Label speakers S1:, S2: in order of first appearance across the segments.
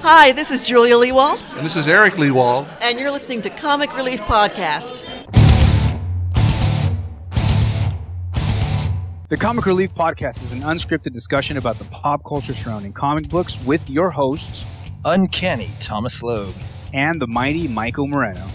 S1: Hi, this is Julia Leewald,
S2: And this is Eric Leewald.
S1: and you're listening to Comic Relief Podcast.
S3: The Comic Relief Podcast is an unscripted discussion about the pop culture surrounding comic books with your hosts
S4: Uncanny Thomas Logue.
S3: and the mighty Michael Moreno.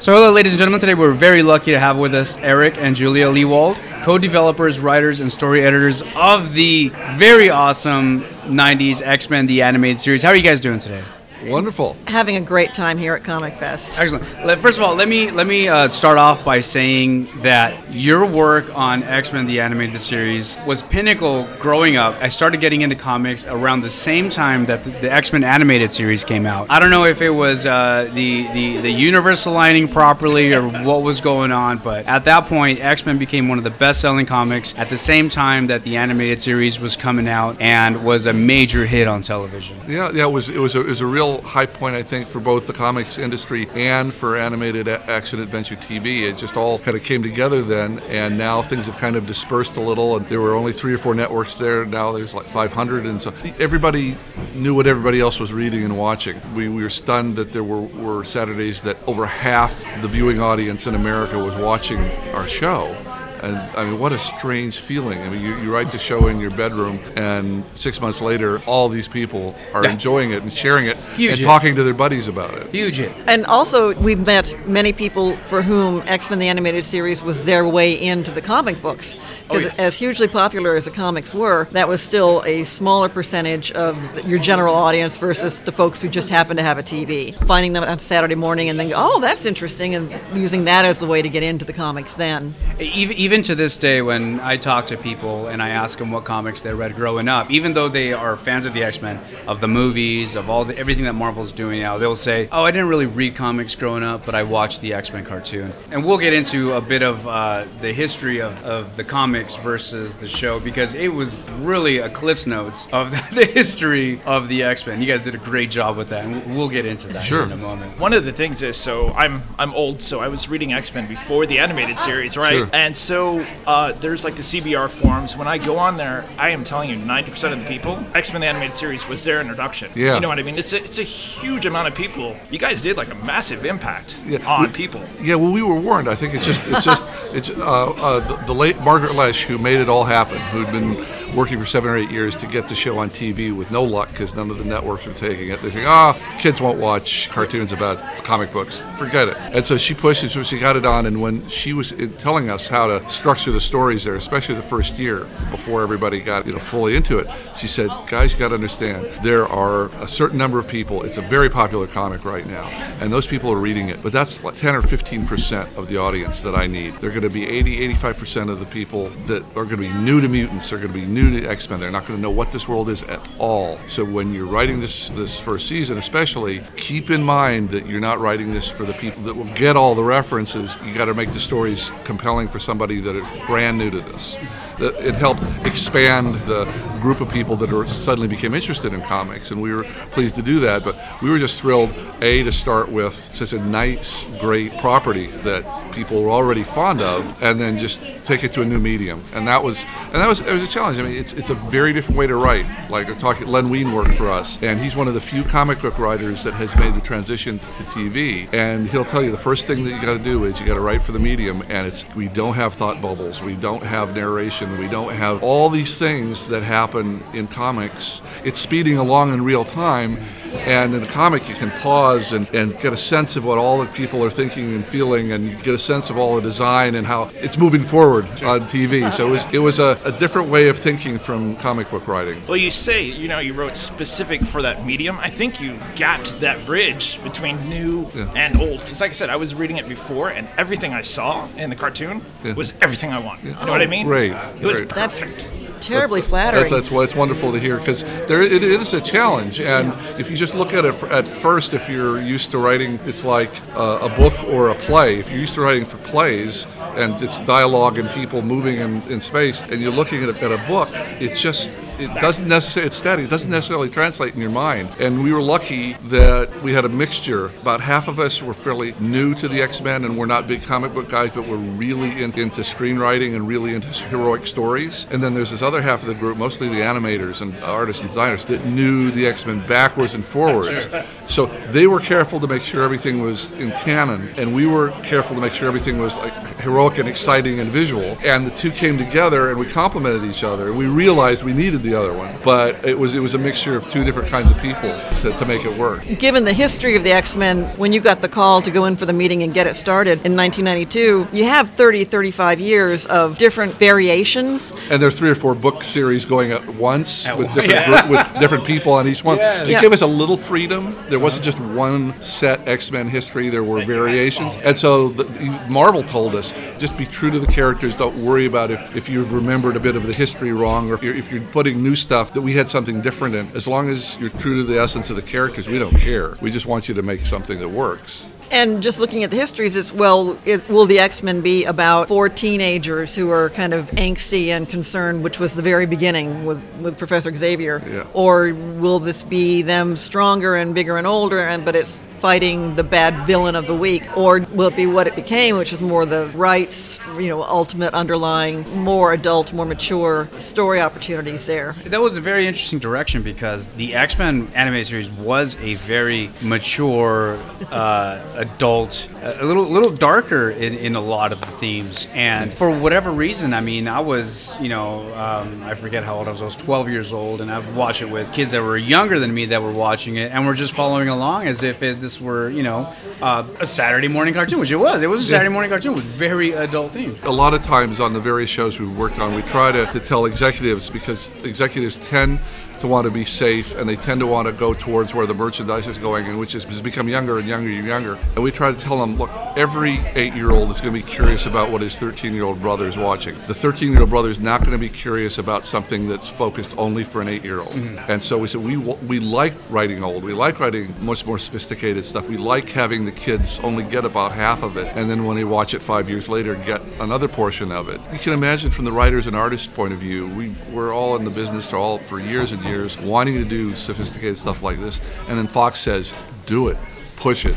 S5: So hello, ladies and gentlemen. Today we're very lucky to have with us Eric and Julia Leewald, co-developers, writers, and story editors of the very awesome '90s X-Men: The Animated Series. How are you guys doing today?
S2: Wonderful.
S1: Having a great time here at Comic Fest.
S5: Excellent. Let- First of all, let me let me uh, start off by saying that your work on X Men: The Animated Series was pinnacle. Growing up, I started getting into comics around the same time that the, the X Men animated series came out. I don't know if it was uh, the, the the universe aligning properly or what was going on, but at that point, X Men became one of the best selling comics at the same time that the animated series was coming out and was a major hit on television.
S2: Yeah, yeah, it was it was a, it was a real high point I think for both the comics industry and for animated a- action adventure TV. It just all kind of came together then, and now things have kind of dispersed a little. And there were only three or four networks there. Now there's like 500, and so everybody knew what everybody else was reading and watching. We, we were stunned that there were, were Saturdays that over half the viewing audience in America was watching our show. And I mean, what a strange feeling. I mean, you, you write the show in your bedroom, and six months later, all these people are enjoying it and sharing it
S5: Huge
S2: and
S5: hit.
S2: talking to their buddies about it.
S5: Huge hit.
S1: And also, we've met many people for whom X Men the Animated Series was their way into the comic books. Because
S5: yeah.
S1: as hugely popular as the comics were, that was still a smaller percentage of your general audience versus the folks who just happen to have a TV. Finding them on Saturday morning and then, oh, that's interesting, and using that as the way to get into the comics then.
S5: Even, even to this day, when I talk to people and I ask them what comics they read growing up, even though they are fans of the X Men, of the movies, of all the, everything that Marvel's doing now, they'll say, "Oh, I didn't really read comics growing up, but I watched the X Men cartoon." And we'll get into a bit of uh, the history of, of the comics versus the show because it was really a Cliff's Notes of the history of the X Men. You guys did a great job with that, and we'll get into that here
S2: Sure.
S5: in a moment.
S4: One of the things is, so I'm I'm old, so I was reading X Men before the animated series, right?
S2: Sure.
S4: And so uh, there's like the CBR forums. When I go on there, I am telling you, 90% of the people, X Men the animated series was their introduction.
S2: Yeah.
S4: You know what I mean? It's a, it's a huge amount of people. You guys did like a massive impact
S2: Yeah,
S4: on
S2: we-
S4: people.
S2: Yeah, well, we were warned. I think it's just it's just it's uh, uh, the, the late Margaret Lesh who made it all happen, who'd been working for seven or eight years to get the show on TV with no luck because none of the networks were taking it. They think, ah, kids won't watch cartoons about comic books. Forget it. And so she pushed it. So she got it on, and when she was uh, telling us how to structure the stories there, especially the first year before everybody got you know fully into it, she said, guys, you got to understand there are a certain number of people. It's a very popular comic right now, and those people are reading it. But that's like 10 or 15 percent of the audience that I need. They're going to be 80, 85 percent of the people that are going to be new to mutants. They're going to be new to X Men. They're not going to know what this world is at all. So when you're writing this this first season, especially, keep in mind that you're not writing this for the people that will get all the references. You got to make the stories compelling for somebody that is brand new to this. That it helped expand the group of people that are, suddenly became interested in comics, and we were pleased to do that. But we were just thrilled, a, to start with such a nice, great property that people were already fond of, and then just take it to a new medium. And that was, and that was, it was a challenge. I mean, it's, it's a very different way to write. Like I'm talking, Len Wein worked for us, and he's one of the few comic book writers that has made the transition to TV. And he'll tell you the first thing that you got to do is you got to write for the medium, and it's we don't have thought bubbles, we don't have narration, we don't have all these things that happen in comics. It's speeding along in real time, and in a comic you can pause and, and get a sense of what all the people are thinking and feeling, and you get a sense of all the design and how it's moving forward on TV. So it was it was a, a different way of thinking from comic book writing.
S4: Well, you say, you know, you wrote specific for that medium. I think you got that bridge between new
S2: Yeah.
S4: and old. Because, like I said, I was reading it before, and everything I saw in the cartoon
S2: Yeah.
S4: was everything I wanted. You know what I mean?
S2: Great,
S4: It was
S2: great.
S1: That's
S4: perfect.
S1: terribly
S2: That's-
S1: flattering.
S2: That's, that's why it's wonderful to hear because there it, it is a challenge, and if you just look at it fr- at first, if you're used to writing, it's like uh, a book or a play. If you're used to writing for plays and it's dialogue and people moving in, in space, and you're looking at a, at a book, it just it doesn't necessarily it's static. It doesn't necessarily translate in your mind. And we were lucky that we had a mixture. About half of us were fairly new to the X Men, and we're not big comic book guys, but we're really in, into screenwriting and really into heroic stories. And then there's this other half of the group, mostly the animators and artists and designers, that knew the X Men backwards and forwards. So they were careful to make sure everything was in canon, and we were careful to make sure everything was like heroic and exciting and visual. And the two came together, and we complemented each other. And we realized we needed the other one, but it was it was a mixture of two different kinds of people to, to make it work.
S1: Given the history of the X Men, when you got the call to go in for the meeting and get it started in 1992, you have 30, 35 years of different variations.
S2: And there's three or four book series going at once
S6: At
S2: with
S6: one-
S2: different
S6: yeah.
S2: group, with different people on each one. They
S1: Yeah.
S2: gave us a little freedom. There wasn't just one set X Men history. There were variations, and so the, Marvel told us just be true to the characters. Don't worry about if, if you've remembered a bit of the history wrong, or if you're, if you're putting new stuff that we had something different in. As long as you're true to the essence of the characters, we don't care. We just want you to make something that works.
S1: And just looking at the histories, it's well, it, will the X Men be about four teenagers who are kind of angsty and concerned, which was the very beginning with, with Professor Xavier?
S2: Yeah.
S1: Or will this be them stronger and bigger and older, and but it's fighting the bad villain of the week? Or will it be what it became, which is more the rights, you know, ultimate underlying, more adult, more mature story opportunities there?
S6: That was a very interesting direction because the X Men animated series was a very mature, uh, adult, a little little darker in, in a lot of the themes. And for whatever reason, I mean, I was, you know, um, I forget how old I was. I was 12 years old, and I've watched it with kids that were younger than me that were watching it and were just following along as if it, this were, you know, uh, a Saturday morning cartoon, which it was. It was a Saturday morning cartoon with very adult themes.
S2: a lot of times on the various shows we've worked on, we try to, to tell executives because executives tend to want to be safe and they tend to want to go towards where the merchandise is going and which is, has become younger and younger and younger. And we try to tell them, look, every eight-year-old is going to be curious about what his 13-year-old brother is watching. The 13-year-old brother is not going to be curious about something that's focused only for an eight-year-old. And so we said we wa- we like writing old. We like writing much more sophisticated stuff. We like having the kids only get about half of it, and then when they watch it five years later, get another portion of it. You can imagine from the writers and artists' point of view, we we're all in the business for all for years and years, wanting to do sophisticated stuff like this. And then Fox says, "Do it, push it."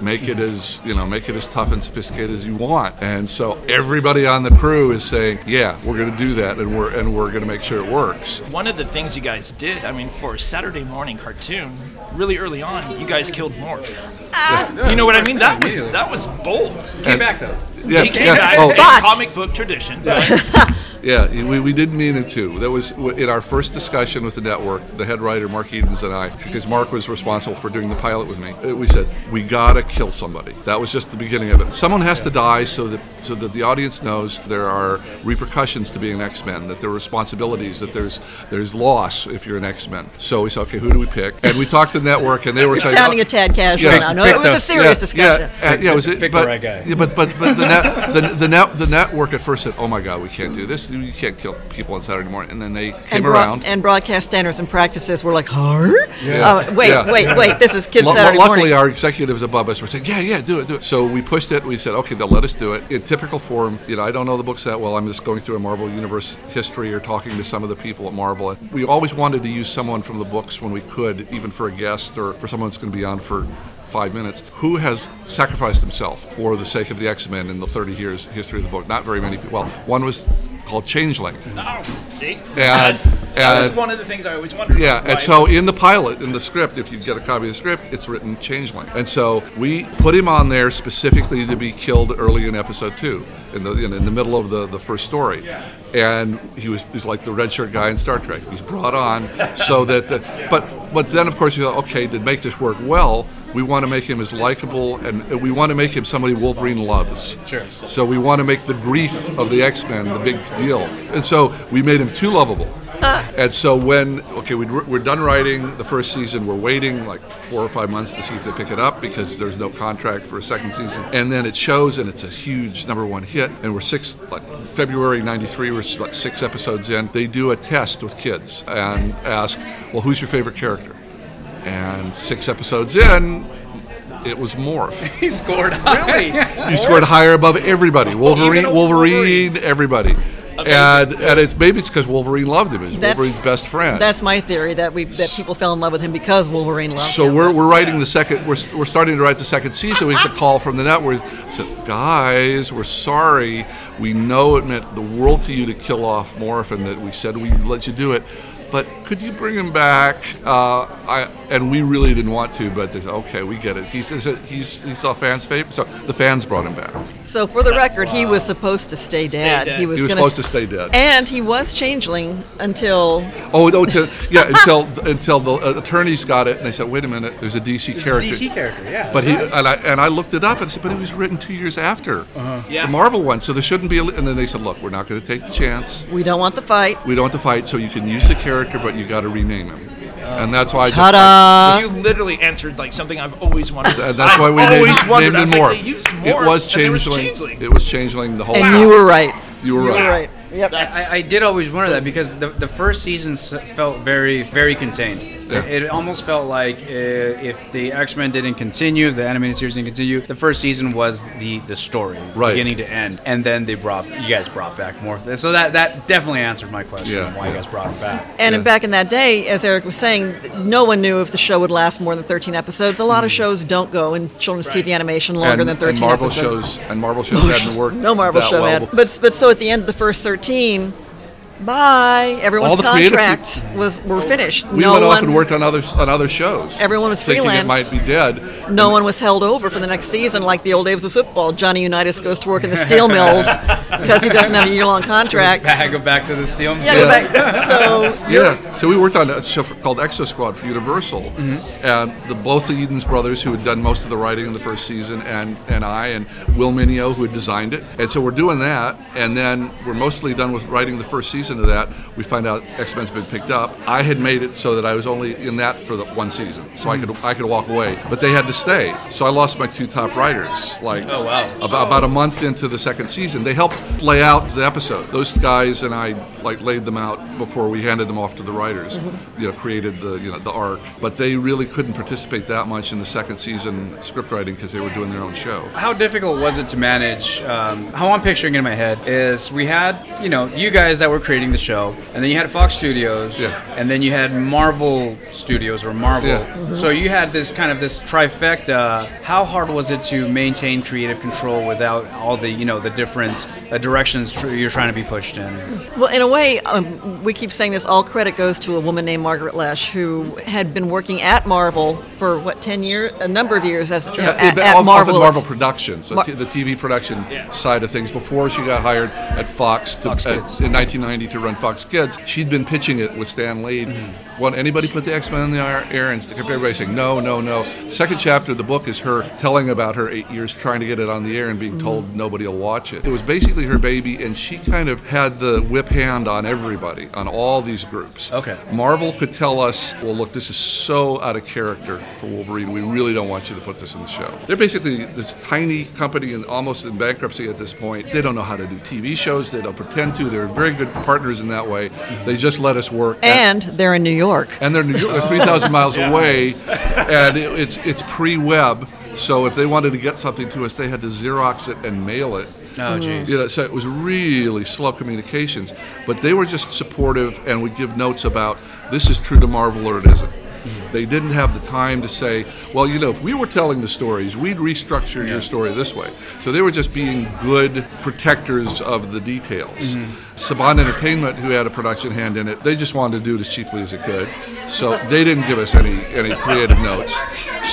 S2: make it as you know make it as tough and sophisticated as you want and so everybody on the crew is saying yeah we're going to do that and we're and we're going to make sure it works
S4: One of the things you guys did, I mean, for a Saturday morning cartoon, really early on, you guys killed Morph. You know what I mean? That was
S6: Immediately.
S4: that was bold.
S6: Ah. Came back though.
S2: yeah
S4: he came
S2: yeah,
S4: back
S2: oh,
S4: in
S1: But-
S4: comic book tradition.
S2: yeah we, we did mean it too that was w- in our first discussion with the network the head writer mark edens and i because mark was responsible for doing the pilot with me uh, we said we gotta kill somebody that was just the beginning of it someone has to die so that so that the audience knows there are repercussions to being an x-men that there are responsibilities that there's there's loss if you're an x-men so we said okay who do we pick and we talked to the network and they were saying uh,
S1: Sounding a tad casual
S2: Yeah.
S1: now. No, it was a serious discussion.
S2: yeah, uh, yeah, it was it,
S6: Pick the
S2: but,
S6: right guy.
S2: Yeah, but but but the net, the the net, the network at first said, "Oh my God, we can't do this. You can't kill people on Saturday morning." And then they came
S1: and, broad-
S2: around.
S1: and broadcast standards and practices were like, huh?
S2: Yeah.
S1: Uh, wait,
S2: Yeah.
S1: wait, wait. This is kids
S2: Lu- lu-
S1: Saturday
S2: luckily,
S1: morning.
S2: our executives above us were saying, "Yeah, yeah, do it, do it." So we pushed it. We said, "Okay, they'll let us do it." In typical form, you know, I don't know the books that well. I'm just going through a Marvel Universe history or talking to some of the people at Marvel. We always wanted to use someone from the books when we could, even for a guest or for someone that's going to be on for five minutes. Who has sacrificed himself for the sake of the X-Men in the 30 years history of the book? Not very many people. Well, one was called Changeling.
S4: Oh, see,
S2: Yeah,
S4: that's, that's
S2: yeah.
S4: one of the things I always wondered.
S2: Yeah, and
S4: Why-
S2: so in the pilot, in the script, if you get a copy of the script, it's written changeling. And so we put him on there specifically to be killed early in episode two, in the in, in the middle of the, the first story. And he was he's like the red shirt guy in Star Trek. He's brought on so that, the, but but then of course you go, okay, to make this work well, we want to make him as likable, and we want to make him somebody Wolverine loves.
S6: Sure.
S2: So we want to make the grief of the X Men the big deal, and so we made him too lovable. and so when okay, we we're done writing the first season, we're waiting like four or five months to see if they pick it up because there's no contract for a second season, and then it shows, and it's a huge number one hit, and we're six like February '93, we're like six episodes in. They do a test with kids and ask, well, who's your favorite character? And six episodes in, it was Morph.
S6: He scored.
S4: Really?
S2: He scored higher above everybody. Wolverine,
S4: over
S2: Wolverine, everybody. And, and it's maybe it's because Wolverine loved him. He's
S1: That's-
S2: Wolverine's best friend.
S1: That's my theory that we that people fell in love with him because Wolverine loved
S2: so
S1: him.
S2: we're, we're writing the second. We're, we're starting to write the second season. We get the call from the network. Said, guys, we're sorry. We know it meant the world to you to kill off Morph, and that we said we'd let you do it. But could you bring him back? Uh, I and we really didn't want to, but they said, okay, we get it. He says that he's he saw fans' favorite, so the fans brought him back.
S1: So for the record, he was supposed to stay dead.
S4: dead.
S1: He was,
S2: He was
S1: gonna
S2: supposed to stay dead.
S1: And he was changeling until
S2: Oh no! To, yeah, until until the uh, attorneys got it, and they said, "Wait a minute, there's a DC character."
S6: DC character, yeah.
S2: But he and I and I looked it up and I said, "But it was written two years after
S4: Yeah.
S2: the Marvel one, so there shouldn't be." A li-. And then they said, "Look, we're not going to take the chance.
S1: we don't want the fight.
S2: We don't want to fight, so you can use the character, but you got to rename him." And that's why I just,
S1: Ta-da!
S4: you literally answered like something I've always wondered.
S2: and that's
S4: I've
S2: why we
S4: always
S2: named,
S4: wondered.
S2: named him
S4: I
S2: Morph.
S4: think they used Morph.
S2: It was
S4: and there
S2: changeling.
S4: changeling.
S2: It was changeling the whole.
S1: And you were right.
S2: Oh, you were
S1: You
S2: right.
S1: were right. Yep.
S6: I, I did always wonder that because the, the first season s- felt very, very contained.
S2: Yeah.
S6: It, it almost felt like uh, if the X Men didn't continue, the animated series didn't continue, the first season was the, the story,
S2: Right.
S6: beginning to end. And then they brought, you guys brought back Morph. So that, that definitely answered my question
S2: Yeah,
S6: why you
S2: yeah.
S6: guys brought him back.
S1: And
S2: Yeah.
S1: back in that day, as Eric was saying, no one knew if the show would last more than 13 episodes. A lot of shows don't go in children's TV animation longer
S2: Mm. and,
S1: than 13
S2: and Marvel
S1: episodes.
S2: shows and Marvel shows hadn't worked.
S1: no Marvel
S2: that
S1: show
S2: well.
S1: had. But but so at the end of the first 13, bye. Everyone's
S2: All the creative
S1: contract was were finished.
S2: We
S1: no
S2: went
S1: one,
S2: off and worked on other on other shows.
S1: Everyone was
S2: thinking
S1: freelance.
S2: it might be dead.
S1: No one was held over for the next season like the old days of football. Johnny Unitas goes to work in the steel mills because he doesn't have a year-long contract.
S6: Back, go back to the steel.
S1: Yeah, go back. So
S2: Yeah. So we worked on a show for- called Exo Squad for Universal,
S1: Mm-hmm.
S2: and the both the Edens brothers who had done most of the writing in the first season, and and I and Will Minio who had designed it. And so we're doing that, and then we're mostly done with writing the first season of that. We find out X Men's been picked up. I had made it so that I was only in that for the one season, so
S1: Mm.
S2: I could I could walk away, but they had to stay. So I lost my two top writers. Like
S6: Oh, wow.
S2: about, about a month into the second season. They helped lay out the episode. Those guys and I like laid them out before we handed them off to the writers. You know, created the you know the arc, but they really couldn't participate that much in the second season script writing because they were doing their own show.
S6: How difficult was it to manage? Um, how I'm picturing it in my head is we had, you know, you guys that were creating the show, and then you had Fox Studios,
S2: Yeah.
S6: and then you had Marvel Studios or Marvel. Mm-hmm.
S2: Yeah.
S6: So you had this kind of this trifecta. How hard was it to maintain creative control without all the, you know, the different uh, directions tr- you're trying to be pushed in?
S1: Well, in a way, um, we keep saying this. All credit goes to a woman named Margaret Lesh, who had been working at Marvel for what ten years, a number of years as you know,
S2: Yeah,
S1: at,
S2: but
S1: at
S2: often
S1: Marvel.
S2: Marvel
S1: It's-
S2: Productions,
S1: Mar-
S2: the the TV production side of things. Before she got hired at Fox, to,
S6: Fox
S2: at-
S6: Kids.
S2: in 1990 to run Fox Kids, she'd been pitching it with Stan Lee.
S1: Mm.
S2: Want anybody put the X Men in the air? air and kept everybody saying no, no, no. Second chapter of the book is her telling about her eight years trying to get it on the air and
S1: Mm.
S2: being told nobody will watch it. It was basically her baby, and she kind of had the whip hand on everybody, on all these groups.
S6: Okay.
S2: Marvel could tell us, well, look, this is so out of character for Wolverine. We really don't want you to put this in the show. They're basically this tiny company and almost in bankruptcy at this point. They don't know how to do TV shows. They don't pretend to. They're very good partners in that way. They just let us work.
S1: and they're in New York.
S2: and they're New York. They're 3,000 miles away, and it, it's it's pre-web. So if they wanted to get something to us, they had to Xerox it and mail it.
S6: Oh, geez.
S2: You know, so it was really slow communications, but they were just supportive and would give notes about this is true to Marvel or it isn't. They didn't have the time to say, well, you know, if we were telling the stories, we'd restructure your story this way. So they were just being good protectors of the details. Saban Entertainment, who had a production hand in it, they just wanted to do it as cheaply as it could. So they didn't give us any any creative notes.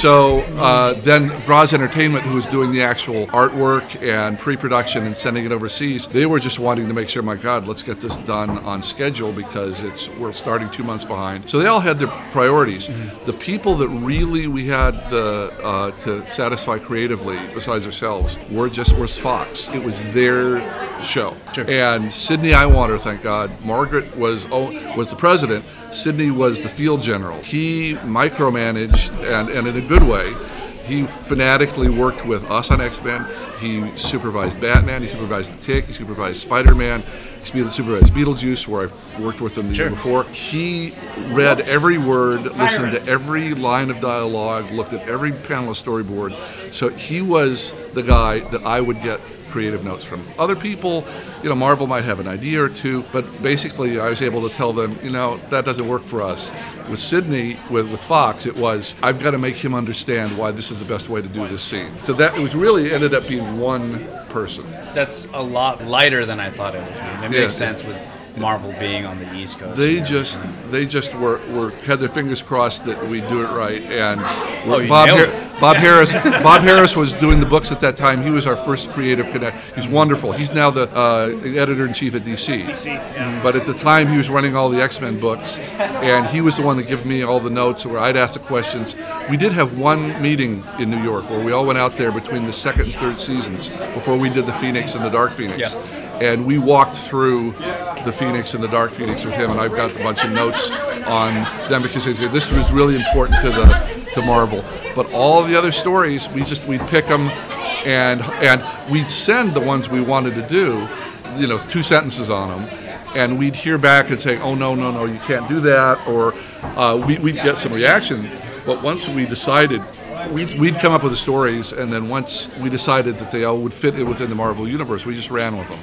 S2: So uh, then Braz Entertainment, who was doing the actual artwork and pre-production and sending it overseas, they were just wanting to make sure, my God, let's get this done on schedule because it's we're starting two months behind. So they all had their priorities. The people that really we had the, uh, to satisfy creatively, besides ourselves, were just was Fox. It was their show. And Sydney Iwander, thank God, Margaret was oh, was the president. Sydney was the field general. He micromanaged, and, and in a good way, he fanatically worked with us on X Men. He supervised Batman, he supervised The Tick, he supervised Spider Man, he supervised Beetlejuice, where I worked with him the year before. He read every word, listened to every line of dialogue, looked at every panel of storyboard. So he was the guy that I would get creative notes from other people. You know, Marvel might have an idea or two, but basically, I was able to tell them, you know, that doesn't work for us. With Sydney, with, with Fox, it was I've got to make him understand why this is the best way to do this scene. So that it was really ended up being one person.
S6: That's a lot lighter than I thought it would be. It
S2: Yeah.
S6: makes sense with Marvel being on the East Coast.
S2: They
S6: and
S2: just
S6: everything.
S2: they just were, were had their fingers crossed that we do it right and
S6: Oh, you
S2: Bob
S6: nailed
S2: Har- Bob Harris Bob Harris was doing the books at that time. He was our first creative connect. He's wonderful. He's now the uh, editor in chief at DC.
S4: DC, yeah.
S2: But at the time he was running all the X Men books, and he was the one that gave me all the notes where I'd ask the questions. We did have one meeting in New York where we all went out there between the second and third seasons before we did the Phoenix and the Dark Phoenix
S6: Yeah.
S2: and we walked through the Phoenix and the Dark Phoenix with him, and I've got a bunch of notes on them because they said this was really important to the to Marvel. But all the other stories, we just we'd pick them, and and we'd send the ones we wanted to do, you know, two sentences on them, and we'd hear back and say, oh no no no, you can't do that, or uh, we, we'd get some reaction. But once we decided We'd, we'd come up with the stories, and then once we decided that they all would fit in within the Marvel universe, we just ran with them.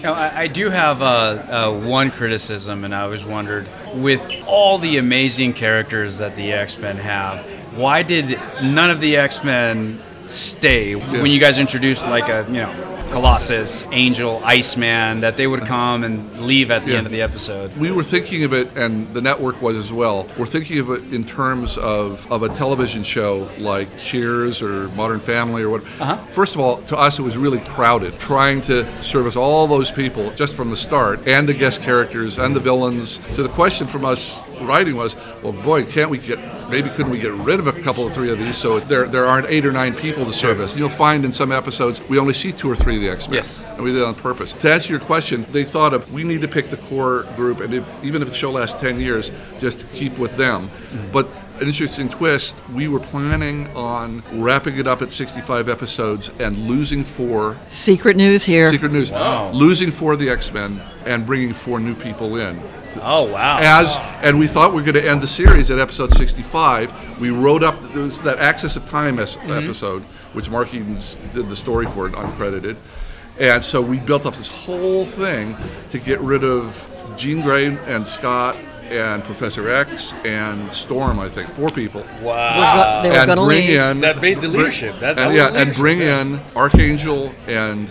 S6: Now, I, I do have uh, uh, one criticism, and I always wondered with all the amazing characters that the X Men have, why did none of the X Men stay when you guys introduced, like, a, you know, Colossus, Angel, Iceman, that they would come and leave at the
S2: Yeah.
S6: end of the episode?
S2: We were thinking of it, and the network was as well. We're thinking of it in terms of, of a television show like Cheers or Modern Family or what.
S6: Uh-huh.
S2: First of all, to us, it was really crowded. Trying to service all those people just from the start, and the guest characters and the villains. So the question from us writing was, well, boy, can't we get maybe couldn't we get rid of a couple of three of these so there there aren't eight or nine people to service? You'll find in some episodes we only see two or three of the X Men.
S6: Yes.
S2: and we did it on purpose. To answer your question, they thought of we need to pick the core group, and if, even if the show lasts ten years, just keep with them. But an interesting twist: we were planning on wrapping it up at sixty-five episodes and losing four
S1: Secret news here.
S2: secret news, losing four of the X Men, and bringing four new people in.
S6: Oh, wow.
S2: As and we thought we were going to end the series at episode 65. We wrote up there was that Axis of Time es- episode, which Mark Edens did the story for it, uncredited. And so we built up this whole thing to get rid of Jean Grey and Scott and Professor X and Storm. I think four people.
S1: We're go- they were
S2: and
S1: going to
S2: bring
S1: leave.
S2: in
S6: That made the
S2: bring-
S6: leadership. That- that
S2: and,
S6: was
S2: yeah, and
S6: leadership,
S2: bring
S6: yeah.
S2: in Archangel and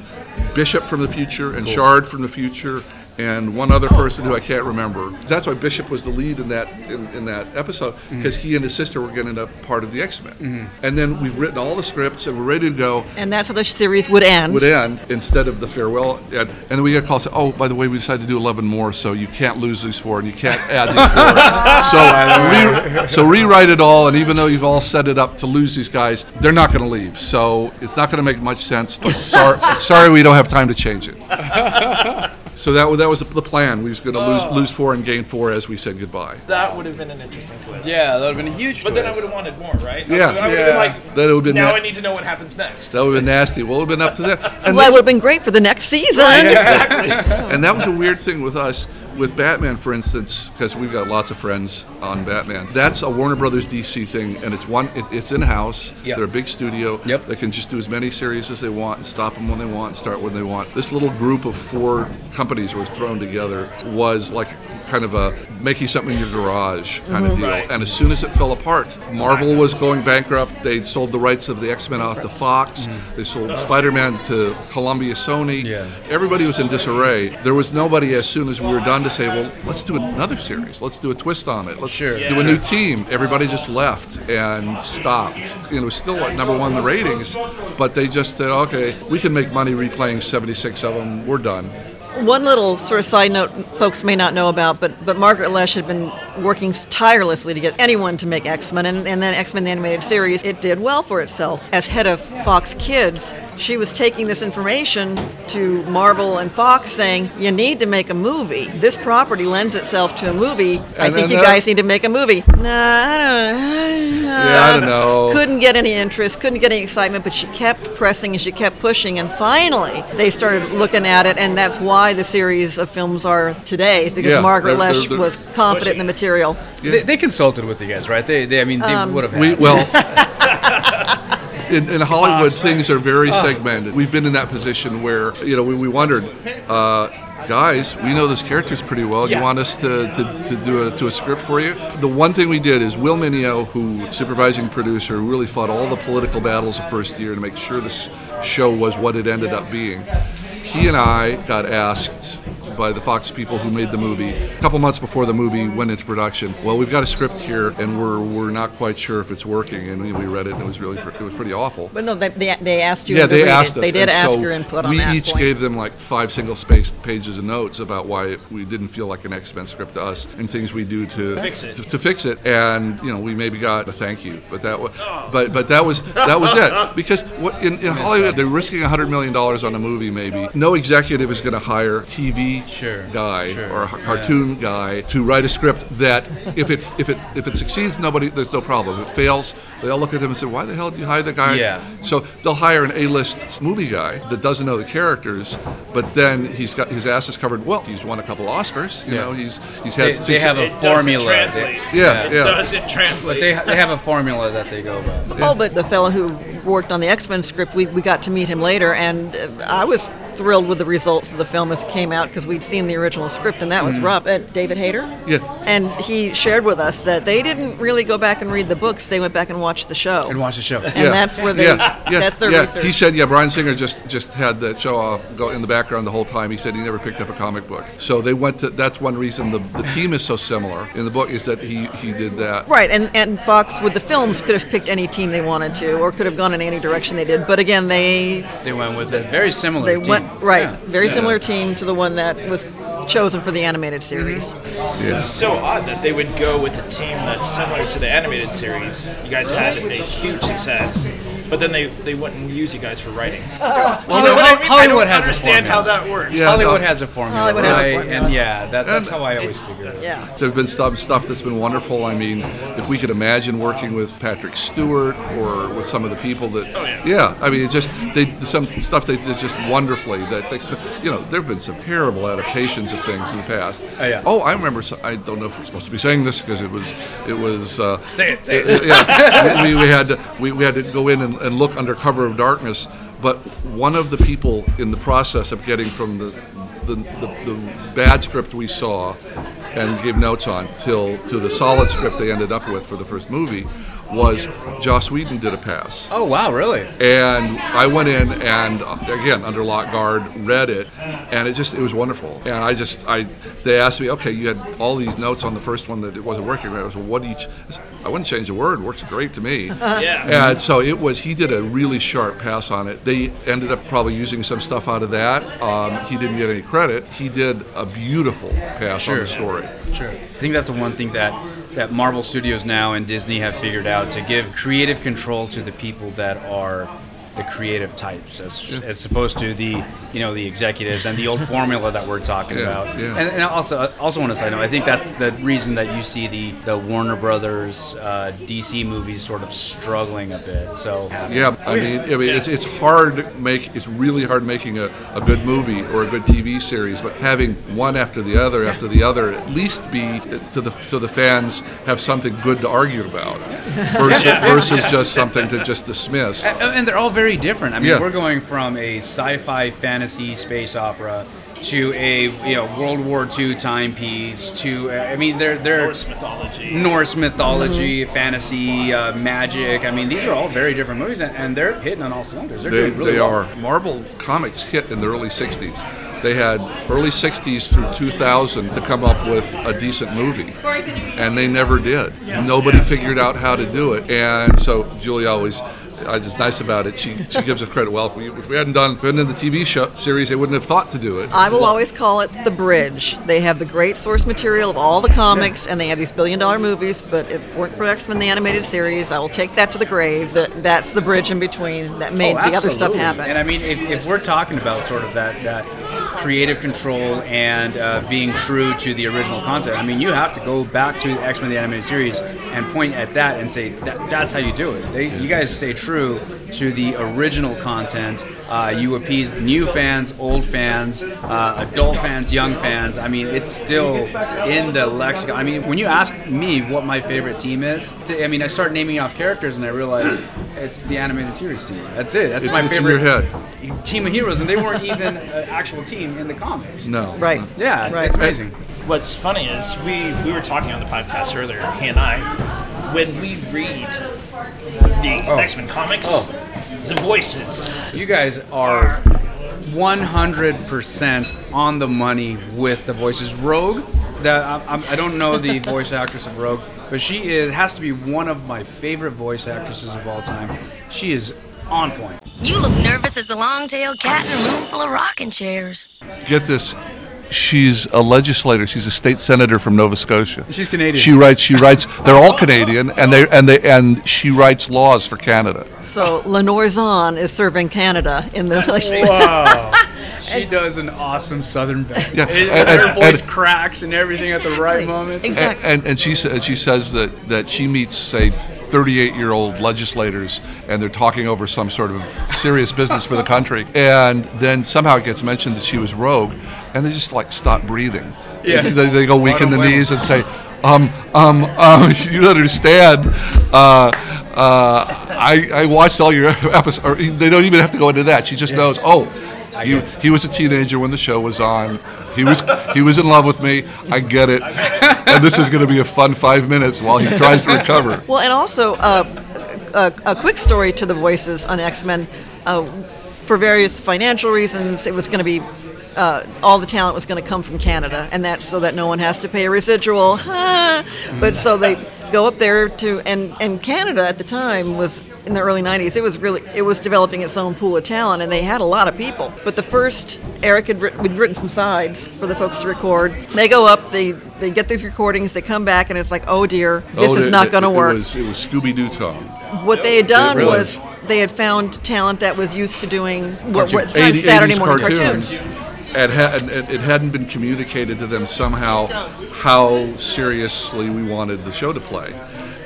S2: Bishop from the future and Shard from the future and one other person who I can't remember. That's why Bishop was the lead in that in, in that episode because he and his sister were going to end up part of the X Men. And then we've written all the scripts and we're ready to go
S1: And that's how the series would end.
S2: would end instead of the farewell. And, and then we get a call say, oh, by the way, we decided to do 11 more, so you can't lose these four and you can't add these four. so, uh, re- so rewrite it all, and even though you've all set it up to lose these guys, they're not going to leave. So it's not going to make much sense, but sorry, sorry we don't have time to change it. So that, wa- that was the plan. We was going to lose, lose four and gain four as we said goodbye.
S4: That would have been an interesting twist.
S6: yeah, that would have been a huge
S4: But then I
S6: twist.
S4: would have wanted more, right? I
S2: Yeah.
S4: would have been like,
S2: That would have been,
S4: now
S2: na-
S4: I need to know what happens next.
S2: that would have been nasty. What would have been up to that? And
S1: well, that would have been great for the next season.
S2: And that was a weird thing with us, with Batman, for instance, because we've got lots of friends on Batman. That's a Warner Brothers DC thing, and it's one, it, it's in house.
S6: Yeah.
S2: They're a big studio.
S6: Yep.
S2: They can just do as many series as they want, and stop them when they want, start when they want. This little group of four companies were thrown together was like kind of a making something in your garage kind
S6: Mm-hmm.
S2: of deal.
S4: Right.
S2: And as soon as it fell apart, Marvel was going bankrupt. They sold the rights of the X Men off to Fox.
S6: Mm-hmm.
S2: They sold Spider Man to Columbia Sony.
S6: Yeah.
S2: Everybody was in disarray. There was nobody as soon as we were done to say, well, let's do another series. Let's do a twist on it. Let's
S6: Sure.
S2: do
S4: Yeah.
S2: a new team. Everybody just left and stopped. You know, still at number one in the ratings, but they just said, okay, we can make money replaying 76 of them. We're done.
S1: One little sort of side note folks may not know about, but, but Margaret Lesh had been working tirelessly to get anyone to make X Men, and, and then X Men the Animated Series, it did well for itself. As head of Fox Kids, she was taking this information to Marvel and Fox saying, You need to make a movie. This property lends itself to a movie. I
S2: And-
S1: think
S2: and
S1: you
S2: that-
S1: guys need to make a movie. Nah, I don't know.
S2: Yeah, I don't know.
S1: Couldn't get any interest, couldn't get any excitement, but she kept pressing and she kept pushing, and finally they started looking at it, and that's why the series of films are today, is because
S2: Yeah,
S1: Margaret
S2: they're- they're-
S1: Lesh
S2: they're-
S1: was confident in the material.
S6: They, they consulted with you guys, right? They, they I mean, they would have.
S2: We
S6: had-
S2: well. In, in Hollywood, things are very
S6: Oh.
S2: segmented. We've been in that position where you know we, we wondered, uh, guys, we know this character's pretty well. You
S4: Yeah.
S2: want us to, to, to do a, to a script for you? The one thing we did is Will Mineo, who supervising producer, who really fought all the political battles the first year to make sure this show was what it ended up being. He and I got asked by the Fox people who made the movie. A couple months before the movie went into production, well, we've got a script here, and we're, we're not quite sure if it's working. And we, we read it, and it was really pre- it was pretty awful.
S1: But no, they, they, they asked you
S2: yeah,
S1: to
S2: they
S1: read
S2: asked us.
S1: it. They did
S2: and
S1: ask
S2: so
S1: your input on
S2: we
S1: that
S2: each
S1: point.
S2: gave them like five single space pages of notes about why we didn't feel like an X Men script to us and things we do to
S4: Fix it.
S2: To, to fix it. And you know, we maybe got a thank you, but that was, but but that was that was it. Because what in, in Hollywood they're risking hundred million dollars on a movie. Maybe no executive is going to hire TV
S6: Sure,
S2: guy
S6: sure,
S2: or a
S6: yeah.
S2: cartoon guy to write a script that if it if it if it succeeds, nobody there's no problem. If it fails, they all look at him and say, "Why the hell did you hire the guy?" guy.
S6: Yeah.
S2: So they'll hire an A-list movie guy that doesn't know the characters, but then he's got his ass is covered. Well, he's won a couple Oscars. You
S6: Yeah.
S2: know, he's he's
S6: They,
S2: had.
S6: they have a
S4: It doesn't
S6: formula. They-
S4: translate.
S2: Yeah,
S4: It
S2: yeah.
S4: doesn't
S6: But
S4: translate.
S6: they, they have a formula that they go by.
S1: Oh, but the fellow who worked on the X Men script, we, we got to meet him later, and uh, I was thrilled with the results of the film as it came out because we'd seen the original script, and that was
S2: Mm.
S1: rough. Uh, David Hayter?
S2: Yeah.
S1: And he shared with us that they didn't really go back and read the books, they went back and watched the show.
S6: And watch the show.
S1: and that's where they- that's their
S2: yeah.
S1: research.
S2: He said, yeah, Brian Singer just just had that show off go in the background the whole time. He said he never picked up a comic book. So they went to. That's one reason the, the team is so similar in the book is that he he did that.
S1: Right, and, and Fox with the films could have picked any team they wanted to, or could have gone in any direction they did. But again, they
S6: They went with a very similar.
S1: they
S6: team.
S1: went right,
S6: Yeah.
S1: very similar team to the one that was chosen for the animated series.
S4: It's so odd that they would go with a team that's similar to the animated series. You guys had a huge success, but then they, they wouldn't use you guys for writing.
S6: Well,
S4: You know
S6: no,
S4: what I
S6: Hol-
S4: mean? I
S6: Hollywood
S4: don't
S6: has
S4: understand
S6: a formula.
S4: how that works.
S2: Yeah,
S6: Hollywood
S2: no.
S6: has a formula,
S1: Hollywood has a
S6: right?
S1: formula.
S6: And yeah, that, that's
S2: And
S6: how I always figure it. out.
S1: Yeah.
S2: There have been some stuff that's been wonderful. I mean, if we could imagine working with Patrick Stewart or with some of the people that,
S6: Oh,
S2: yeah. I mean, it just they some stuff they did just wonderfully that they, could- you know, there have been some terrible adaptations of things in the past.
S6: Oh, yeah.
S2: Oh, I remember. so- I don't know if we're supposed to be saying this because it was, it was. Uh,
S6: Say it, say it.
S2: yeah, we, we had to, we, we had to go in and, and look under cover of darkness. But one of the people in the process of getting from the the, the, the bad script we saw and gave notes on till to the solid script they ended up with for the first movie was Joss Whedon did a pass.
S6: Oh wow, really?
S2: And I went in and uh, again under lock guard read it, and it just it was wonderful. And I just I they asked me, okay, you had all these notes on the first one that it wasn't working right. I was, well, what each? I said, "I wouldn't change a word. Works great to me.
S4: Yeah.
S2: And so it was. He did a really sharp pass on it. They ended up probably using some stuff out of that. Um, he didn't get any credit. He did a beautiful pass on
S6: Sure.
S2: the story.
S6: Sure. I think that's the one thing that that Marvel Studios now and Disney have figured out to give creative control to the people that are the creative types, as, as opposed to the you know the executives and the old formula that we're talking
S2: Yeah,
S6: about.
S2: yeah.
S6: And, and also also on a side note, I think that's the reason that you see the the Warner Brothers uh, DC movies sort of struggling a bit. So
S2: Yeah, I mean, I mean, it's, it's hard make it's really hard making a, a good movie or a good TV series, but having one after the other after the other at least be to the to the fans have something good to argue about versus, versus just something to just
S5: Uh,
S2: dismiss.
S6: And, and they're all very different. I mean,
S2: Yeah.
S6: we're going from a sci-fi fantasy space opera
S5: to a you know World War II timepiece to uh, I mean they're they're
S4: Norse mythology.
S5: Norse mythology,
S2: Mm-hmm.
S5: fantasy, uh, magic. I mean, these are all very different movies, and, and they're hitting on all cylinders. They're
S2: They,
S5: doing really
S2: they
S5: well.
S2: are. Marvel Comics hit in the early 60s. They had early 60s through 2000 to come up with a decent movie, and they never did. Nobody figured out how to do it, and so Julie always. I just nice about it. She she gives us credit. Well, if we, if we hadn't done if we hadn't done the TV show series, they wouldn't have thought to do it.
S5: Uh,
S1: I will always call it the bridge. They have the great source material of all the comics, and they have these billion-dollar movies. But if it weren't for X-Men: The Animated Series, I will take that to the grave. That that's the bridge in between that made
S5: Oh,
S1: the other stuff
S5: absolutely.
S1: happen.
S5: And I mean, if, if we're talking about sort of that that creative control and uh, being true to the original content, I mean, you have to go back to X Men: The Animated Series and point at that and say that, that's how you do it. They, you guys stay true to the original content. Uh, you appease new fans, old fans, uh, adult fans, young fans. I mean, it's still in the lexicon. I mean, when you ask me what my favorite team is, t- I mean, I start naming off characters and I realize it's the animated series team. That's it. That's
S2: It's-
S5: my
S2: it's in
S5: favorite
S2: your head.
S5: team of heroes, and they weren't even an actual team in the comics.
S2: no,
S1: right.
S5: Yeah,
S1: Right.
S5: it's amazing.
S4: What's funny is we we were talking on the podcast earlier, he and I, when we read the
S2: Oh.
S4: X Men comics, the voices.
S5: You guys are 100% on the money with the voices. Rogue, that I, I'm- I don't know the voice actress of Rogue, but she is, has to be one of my favorite voice actresses of all time. She is on point.
S7: You look nervous as a long-tailed cat in a room full of rocking chairs.
S2: get this. She's a legislator. She's a state senator from Nova Scotia.
S5: She's Canadian.
S2: She writes. She writes. They're all Canadian, and they and they and she writes laws for Canada.
S1: So Lenore Zahn is serving Canada in the
S5: Wow. She does an awesome southern band.
S2: Yeah,
S5: It-
S2: and-
S5: her
S2: and-
S5: voice
S2: and-
S5: cracks and everything at the right
S1: Exactly.
S5: moment.
S2: And,
S1: Ex- Exactly.
S2: and, and she sa- and she says that, that she meets say 38 year old legislators and they're talking over some sort of serious business for the country and then somehow it gets mentioned that she was rogue and they just like stop breathing.
S5: Yeah.
S2: They, they go weak in the
S5: don't blame
S2: knees and say, um, um, um, you don't understand. Uh, uh, I, I watched all your episodes. Or they don't even have to go into that. She just knows. Oh, he, he was a teenager when the show was on. He was he was in love with me. I get it. And this is going to be a fun five minutes while he tries to recover.
S1: Well, and also uh, a, a quick story to the voices on X Men. Uh, for various financial reasons, it was going to be uh, all the talent was going to come from Canada, and that's so that no one has to pay a residual. Ha! But so they go up there to and and Canada at the time was in the early 90s it was really it was developing its own pool of talent and they had a lot of people but the first eric had writ- we'd written some sides for the folks to record they go up they they get these recordings they come back and it's like oh dear this
S2: Oh,
S1: is
S2: it-
S1: not
S2: it-
S1: going to
S2: it
S1: work
S2: was- It was Scooby Doo Tom.
S1: what they had done
S2: really-
S1: was they had found talent that was used to doing what were at the time
S2: 80
S1: Saturday
S2: 80s
S1: morning
S2: cartoons.
S1: cartoons.
S2: And ha- and it it hadn't been communicated to them somehow how seriously we wanted the show to play,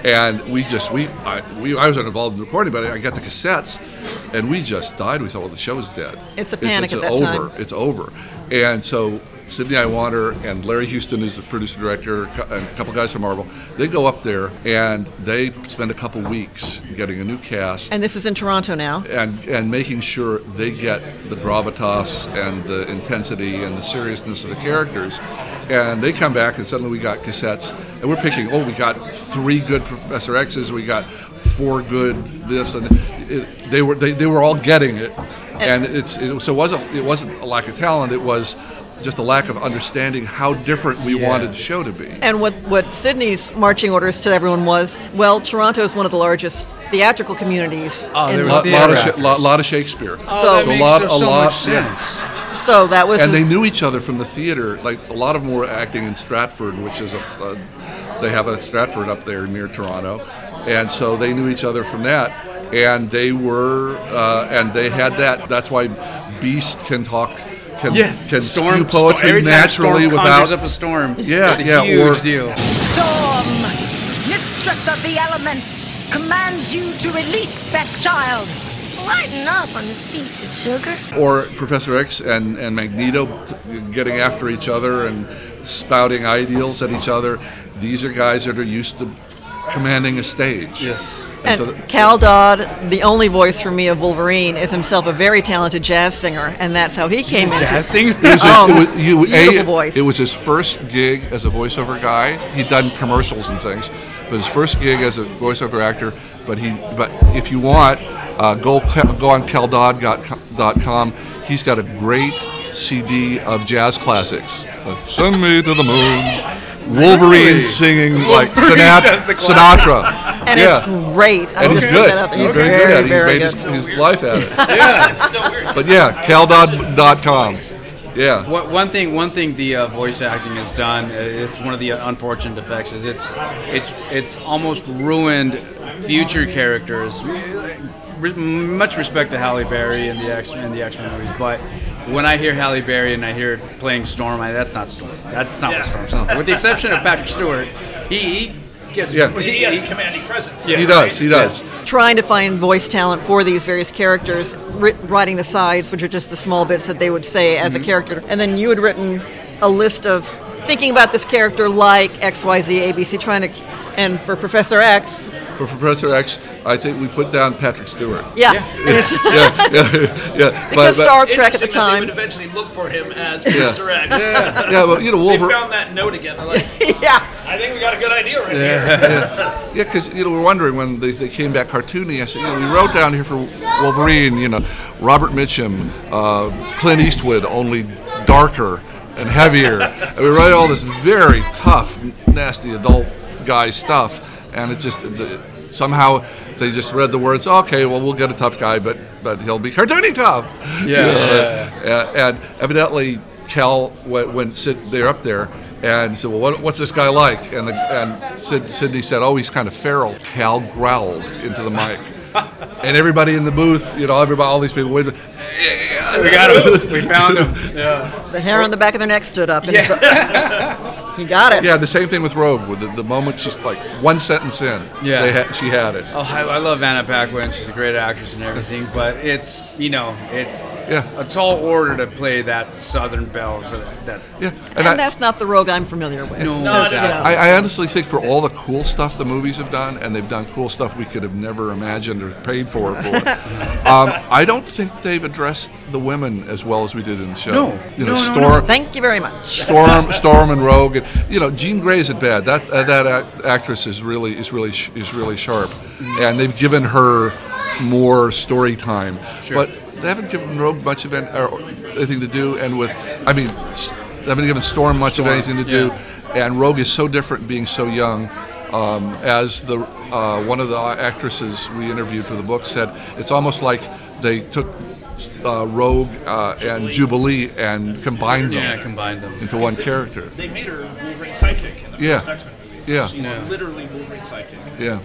S2: and we just we I, we I was not involved in recording, but I got the cassettes, and we just died. We thought, well, the show's dead.
S1: It's a panic at that
S2: over.
S1: time.
S2: It's over, and so Sidney Iwander and Larry Houston is the producer director, cou- and a couple guys from Marvel. They go up there and they spend a couple weeks getting a new cast
S1: And this is in Toronto now.
S2: and and making sure they get the gravitas and the intensity and the seriousness of the characters. And they come back, and suddenly we got cassettes, and we're picking. Oh, we got three good Professor X's. We got four good this, and it, they were they, they were all getting it. And it's it, so it wasn't it wasn't a lack of talent. It was just a lack of understanding how different we wanted the show to be.
S1: And what, what Sydney's marching orders to everyone was, well, Toronto is one of the largest theatrical communities.
S5: Oh,
S1: in-
S5: there
S2: A
S5: was
S2: lot,
S5: theater
S2: lot of, Sha-
S5: actors.
S2: lot, lot of Shakespeare.
S1: So-
S5: that
S1: So
S5: makes
S2: lot-
S5: so,
S2: a
S5: so
S2: lot-
S5: much
S2: yeah.
S5: sense.
S1: so that was
S2: and they knew each other from the theater. Like a lot of them were acting in Stratford, which is a, a they have a Stratford up there near Toronto, and so they knew each other from that. And they were uh, and they had that. That's why Beast can talk. Can,
S5: Yes,
S2: can
S5: storm
S2: spew poetry
S5: every time
S2: naturally
S5: storm
S2: without
S5: conjures up a storm.
S2: Yeah,
S5: it's a
S2: yeah,
S5: huge
S2: or-
S5: deal.
S8: Storm, mistress of the elements, commands you to release that child.
S7: Lighten up on the speeches, sugar.
S2: or Professor X and, and Magneto t- getting after each other and spouting ideals at each other. These are guys that are used to commanding a stage.
S5: Yes.
S2: And so
S1: And
S2: th-
S1: Cal Dodd, the only voice for me of Wolverine, is himself a very talented jazz singer, and that's how he came into
S5: Jazz singer?
S2: It was his,
S1: Oh,
S2: it was, you,
S1: beautiful
S2: a,
S1: voice.
S2: It was his first gig as a voiceover guy. He'd done commercials and things, but his first gig as a voiceover actor. But he, but if you want, uh, go go on keldod.com. He's got a great CD of jazz classics. Like, Send me to the moon. Wolverine
S5: Really?
S2: singing like
S5: Wolverine does
S2: Sinatra.
S5: the
S2: Sinatra.
S1: And
S2: yeah.
S1: it's great. I
S2: and
S1: just
S2: he's
S1: put
S2: good.
S1: that out there.
S2: He's
S1: He's
S2: very,
S1: very,
S2: good at it. He's
S1: very
S2: made his,
S1: good.
S2: his life at it.
S4: yeah, it's so weird.
S2: But yeah, keldod.com. Yeah.
S5: One one thing, one thing the uh, voice acting has done. uh, It's one of the unfortunate effects. Is it's, it's, it's almost ruined future characters. Uh, Re- much respect to Halle Berry and the X and the X Men movies, but when I hear Halle Berry and I hear playing Storm, I, that's not Storm. That's not
S4: Yeah.
S5: what Storm sounds. like. With the exception of Patrick Stewart, he, he gets.
S2: Yeah.
S4: He has commanding presence.
S5: Yes.
S2: He does. He does.
S1: Trying to find voice talent for these various characters, writ- writing the sides, which are just the small bits that they would say
S2: Mm-hmm.
S1: as a character, and then you had written a list of thinking about this character like X, Y, Z, A, B, C, trying to, and for Professor X,
S2: For Professor X, I think we put down Patrick Stewart.
S1: yeah,
S2: yeah, yeah, yeah.
S1: because
S2: but,
S1: Star Trek
S4: Interesting that
S1: at the
S4: They would
S1: time,
S4: eventually look for him as Professor X.
S2: but, yeah, but you know,
S4: They
S2: Wolverine.
S4: found that note again. They're like,
S1: yeah.
S4: I think we got a good idea right here.
S2: Yeah, because you know we're wondering when they, they came back cartoony. I said, you know, we wrote down here for Wolverine, you know, Robert Mitchum, uh, Clint Eastwood, only darker and heavier. and we wrote all this very tough, nasty adult guy stuff, and it just the, somehow they just read the words. Okay, well we'll get a tough guy, but but he'll be cartoony tough.
S5: Yeah.
S2: Uh, and evidently, Cal went, went sit there up there and said, "Well, what, what's this guy like?" And the, and Sid, Sydney said, "Oh, he's kind of feral." Cal growled into the mic, and everybody in the booth, you know, everybody, all these people, went,
S5: We got him. We found him.
S1: The hair on the back of their neck stood up. And he got it.
S2: yeah. The same thing with Rogue. With the, the moment she's like one sentence in,
S5: Yeah.
S2: they ha- she had it.
S5: Oh, I, I love Anna Paquin. She's a great actress and everything, but it's you know it's
S2: Yeah.
S5: a tall order to play that Southern belle for that. that
S2: Yeah,
S1: And
S2: I-
S1: that's not the rogue I'm familiar with.
S5: No,
S1: That's-
S5: exactly.
S1: you know.
S2: I, I honestly think for all the cool stuff the movies have done, and they've done cool stuff we could have never imagined or paid for. for it, um, I don't think they've addressed the women as well as we did in the show.
S5: No.
S2: you know,
S5: No, no,
S2: Storm,
S1: Thank you very much.
S2: Storm, Storm, and Rogue. And, you know, Jean Grey's at bad. That uh, that act- actress is really is really sh- is really sharp, and they've given her more story time. But they haven't given Rogue much of an, or anything to do, and with I mean, s- they haven't given Storm much
S5: Storm,
S2: of anything to do.
S5: yeah.
S2: And Rogue is so different, being so young. Um, as the uh, one of the actresses we interviewed for the book said, it's almost like they took uh, Rogue uh, and Jubilee and combined them
S5: yeah, combined them.
S2: into one character.
S4: They made her Wolverine sidekick in the
S2: Yeah.
S4: first X-Men movie.
S2: Yeah.
S4: She's literally Wolverine sidekick.
S2: Yeah.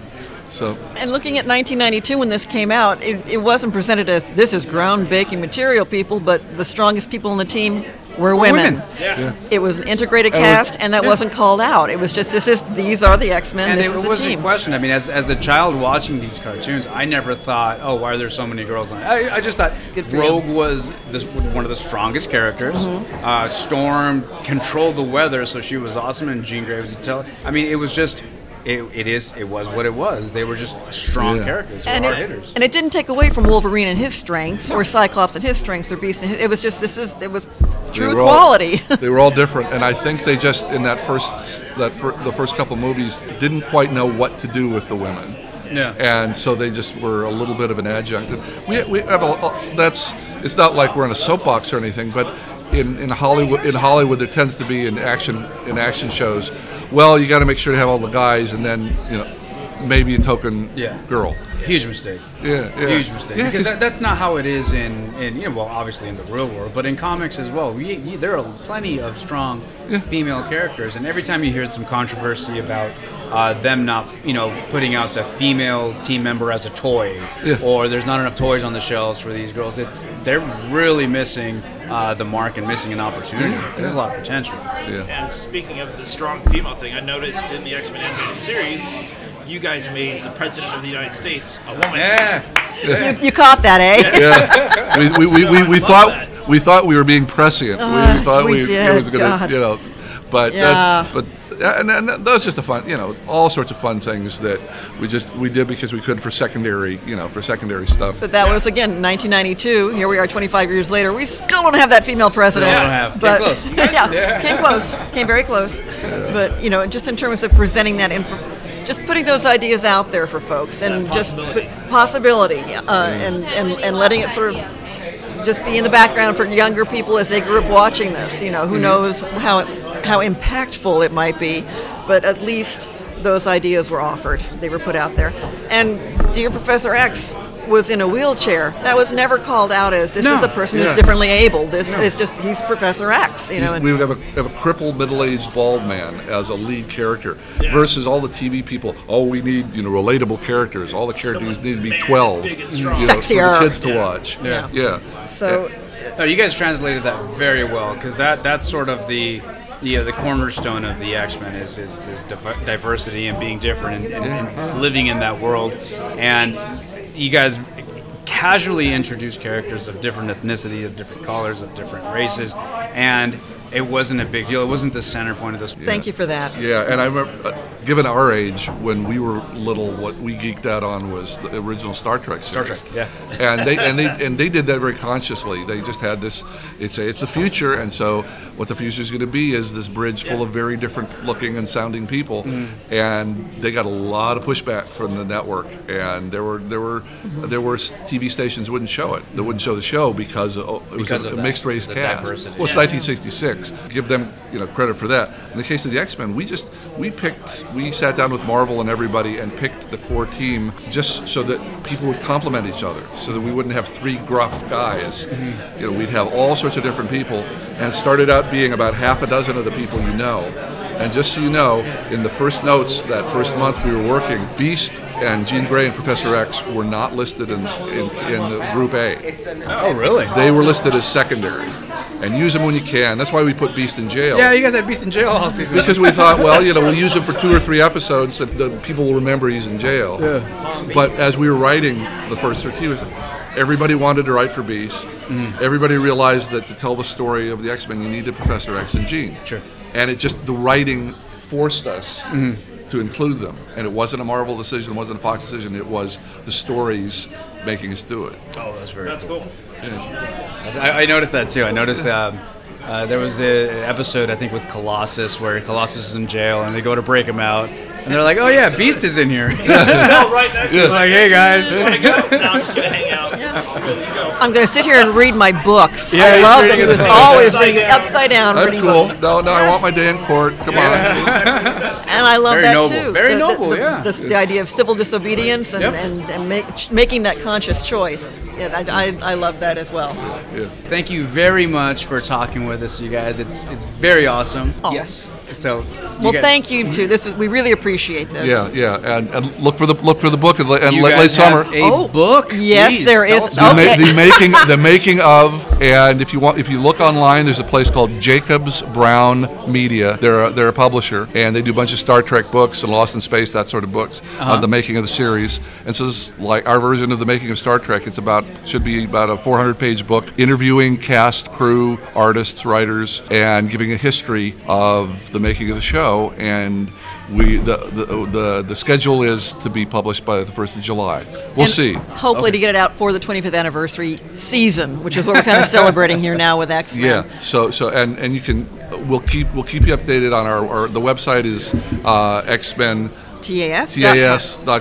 S2: So
S1: And looking at 1992 when this came out, it, it wasn't presented as this is groundbreaking material, people, but the strongest people on the team were women.
S5: women.
S4: Yeah.
S1: It was an integrated
S2: And it was-
S1: cast, and that wasn't called out. It was just this is these are the X Men.
S5: And
S1: This
S5: it,
S1: is the
S5: wasn't
S1: team.
S5: a question. I mean, as, as a child watching these cartoons, I never thought, oh, why are there so many girls on it? I, I just thought
S1: Good for you.
S5: Rogue was this, one of the strongest characters.
S1: Mm-hmm.
S5: Uh, Storm controlled the weather, so she was awesome, and Jean Grey was a tell. I mean, it was just, it, it is, it was what it was. They were just strong
S2: Yeah.
S5: characters,
S1: And
S5: hard
S1: it,
S5: hitters.
S1: and it didn't take away from Wolverine and his strengths, or Cyclops and his strengths, or Beast. And his, it was just this is it was
S2: they
S1: true
S2: were all-
S1: quality.
S2: they were all different, and I think they just in that first that fir- the first couple movies didn't quite know what to do with the women,
S5: yeah.
S2: and so they just were a little bit of an adjunct. We we have a, a- that's it's not like we're in a soapbox or anything, but. In, in Hollywood, in Hollywood, there tends to be in action in action shows. Well, you got to make sure to have all the guys, and then you know maybe a token
S5: Yeah.
S2: girl.
S5: Huge mistake.
S2: Yeah, yeah.
S5: Huge mistake.
S2: Yeah,
S5: because
S2: 'cause-
S5: that, that's not how it is in, in, you know, well, obviously in the real world, but in comics as well. We, you, there are plenty of strong female characters, and every time you hear some controversy about uh, them not, you know, putting out the female team member as a toy,
S2: Yeah.
S5: or there's not enough toys on the shelves for these girls, it's they're really missing uh, the mark and missing an opportunity.
S2: Mm-hmm.
S5: There's a lot of potential.
S4: And speaking of the strong female thing, I noticed in the X-Men animated series, you guys made the President of the United States a woman.
S5: Yeah.
S1: you, you caught that, eh?
S2: Yeah, we, we, we, we,
S4: So I love
S2: we thought
S4: that.
S2: we thought we were being prescient. we,
S1: Ah,
S2: thought
S1: we
S2: we, it
S1: did,
S2: was gonna,
S1: God.
S2: you know, but
S1: Yeah.
S2: that's, but and, and that was just a fun, you know, all sorts of fun things that we just we did because we could for secondary, you know, for secondary stuff.
S1: But that was again 1992. Here we are, 25 years later. We still don't have that female president.
S5: don't have. Came
S1: But,
S5: close.
S1: yeah, came close. Came very close. But you know, just in terms of presenting that info, just putting those ideas out there for folks, and just
S9: possibility.
S1: possibility, uh, and, and and letting it sort of just be in the background for younger people as they grew up watching this. You know, who
S5: Mm-hmm.
S1: knows how how impactful it might be, but at least those ideas were offered. They were put out there. And dear Professor X was in a wheelchair. That was never called out as this
S5: No.
S1: is a person
S2: Yeah.
S1: who's differently able. This is just he's Professor X. You know,
S2: He's-
S1: and,
S2: we would have a, have a crippled middle-aged bald man as a lead character versus all the TV people. Oh, we need you know relatable characters. All the characters
S9: Someone
S2: need to be
S9: big and
S2: twelve,
S9: big
S2: you know,
S9: and strong.
S2: for
S1: Sexier.
S2: the kids to
S9: Yeah.
S2: watch.
S1: Yeah.
S2: yeah.
S1: so
S5: No, you guys translated that very well because that that's sort of the the, uh, the cornerstone of the X Men is is, is div- diversity and being different and, and, and living in that world. And you guys casually introduced characters of different ethnicity, of different colors, of different races, and it wasn't a big deal. It wasn't the center point of this.
S1: thank you for that.
S2: Yeah, and I remember, uh, given our age, when we were little, what we geeked out on was the original Star Trek
S5: Star
S2: series.
S5: Trek, yeah.
S2: And they and they and they did that very consciously. They just had this. It's a, it's the future, and so what the future is going to be is this bridge full of very different looking and sounding people,
S5: Mm-hmm.
S2: and they got a lot of pushback from the network. And there were there were there were s- TV stations that wouldn't show it. They wouldn't show the show because oh, it was
S5: Because
S2: a,
S5: of
S2: a
S5: that,
S2: mixed race
S5: the
S2: cast.
S5: diversity.
S2: Well, it's 1966. Give them you know credit for that. In the case of the X Men, we just we picked we sat down with Marvel and everybody and picked the core team just so that people would complement each other, so that we wouldn't have three gruff guys. You know, we'd have all sorts of different people, and it started out being about half a dozen of the people you know. And just so you know, in the first notes that first month we were working, Beast and Jean Grey and Professor X were not listed in, in, in the group A.
S10: Um,
S5: Oh, really?
S2: They were listed as secondary. And use them when you can. That's why we put Beast in jail.
S5: Yeah, you guys had Beast in Jail all season.
S2: because we thought, well, you know, we'll use him for two or three episodes that the people will remember he's in jail. Yeah. But as we were writing the first 13, it was, everybody wanted to write for Beast.
S5: Mm-hmm.
S2: Everybody realized that to tell the story of the X Men, you needed Professor X and Jean.
S5: Sure.
S2: And it just, the writing forced us.
S5: Mm-hmm.
S2: To include them, and it wasn't a Marvel decision, it wasn't a Fox decision. It was the stories making us do it.
S5: Oh, that's very.
S9: That's cool.
S5: I, I noticed that too. I noticed um, uh, there was the episode I think with Colossus where Colossus is in jail and they go to break him out and they're like, "Oh yeah, Beast is in here."
S9: No, right next to
S5: It's like, "Hey guys."
S9: I go. No, I'm just gonna hang out.
S1: I'm going to sit here and read my books.
S5: Yeah,
S1: I
S5: he's
S1: love that
S5: reading
S1: he
S5: his
S1: was
S5: books.
S1: always
S9: Upside
S1: reading
S9: down.
S1: upside down.
S2: That's
S1: reading
S2: cool.
S1: books.
S2: No, no, I want my day in court. Come on.
S1: And I love
S5: Very
S1: that
S5: noble.
S1: too.
S5: Very
S1: The- the-
S5: noble,
S1: the-
S5: yeah.
S1: this- The, idea of civil disobedience and,
S5: Yep.
S1: and, and make, making that conscious choice. And I, I, I love that as well.
S5: Thank you very much for talking with us, you guys. It's it's very awesome.
S1: Oh.
S5: Yes. So. you
S1: Well,
S5: guys-
S1: thank you too. This is, we really appreciate this.
S2: Yeah, yeah, and, and look for the look for the book in, la- and
S5: You
S2: late,
S5: guys
S2: late summer.
S5: have A book.
S1: Oh, Yes,
S5: Please,
S1: there
S5: tell
S1: is.
S5: us
S2: the, ma-
S1: Okay.
S2: the making the making of and if you want if you look online there's a place called Jacobs Brown Media they're a, they're a publisher and they do a bunch of Star Trek books and Lost in Space that sort of books
S1: Uh-huh.
S2: on the making of the series and so it's like our version of the making of Star Trek it's about should be about a 400 page book interviewing cast crew artists writers and giving a history of the making of the show and we the the, the, the schedule is to be published by the 1st of July we'll
S1: And
S2: see
S1: Hopefully, to get it out for the 25th anniversary season, which is what we're kind of celebrating here now with X Men.
S2: Yeah. So so and and you can we'll keep we'll keep you updated on our, our the website is uh, X Men
S1: TAS.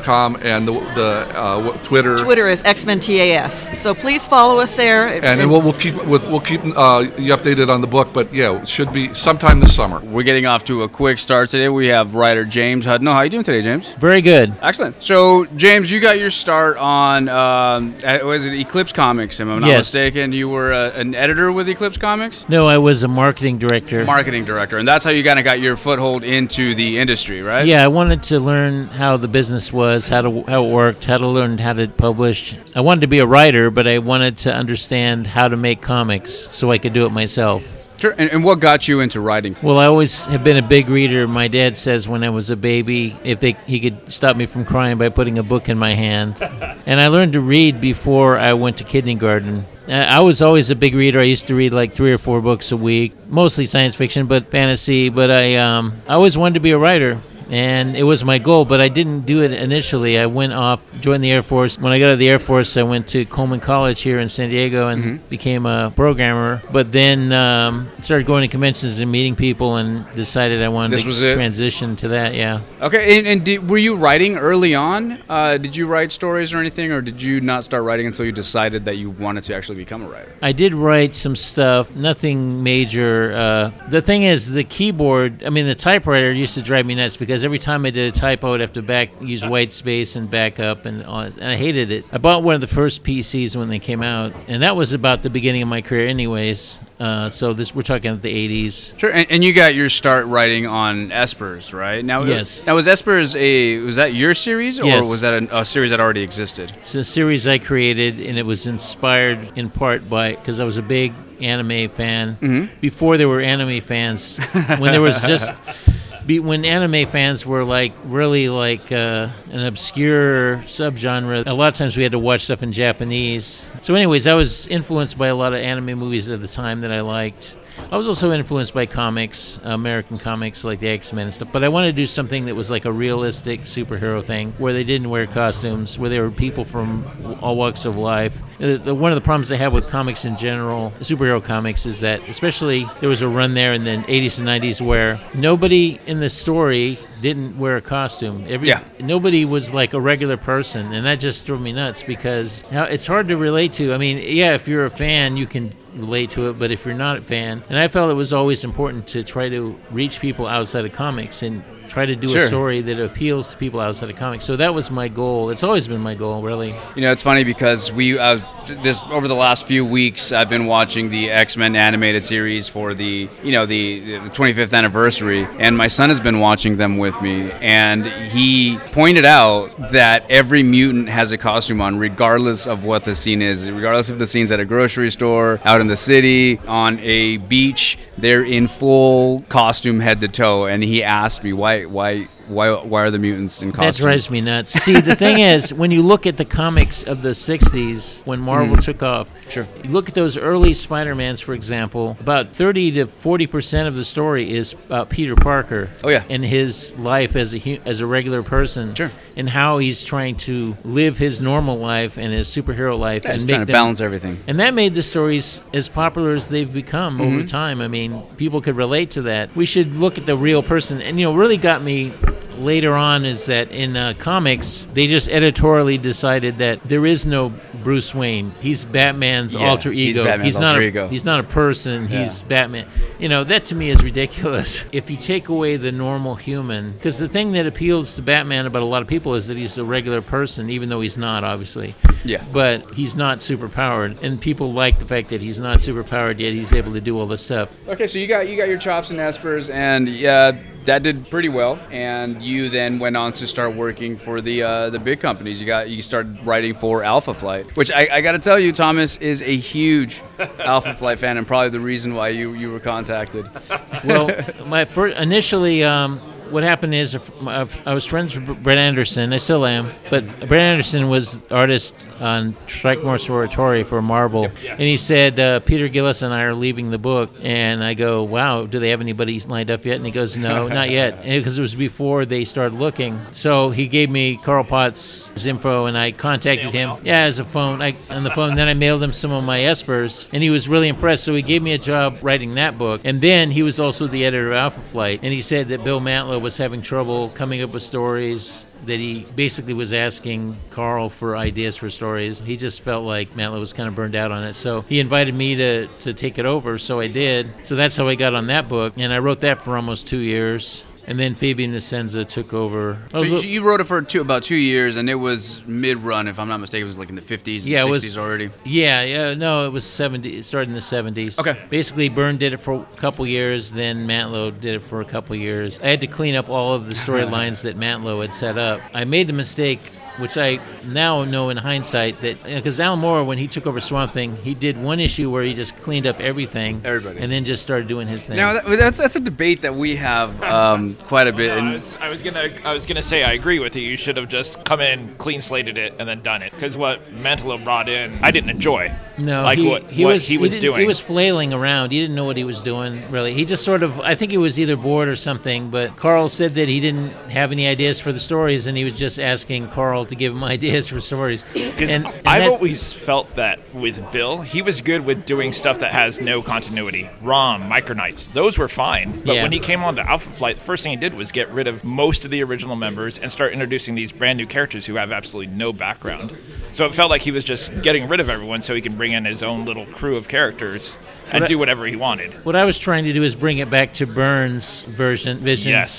S2: com and the the uh, w- Twitter.
S1: Twitter is X Men TAS. So please follow us there.
S2: And, and we'll, we'll keep with we'll keep uh, you updated on the book, but yeah, it should be sometime this summer.
S5: We're getting off to a quick start today. We have writer James Hudnall. How you doing today, James?
S11: Very good.
S5: Mm-hmm. Excellent. So, James, you got your start on um, at- was it Eclipse Comics? If I'm not
S11: Yes.
S5: mistaken, you were uh, an editor with Eclipse Comics,
S11: No, I was a marketing director.
S5: marketing director, and that's how you kind of got your foothold into the industry, right?
S11: yeah, I wanted to learn how the business was, how to how it worked, how to learn how to publish. I wanted to be a writer, but I wanted to understand how to make comics so I could do it myself.
S5: Sure. And, and what got you into writing?
S11: Well, I always have been a big reader. My dad says when I was a baby, if they, he could stop me from crying by putting a book in my hand. and I learned to read before I went to kindergarten. Uh, I was always a big reader. I used to read like three or four books a week, mostly science fiction, but fantasy. But I, um, I always wanted to be a writer. And it was my goal, but I didn't do it initially. I went off, joined the Air Force. When I got out of the Air Force, I went to Coleman College here in San Diego and
S5: Mm-hmm.
S11: became a programmer. But then um, started going to conventions and meeting people, and decided I wanted
S5: This
S11: to
S5: was it?
S11: transition to that. Yeah,
S5: Okay, and, and did, were you writing early on? Uh, did you write stories or anything, or did you not start writing until you decided that you wanted to actually become a writer?
S11: I did write some stuff, nothing major. Uh, the thing is, the keyboard, I mean, the typewriter used to drive me nuts because every time I did a typo, I would have to back use white space and back up, and, all, and I hated it. I bought one of the first PCs when they came out, and that was about the beginning of my career, anyways. Uh, so this we're talking the 80s.
S5: Sure, and, and you got your start writing on Espers, right? Now,
S11: Yes.
S5: Now, was Espers a was that your series, or
S11: Yes.
S5: was that an, a series that already existed?
S11: It's a series I created, and it was inspired in part by because I was a big anime fan before there were anime fans. when there was just be, when anime fans were like really like uh, an obscure subgenre. A lot of times we had to watch stuff in Japanese. So, anyways, I was influenced by a lot of anime movies at the time that I liked. I was also influenced by comics, American comics like the X Men and stuff, but I wanted to do something that was like a realistic superhero thing where they didn't wear costumes, where there were people from all walks of life. The, Uh, the, one of the problems I have with comics in general, superhero comics, is that especially there was a run there in the 80s and 90s where nobody in the story didn't wear a costume. Every,
S5: Yeah.
S11: nobody was like a regular person, and that just drove me nuts because how, it's hard to relate to. I mean, yeah, if you're a fan, you can relate to it, but if you're not a fan, and I felt it was always important to try to reach people outside of comics and try to do
S5: Sure.
S11: a story that appeals to people outside of comics. So that was my goal. It's always been my goal, really.
S5: You know, it's funny because we uh, this over the last few weeks, I've been watching the X Men animated series for the you know the, the 25th anniversary, and my son has been watching them with me, and he pointed out that every mutant has a costume on, regardless of what the scene is, regardless if the scene's at a grocery store, out in the city, on a beach, they're in full costume head to toe, and he asked me why why. Why, why are the mutants in costume?
S11: That drives me nuts. See, the thing is, when you look at the comics of the '60s, when Marvel took off,
S5: Hmm. Sure.
S11: you look at those early Spider-Mans, for example. About 30 to 40 percent of the story is about Peter Parker.
S5: Oh, yeah.
S11: and his life as a hu- as a regular person.
S5: Sure.
S11: and how he's trying to live his normal life and his superhero life,
S5: Yeah,
S11: and
S5: he's
S11: make
S5: trying to
S11: them-
S5: balance everything.
S11: and that made the stories as popular as they've become
S5: Mm-hmm.
S11: over time. I mean, people could relate to that. We should look at the real person. And, you know, really got me later on is that in uh, comics, they just editorially decided that there is no Bruce Wayne. He's Batman's
S5: Yeah,
S11: alter
S5: he's
S11: ego.
S5: Batman's
S11: not
S5: alter
S11: a,
S5: ego.
S11: He's not a person. He's Batman. You know, that to me is ridiculous. If you take away the normal human, because the thing that appeals to Batman about a lot of people is that he's a regular person, even though he's not, obviously
S5: Yeah.
S11: but he's not superpowered, and people like the fact that he's not superpowered yet. He's able to do all this stuff.
S5: Okay, so you got you got your chops and aspers, and yeah, that did pretty well. And you then went on to start working for the uh, the big companies. You got you started writing for Alpha Flight, which I, I got to tell you, Thomas is a huge Alpha Flight fan, and probably the reason why you you were contacted.
S11: well, my first initially, um, what happened is if- my- I was friends with Brett Anderson. I still am, but Brett Anderson was artist on Strikemore's Oratory for Marvel, and he said uh, Peter Gillis and I are leaving the book, and I go, "Wow, do they have anybody lined up yet?" And he goes, "No, not yet," because it was before they started looking. So he gave me Carl Potts' info, and I contacted him. Yeah, as a phone, I, on the phone. then I mailed him some of my espers, and he was really impressed. So he gave me a job writing that book. And then he was also the editor of Alpha Flight, and he said that Bill Mantlo was having trouble coming up with stories. That he basically was asking Carl for ideas for stories. He just felt like Mantlo was kind of burned out on it. So he invited me to, to take it over. So I did. So that's how I got on that book. And I wrote that for almost two years. And then Fabian Nascenza took over. I was
S5: So you,
S11: a-
S5: you wrote it for two, about two years, and it was mid run, if I'm not mistaken. It was like in the 50s, and
S11: Yeah, it
S5: 60s
S11: was-
S5: already.
S11: Yeah, yeah, no, it was 70, it started in the 70s.
S5: Okay.
S11: Basically, Byrne did it for a couple years, then Mantlow did it for a couple years. I had to clean up all of the storylines that Mantlow had set up. I made the mistake which I now know in hindsight that because Al Moore, when he took over Swamp Thing, he did one issue where he just cleaned up everything,
S12: Everybody.
S11: and then just started doing his thing.
S6: Now that, that's that's a debate that we have um, quite a bit.
S13: I
S6: And
S13: was, I was gonna I was gonna say I agree with you. You should have just come in, clean slated it, and then done it. Because what Mantelo brought in, I didn't enjoy.
S11: No,
S13: like
S11: he,
S13: what
S11: he
S13: what
S11: was
S13: he was
S11: didn't-
S13: doing.
S11: He was flailing around. He didn't know what he was doing really. He just sort of I think he was either bored or something. But Carl said that he didn't have any ideas for the stories, and he was just asking Carl to give him ideas for stories.
S13: Because
S11: And, and
S13: I've
S11: that-
S13: always felt that with Bill, he was good with doing stuff that has no continuity. ROM, Micronites, those were fine. But
S11: Yeah.
S13: when he came on to Alpha Flight, the first thing he did was get rid of most of the original members and start introducing these brand new characters who have absolutely no background. So it felt like he was just getting rid of everyone so he can bring in his own little crew of characters and
S11: But I-
S13: do whatever he wanted.
S11: what I was trying to do is bring it back to Burns' version vision.
S13: Yes.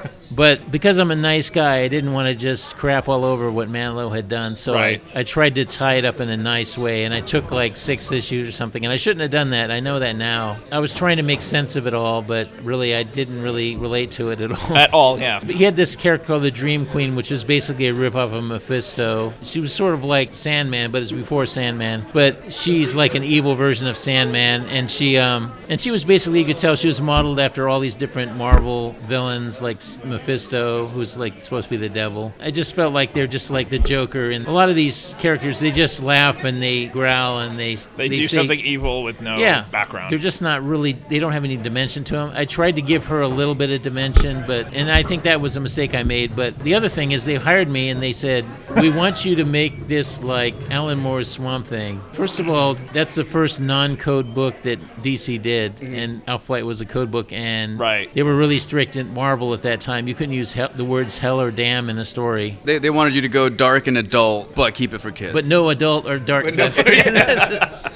S11: But because I'm a nice guy, I didn't want to just crap all over what Manlow had done. So
S13: Right.
S11: I, I tried to tie it up in a nice way, and I took like six issues or something. And I shouldn't have done that. I know that now. I was trying to make sense of it all, but really, I didn't really relate to it at all.
S13: At all, yeah.
S11: But he had this character called the Dream Queen, which is basically a ripoff of Mephisto. She was sort of like Sandman, but it's before Sandman. But she's like an evil version of Sandman, and she um and she was basically you could tell she was modeled after all these different Marvel villains like S- Mephisto, who's like supposed to be the devil. I just felt like they're just like the Joker, and a lot of these characters they just laugh and they growl and they
S13: They, do
S11: say-
S13: something evil with no
S11: yeah.
S13: background.
S11: They're just not really. They don't have any dimension to them. I tried to give her a little bit of dimension, but and I think that was a mistake I made. But the other thing is they hired me and they said we want you to make this like Alan Moore's Swamp Thing. First of all, that's the first non-code book that DC did, and Outflight was a code book, and
S13: Right.
S11: they were really strict in Marvel at that time. You couldn't use hell, the words hell or damn in a story.
S6: they, they wanted you to go dark and adult, but keep it for kids.
S11: But no adult or dark touch.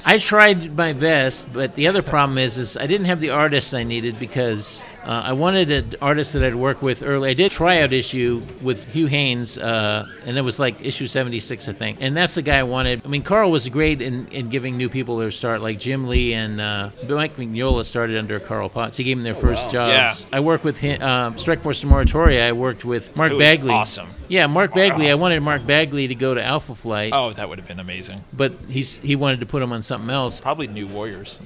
S11: I tried my best, but the other problem is, is I didn't have the artists I needed because uh, I wanted an artist that I'd worked with early. I did try out issue with Hugh Haynes, uh, and it was like issue 76, I think. And that's the guy I wanted. I mean, Carl was great in, in giving new people their start, like Jim Lee and uh, Mike Mignola started under Carl Potts. He gave them their first jobs. I worked with him, um, Strike Force Moratoria, I worked with Mark
S13: Who is
S11: Bagley.
S13: awesome.
S11: Yeah, Mark Bagley. I wanted Mark Bagley to go to Alpha Flight
S13: oh, that would have been amazing.
S11: but he's he wanted to put him on something else.
S13: Probably New Warriors.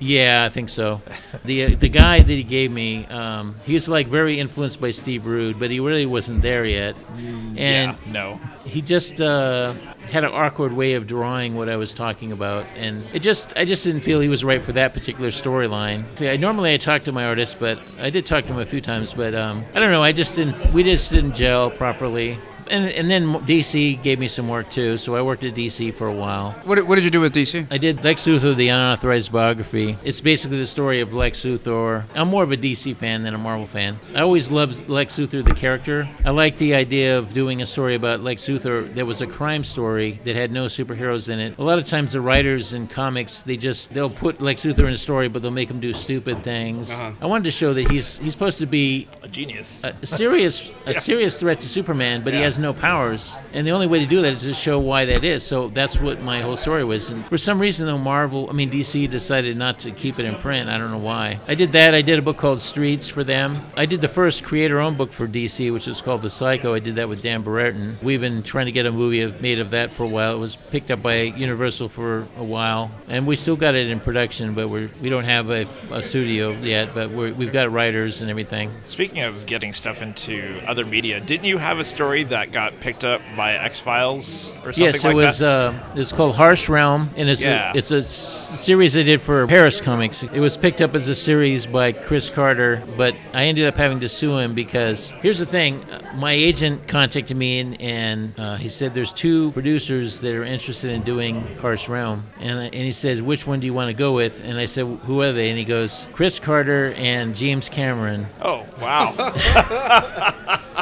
S11: Yeah, I think so. the uh, The guy that he gave me, um, he was like very influenced by Steve Rude, but he really wasn't there yet, and
S13: Mm, yeah, no.
S11: he just uh, had an awkward way of drawing what I was talking about, and it just I just didn't feel he was right for that particular storyline. See, I normally I talk to my artist, but I did talk to him a few times, but um, I don't know. I just didn't. We just didn't gel properly. And, and then DC gave me some work too, so I worked at DC for a while.
S6: what, did- what did you do with DC?
S11: I did Lex Luthor, the unauthorized biography. It's basically the story of Lex Luthor. I'm more of a DC fan than a Marvel fan. I always loved Lex Luthor, the character. I like the idea of doing a story about Lex Luthor that was a crime story that had no superheroes in it. A lot of times, the writers in comics they just they'll put Lex Luthor in a story, but they'll make him do stupid things. I wanted to show that he's he's supposed to be
S13: Uh-huh. A genius.
S11: a serious a serious threat to Superman, but he has no powers. And the only way to do that is to show why that is. So that's what my whole story was. And for some reason, though, Marvel, I mean DC, decided not to keep it in print. I don't know why. I did that. I did a book called Streets for them. I did the first creator-owned book for DC, which was called The Psycho. I did that with Dan Brereton. We've been trying to get a movie of- made of that for a while. It was picked up by Universal for a while, and we still got it in production, but we're we don't have a, a studio yet. But we're, we've got writers and everything.
S13: Speaking of getting stuff into other media, didn't you have a story that got picked up by X Files or something
S11: Yes,
S13: like
S11: it was.
S13: that?
S11: Uh, it was called Harsh Realm, and it's
S13: Yeah.
S11: a, it's a s- series they did for Paris Comics. It was picked up as a series by Chris Carter, but I ended up having to sue him because here's the thing: uh, my agent contacted me and, and uh, he said there's two producers that are interested in doing Harsh Realm, and I- and he says which one do you want to go with? And I said who are they? And he goes Chris Carter and James Cameron.
S13: oh, wow.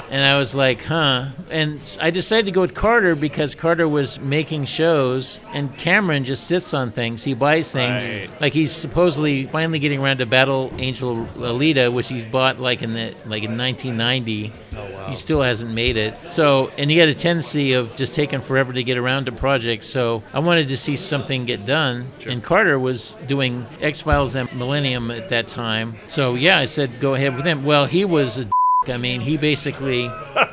S11: And I was like, huh. And I decided to go with Carter because Carter was making shows and Cameron just sits on things. He buys things.
S13: Right.
S11: Like he's supposedly finally getting around to Battle Angel Alita, which he's bought like in the like in 1990. Oh, wow. He still hasn't made it. So, and he had a tendency of just taking forever to get around to projects. So, I wanted to see something get done. And Carter was doing X Files and Millennium at that time. So, yeah, I said go ahead with him. Well, he was a I mean, he basically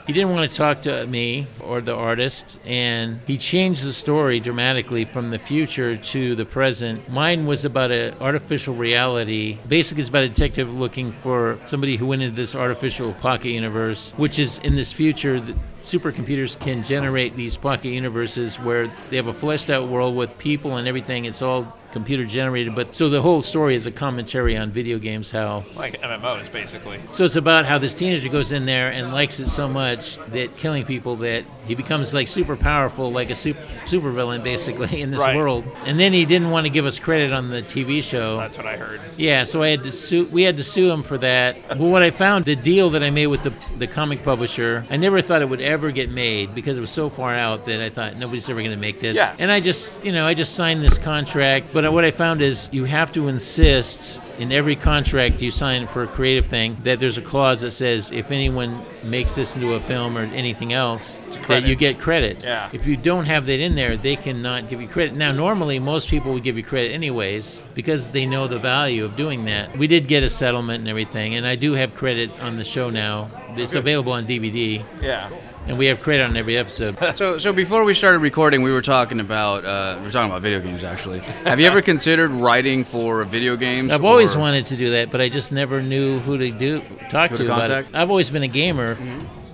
S11: he didn't want to talk to me or the artist, and he changed the story dramatically from the future to the present. Mine was about an artificial reality. Basically, it's about a detective looking for somebody who went into this artificial pocket universe, which is in this future. That supercomputers can generate these pocket universes where they have a fleshed out world with people and everything. It's all computer generated, but so the whole story is a commentary on video games, how
S4: Like MMOs, basically.
S11: so it's about how this teenager goes in there and likes it so much that killing people that he becomes like super powerful, like a super supervillain basically in this
S4: Right.
S11: world. And then he didn't want to give us credit on the TV show.
S4: That's what I heard.
S11: Yeah, so I had to sue. We had to sue him for that. But what I found, the deal that I made with the the comic publisher, I never thought it would ever get made because it was so far out that I thought nobody's ever going to make this.
S4: Yeah.
S11: And I just, you know, I just signed this contract. But what I found is you have to insist in every contract you sign for a creative thing that there's a clause that says if anyone makes this into a film or anything else, that
S4: credit.
S11: you get credit.
S4: Yeah.
S11: If you don't have that in there, they cannot give you credit. Now, normally, most people would give you credit anyways because they know the value of doing that. We did get a settlement and everything, and I do have credit on the show now. It's available on DVD,
S4: Yeah.
S11: and we have credit on every episode.
S5: So, so before we started recording, we were talking about uh, we were talking about video games. Actually, have you ever considered writing for video games?
S11: I've always
S5: or-
S11: wanted to do that, but I just never knew who to do talk
S5: Who
S11: to,
S5: to
S11: about it.
S5: contact?
S11: I've always been a gamer.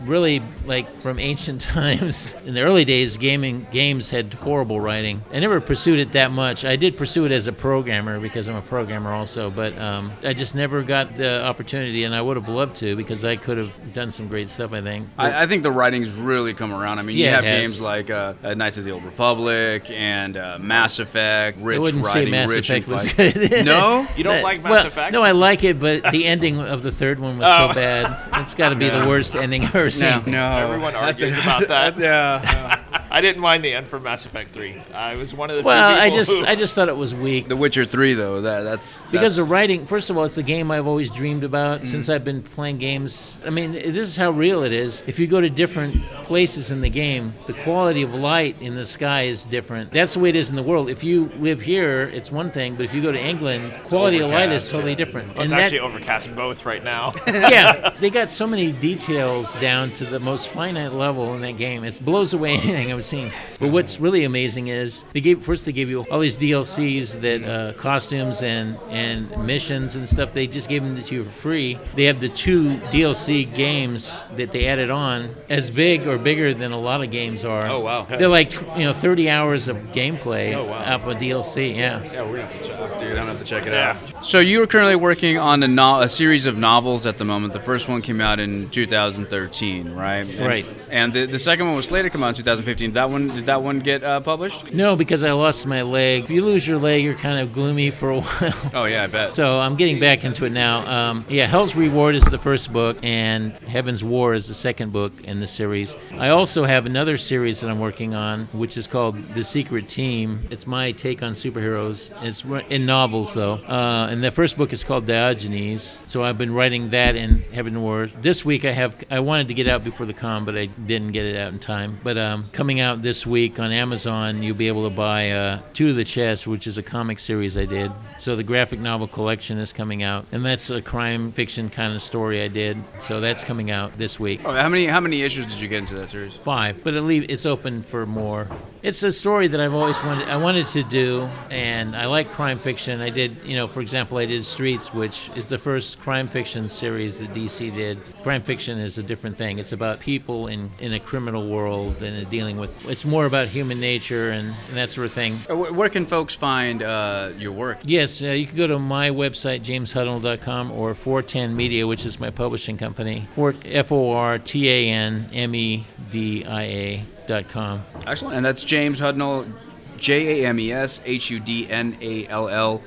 S11: Really, like from ancient times, in the early days, gaming games had horrible writing. I never pursued it that much. I did pursue it as a programmer because I'm a programmer also, but um, I just never got the opportunity, and I would have loved to because I could have done some great stuff. I think.
S5: I, I think the writing's really come around. I mean, you
S11: Yeah,
S5: have
S11: it has.
S5: games like uh, uh, Knights of the Old Republic and uh, Mass Effect. Rich
S11: wouldn't say
S5: writing,
S11: Mass
S5: rich
S11: Effect
S5: in
S11: was
S5: fight.
S11: good.
S5: no,
S4: You don't
S11: Uh,
S4: like Mass
S11: well,
S4: Effect?
S11: No, I like it, but the ending of the third one was
S4: Oh.
S11: so bad. It's got to be the worst ending I've ever seen.
S5: no, no.
S4: Everyone
S5: That's
S4: argues
S5: a-
S4: about that.
S5: yeah.
S4: I didn't mind the end for Mass Effect 3. I was one of the few
S11: Well, I
S4: people
S11: just
S4: who-
S11: I just thought it was weak.
S5: The Witcher Three, though, that that's
S11: Because the
S5: that's,
S11: writing, first of all, it's the game I've always dreamed about
S4: Mm.
S11: since I've been playing games. I mean, this is how real it is. If you go to different places in the game, the quality of light in the sky is different. That's the way it is in the world. If you live here, it's one thing, but if you go to England, quality of light is
S4: overcast,
S11: totally different.
S4: Well, it's
S11: And that-
S4: actually overcast both right now.
S11: yeah, they got so many details down to the most finite level in that game. It blows away anything I've seen. But what's really amazing is they gave first they gave you all these DLCs that uh, costumes and and missions and stuff. They just gave them to you for free. They have the two DLC games that they added on, as big or bigger than a lot of games are.
S5: Oh, wow.
S11: They're like tw- you know 30 hours of gameplay
S5: Oh, wow.
S11: up a DLC. Yeah.
S5: Yeah, we're gonna have to check, dude. I'm gonna have to check it
S4: Yeah.
S5: out. So you are currently working on a, no- a series of novels at the moment. The first one came out in 2013, right? And-
S11: Right.
S5: And the, the second one was slated to come out in 2015. That one did that one get uh, published?
S11: No, because I lost my leg. If you lose your leg, you're kind of gloomy for a while.
S5: Oh yeah, I bet.
S11: So I'm getting back into it now. Um, yeah, Hell's Reward is the first book, and Heaven's War is the second book in the series. I also have another series that I'm working on, which is called The Secret Team. It's my take on superheroes. It's ri- in novels, though. Uh, and the first book is called Diogenes. So I've been writing that in Heaven War. This week I have I wanted to get out before the con, but I didn't get it out in time. But um, coming out this week on Amazon, you'll be able to buy uh, Two to the Chest, which is a comic series I did. So the graphic novel collection is coming out, and that's a crime fiction kind of story I did. So that's coming out this week.
S5: Oh, how many how many issues did you get into that series?
S11: Five, but at least it's open for more. It's a story that I've always wanted. I wanted to do, and I like crime fiction. I did, you know, for example, I did Streets, which is the first crime fiction series that DC did. Crime fiction is a different thing. It's about people in in a criminal world and dealing with. It's more about human nature and, and that sort of thing.
S5: Uh, wh- Where can folks find uh, your work?
S11: Yes, uh, you can go to my website, jameshuddle.com, or 410 Media, which is my publishing company, or F O R T A N M E D I A dot com.
S5: Excellent. And that's James Hudnall, J A M E S H U D N A L L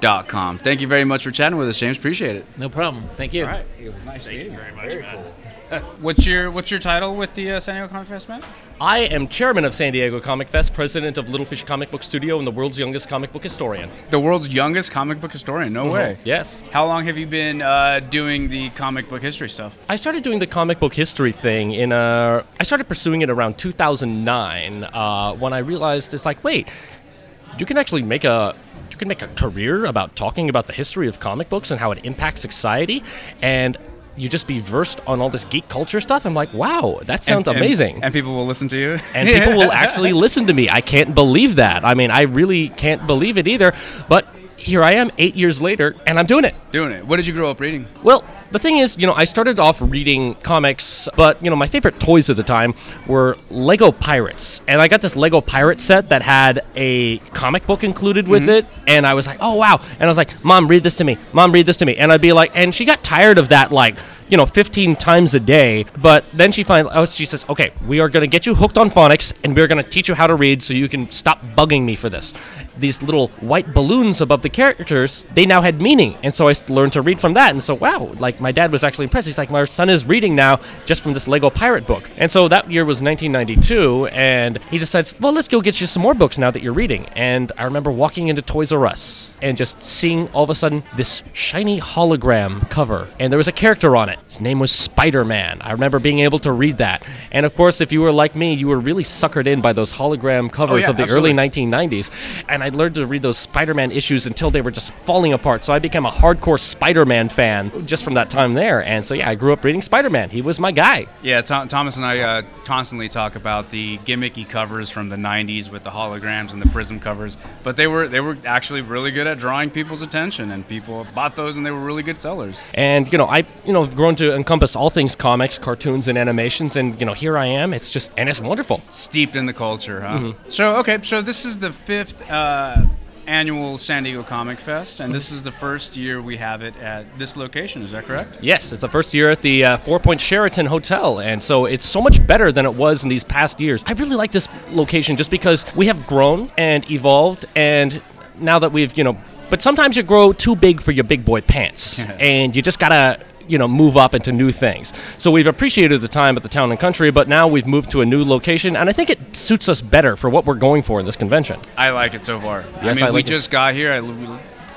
S5: dot com. Thank you very much for chatting with us, James. Appreciate it.
S11: No problem. Thank you.
S5: It was nice.
S14: Thank you very much, man.
S15: What's your What's your title with the uh, San Diego Comic Fest, Matt?
S16: I am chairman of San Diego Comic Fest, president of Littlefish Comic Book Studio, and the world's youngest comic book historian. Mm-hmm.
S5: The world's youngest comic book historian. No way.
S16: Yes.
S5: Mm-hmm. How long have you been uh, doing the comic book history stuff?
S16: I started doing the comic book history thing in uh, I started pursuing it around 2009 uh, when I realized it's like, wait, you can actually make a you can make a career about talking about the history of comic books and how it impacts society and you just be versed on all this geek culture stuff. I'm like, wow, that sounds
S5: And- and-
S16: amazing.
S5: And, people will listen to you.
S16: and people will actually listen to me. I can't believe that. I mean, I really can't believe it either. But here I am, eight years later, and I'm doing it.
S5: Doing it. What did you grow up reading?
S16: Well, the thing is, you know, I started off reading comics, but you know, my favorite toys at the time were Lego Pirates, and I got this Lego Pirate set that had a comic book included with
S5: Mm-hmm.
S17: Mhm.
S16: it, and I was like, oh wow, and I was like, mom, read this to me, mom, read this to me, and I'd be like, and she got tired of that, like. You know, 15 times a day. But then she finally, oh, she says, okay, we are going to get you hooked on phonics and we're going to teach you how to read so you can stop bugging me for this. These little white balloons above the characters, they now had meaning. And so I s- learned to read from that. And so, wow, like my dad was actually impressed. He's like, my son is reading now just from this Lego Pirate book. And so that year was 1992. And he decides, well, let's go get you some more books now that you're reading. And I remember walking into Toys R Us and just seeing all of a sudden this shiny hologram cover. And there was a character on it. His name was Spider Man. I remember being able to read that. And of course, if you were like me, you were really suckered in by those hologram covers
S17: Oh, yeah,
S16: of the
S17: absolutely.
S16: early 1990s, and I learned to read those Spider-Man issues until they were just falling apart. So I became a hardcore Spider-Man fan just from that time there. And so yeah, I grew up reading Spider-Man. He was my guy.
S5: Yeah, Tom, Thomas and I uh, constantly talk about the gimmicky covers from the '90s with the holograms and the prism covers, but they were they were actually really good at drawing people's attention, and people bought those, and they were really good sellers.
S16: And you know, I you know have grown to encompass all things comics, cartoons, and animations. And you know, here I am. It's just and it's wonderful.
S5: Steeped in the culture, huh?
S16: Mhm.
S5: So okay, so this is the fifth uh, annual San Diego Comic Fest, and this is the first year we have it at this location. Is that correct?
S16: Yes, it's the first year at the uh, Four Point Sheraton Hotel, and so it's so much better than it was in these past years. I really like this location just because we have grown and evolved, and now that we've you know, but sometimes you grow too big for your big boy pants, and you just gotta you know move up into new things. So we've appreciated the time at the Town and Country, but now we've moved to a new location, and I think it suits us better for what we're going for in this convention.
S5: I like it so far. I
S16: Yes,
S5: mean,
S16: I
S5: we
S16: like it.
S5: just got here. I, we,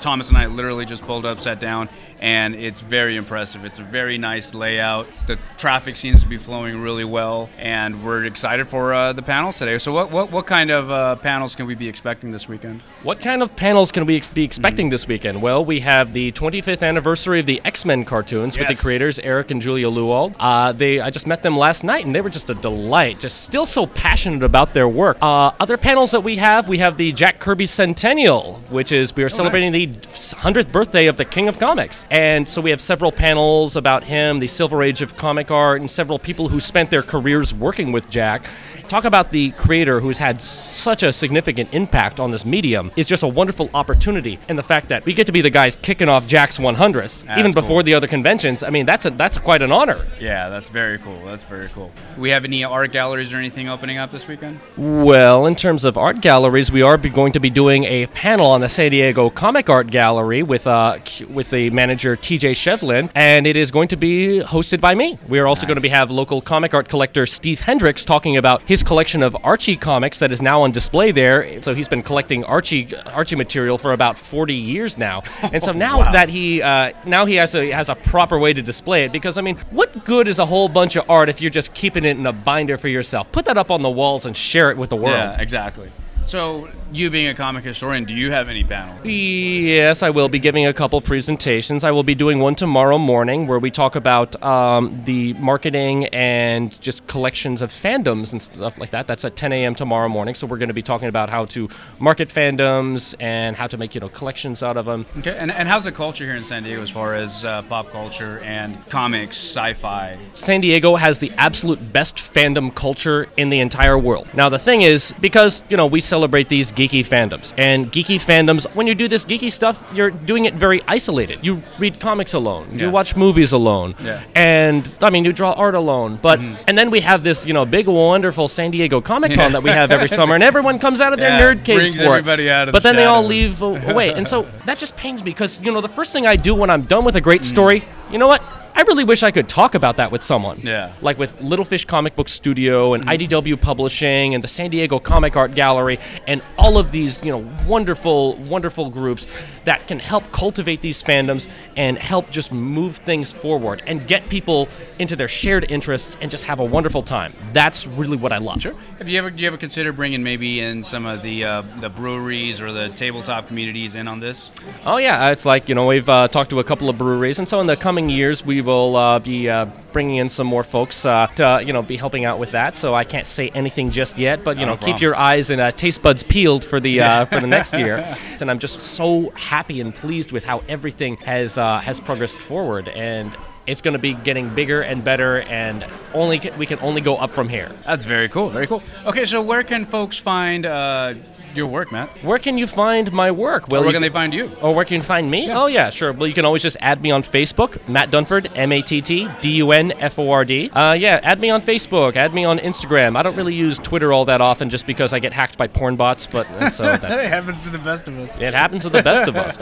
S5: Thomas and I literally just pulled up, sat down, and it's very impressive. It's a very nice layout. The traffic seems to be flowing really well, and we're excited for uh, the panels today. So, what what, what kind of uh, panels can we be expecting this weekend?
S16: What kind of panels can we ex- be expecting this weekend? Well, we have the 25th anniversary of the X-Men cartoons with
S5: Yes.
S16: the creators Eric and Julia Lewald. Uh, they, I just met them last night, and they were just a delight. Just still so passionate about their work. Uh, other panels that we have, we have the Jack Kirby Centennial, which is we are celebrating the 100th birthday of the King of Comics, and so we have several panels about him, the Silver Age of comic art, and several people who spent their careers working with Jack. Talk about the creator who's had such a significant impact on this medium is just a wonderful opportunity, and the fact that we get to be the guys kicking off Jack's 100th,
S5: That's
S16: even
S5: cool.
S16: before the other conventions. I mean, that's a, that's quite an honor.
S5: Yeah, that's very cool. That's very cool. Do we have any art galleries or anything opening up this weekend?
S16: Well, in terms of art galleries, we are be going to be doing a panel on the San Diego Comic Art Gallery with uh, Q- with the manager TJ Shevlin, and it is going to be hosted by me. We are also going to be have local comic art collector Steve Hendricks talking about his collection of Archie comics that is now on display there. So he's been collecting Archie Archie material for about 40 years now, and so now
S17: Wow.
S16: that he uh, now he has a has a proper way to display it because I mean, what good is a whole bunch of art if you're just keeping it in a binder for yourself? Put that up on the walls and share it with the world.
S5: Yeah, exactly. So, you being a comic historian, do you have any panels?
S16: Yes, I will be giving a couple presentations. I will be doing one tomorrow morning where we talk about um, the marketing and just collections of fandoms and stuff like that. That's at 10 a.m. tomorrow morning. So we're going to be talking about how to market fandoms and how to make you know collections out of them.
S5: Okay, and, and how's the culture here in San Diego as far as uh, pop culture and comics, sci-fi?
S16: San Diego has the absolute best fandom culture in the entire world. Now, the thing is, because, you know, we celebrate these geeky fandoms, and geeky fandoms, when you do this geeky stuff, you're doing it very isolated. You read comics alone,
S17: Yeah.
S16: you watch movies alone,
S17: Yeah. Mm-hmm.
S16: and, I mean, you draw art alone. But, and then we have this, you know, big, wonderful San Diego Comic Con
S17: Yeah.
S16: that we have every summer, and everyone comes out of their
S17: Yeah,
S16: nerd
S17: brings
S16: cave for it.
S17: everybody out of
S16: But
S17: the
S16: then they all
S17: shadows.
S16: leave a- away. And so that just pains me because, you know, the first thing I do when I'm done with a
S17: Hmm.
S16: great story, you know what? I really wish I could talk about that with someone
S5: Yeah.
S16: like with Little Fish Comic Book Studio
S17: Hmm.
S16: and IDW Publishing and the San Diego Comic Art Gallery and all of these, you know, wonderful, wonderful groups that can help cultivate these fandoms and help just move things forward and get people into their shared interests and just have a wonderful time. That's really what I love. Sure.
S5: Have you ever do you ever consider bringing maybe in some of the uh, the breweries or the tabletop communities in on this?
S16: uh, Oh yeah, it's like you know we've uh, talked to a couple of breweries, and so in the coming years we will uh, be uh, bringing in some more folks uh, to you know be helping out with that. So I can't say anything just yet, but you
S17: Not a
S16: know keep
S17: problem.
S16: your eyes and uh, taste buds peeled for the
S17: Yeah.
S16: uh, for the next year. And I'm just so happy and pleased with how everything has uh, has progressed forward and. It's going to be getting bigger and better, and only c- we can only go up from here.
S18: That's very cool. Very cool. Okay, so where can folks find uh, your work, Matt?
S16: Where can you find my work?
S18: Or where
S16: you
S18: can they find you?
S16: Or where can you find me? Oh, yeah, sure. Well, you can always just add me on Facebook, Matt Dunford, M A T T D U N F O R D. Uh, yeah, add me on Facebook, add me on Instagram. I don't really use Twitter all that often just because I get hacked by porn bots, but and so that's.
S5: it happens to the best of us.
S16: It happens to the best of us.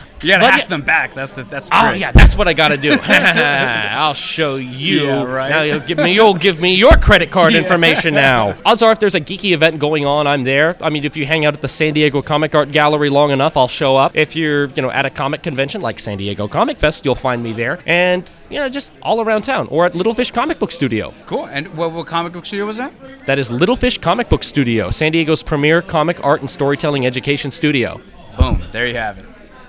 S5: You gotta
S16: But
S5: hack
S16: yeah-
S5: them back. That's the that's.
S16: Oh
S5: great.
S16: yeah, that's what I gotta do. I'll show you.
S5: Yeah, right.
S16: Now you'll give me you'll give me your credit card
S5: Yeah.
S16: information now. Odds are, if there's a geeky event going on, I'm there. I mean, if you hang out at the San Diego Comic Art Gallery long enough, I'll show up. If you're you know at a comic convention like San Diego Comic Fest, you'll find me there, and you know just all around town or at Little Fish Comic Book Studio.
S18: Cool. And what, what comic book studio was that?
S16: That is Little Fish Comic Book Studio, San Diego's premier comic art and storytelling education studio.
S18: Boom. There you have it.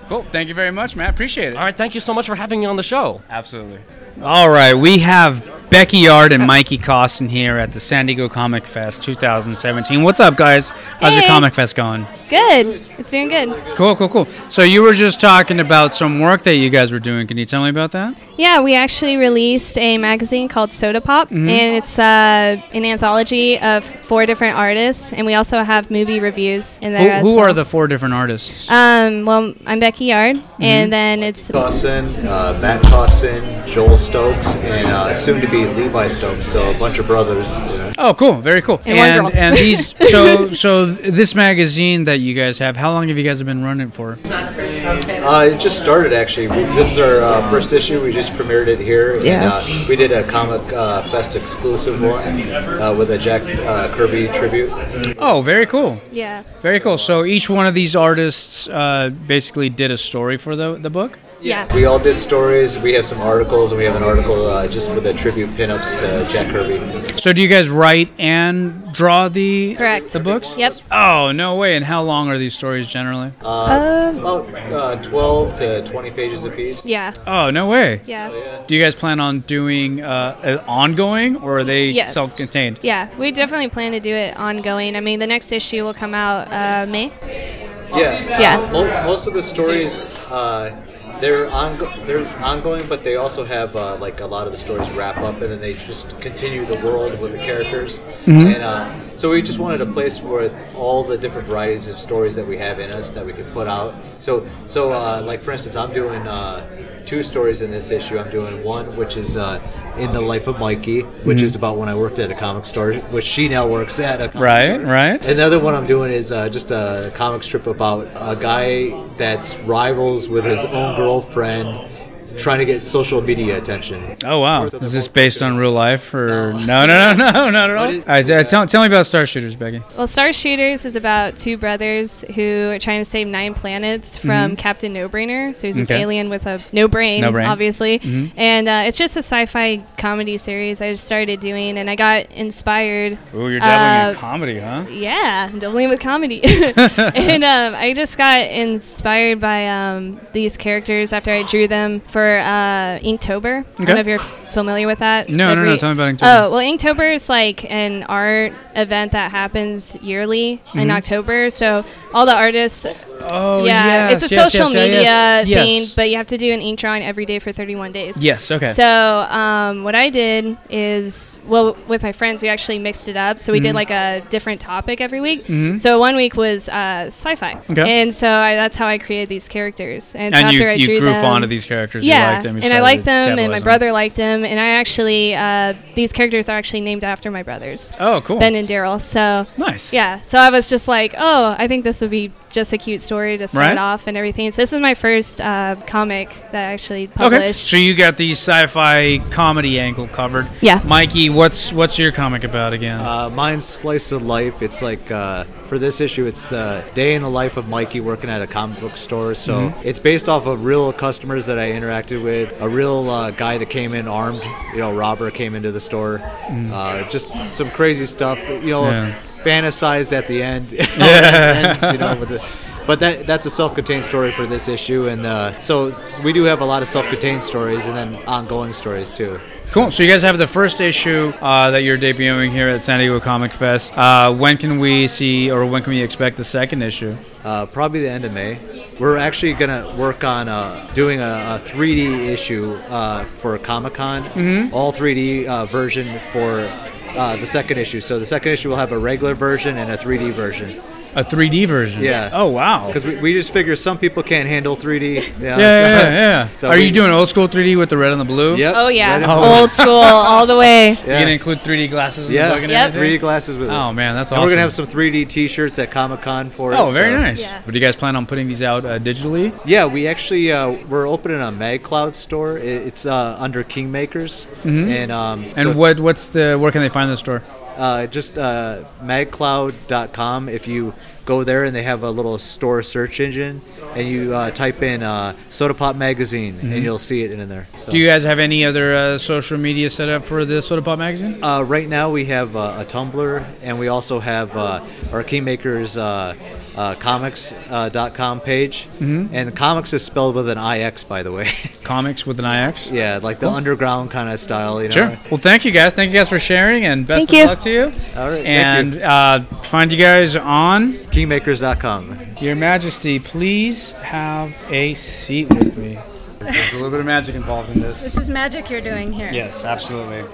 S18: Cool. Thank you very much, Matt. Appreciate it. All
S16: right. Thank you so much for having me on the show.
S18: Absolutely.
S5: All right, we have Becky Yard and Mikey Costin here at the San Diego Comic Fest 2017. What's up, guys? How's your
S12: Hey.
S5: Comic Fest going?
S12: Good. It's doing good.
S5: Cool, cool, cool. So you were just talking about some work that you guys were doing. Can you tell me about that?
S12: Yeah, we actually released a magazine called Soda Pop,
S5: Mhm.
S12: and it's uh, an anthology of four different artists, and we also have movie reviews in there
S5: Who,
S12: as
S5: who
S12: well.
S5: are the four different artists?
S12: Um, well, I'm Becky Yard,
S5: Mhm.
S12: and then it's
S19: Dawson, uh, Matt Dawson, Joel Stokes, and uh, soon to be Levi Stokes. So a bunch of brothers. You know.
S5: Oh, cool, very cool.
S19: And one
S5: and,
S19: girl.
S5: and these so so this magazine that you guys have. How long have you guys been running for?
S19: Uh, it just started actually. This is our uh, first issue. We just premiered it here. and,
S5: Yeah.
S19: uh, we did a comic uh, fest exclusive one uh, with a Jack uh, Kirby tribute.
S5: Oh, very cool.
S12: Yeah.
S5: Very cool. So each one of these artists uh, basically did a story for the the book.
S12: Yeah.
S19: We all did stories. We have some articles, and we have an article uh, just with a tribute pinups to Jack Kirby.
S5: So do you guys write and draw the
S12: correct
S5: the books?
S12: Yep.
S5: Oh no way! And how long are these stories generally?
S19: Uh, about uh, 12 to 20 pages apiece.
S12: Um, Yeah.
S5: Oh no way!
S12: Yeah.
S5: Do you guys plan on doing uh, an ongoing, or are they
S12: Yes.
S5: self-contained?
S12: Yeah, we definitely plan to do it ongoing. I mean, the next issue will come out uh, May.
S19: Yeah.
S12: Yeah.
S19: Mo- most of the stories, uh, they're ongo- they're ongoing, but they also have uh, like a lot of the stories wrap up, and then they just continue the world with the characters.
S7: Mhm.
S19: And uh, so we just wanted a place where all the different varieties of stories that we have in us that we could put out. So so uh, like for instance, I'm doing. Uh, Two stories in this issue. I'm doing one, which is uh, in the life of Mikey, which
S5: Mhm.
S19: is about when I worked at a comic store, which she now works at. A comic
S5: Right,
S19: store.
S5: right.
S19: Another one I'm doing is uh, just a comic strip about a guy that's rivals with his own girlfriend trying to get social media attention.
S5: Oh wow! Is this based on real life or no? No, no, no, no, not at all. all right, uh, tell, tell me about Star Shooters, Becky.
S12: Well, Star Shooters is about two brothers who are trying to save nine planets from
S5: Mhm.
S12: Captain No Brainer. So he's this
S5: Okay.
S12: alien with a no brain,
S5: No brain.
S12: obviously.
S5: Mhm.
S12: And uh, it's just a sci fi comedy series I started doing, and I got inspired.
S5: Ooh, you're dabbling in
S12: uh,
S5: comedy, huh?
S12: Yeah, I'm doubling with comedy. and um, I just got inspired by um, these characters after I drew them for uh, Inktober. I
S5: Okay.
S12: don't know if you're familiar with that.
S5: No, no, no, tell me about Inktober.
S12: Oh, well, Inktober is like an art event that happens yearly in
S5: Mhm.
S12: October. So all the artists.
S5: Oh,
S12: yeah.
S5: yes,
S12: it's a
S5: yes,
S12: social
S5: yes, yeah,
S12: media
S5: yes,
S12: thing,
S5: yes.
S12: but you have to do an ink drawing every day for 31 days.
S5: Yes, okay.
S12: So um, what I did is, well, with my friends, we actually mixed it up. So we
S5: Mhm.
S12: did like a different topic every week.
S5: Mhm.
S12: So one week was uh, sci-fi,
S5: Okay.
S12: and so I, that's how I created these characters. And, so
S5: And you-
S12: after I
S5: you
S12: drew
S5: grew
S12: them,
S5: fond of these characters. You
S12: Yeah,
S5: liked them. You
S12: and I
S5: started
S12: liked them, and my
S5: capitalizing.
S12: brother liked them, and I actually uh, these characters are actually named after my brothers.
S5: Oh, cool.
S12: Ben and Daryl. So
S5: Nice.
S12: Yeah. So I was just like, oh, I think this would be just a cute story to start
S5: Right.
S12: off and everything. So this is my first uh, comic that I actually
S5: Okay,
S12: published.
S5: so you got the sci-fi comedy angle covered.
S12: Yeah.
S5: Mikey, what's what's your comic about again?
S19: Uh, mine's Slice of Life. It's like, uh, for this issue, it's the day in the life of Mikey working at a comic book store. So
S5: Mhm.
S19: it's based off of real customers that I interacted with. A real uh, guy that came in armed, you know, robber came into the store.
S5: Mm.
S19: Uh, just some crazy stuff, you know,
S5: Yeah.
S19: fantasized at the end.
S5: Yeah.
S19: Ends, you know, with the, But that that's a self-contained story for this issue, and uh, so we do have a lot of self-contained stories, and then ongoing stories too.
S5: Cool. So you guys have the first issue uh, that you're debuting here at San Diego Comic Fest. Uh, when can we see, or when can we expect the second issue?
S19: Uh, probably the end of May. We're actually gonna work on uh, doing a, a 3D issue uh, for Comic Con,
S5: Mhm.
S19: all 3D uh, version for uh, the second issue. So the second issue will have a regular version and a 3D version.
S5: A 3D version.
S19: Yeah.
S5: Oh wow.
S19: Because we, we just figure some people can't handle 3D.
S5: Yeah, yeah,
S19: so-
S5: yeah. yeah.
S19: so
S5: Are
S19: we-
S5: you doing old school 3D with the red and the blue?
S19: Yep.
S20: Oh yeah,
S5: Red and blue.
S20: old school all the way.
S5: You gonna include 3D glasses in
S19: Yeah,
S5: the book and everything?
S19: 3D glasses with it.
S5: Oh man, that's
S19: and
S5: awesome.
S19: We're gonna have some 3D T-shirts at Comic Con for it.
S5: Oh, very
S19: so-
S5: nice. But do you guys plan on putting these out uh, digitally?
S19: Yeah, we actually uh, we're opening a MagCloud store. I- It's uh, under Kingmakers,
S5: Mhm.
S19: and um,
S5: and
S19: so-
S5: what what's the where can they find the store?
S19: Uh, just uh, magcloud.com. If you go there and they have a little store search engine, and you uh, type in uh, Soda Pop Magazine,
S5: Mhm.
S19: and you'll see it in there. So.
S5: Do you guys have any other uh, social media set up for the Soda Pop magazine?
S19: Uh, right now we have uh, a Tumblr, and we also have uh, our Keymakers uh, uh, comics.com uh, dot com page.
S5: Mhm.
S19: And comics is spelled with an IX, by the way.
S5: Comics with an IX?
S19: yeah, like the
S5: Cool.
S19: underground kind of style, you know?
S5: Sure. Well, thank you guys. Thank you guys for sharing, and best
S19: Thank
S5: of
S19: you.
S5: luck to you.
S19: All right.
S5: And Uh, find you guys on
S19: Keymakers.com.
S5: Your Majesty, please have a seat with me. There's a little bit of magic involved in this.
S21: This is magic you're doing here.
S5: Yes, absolutely.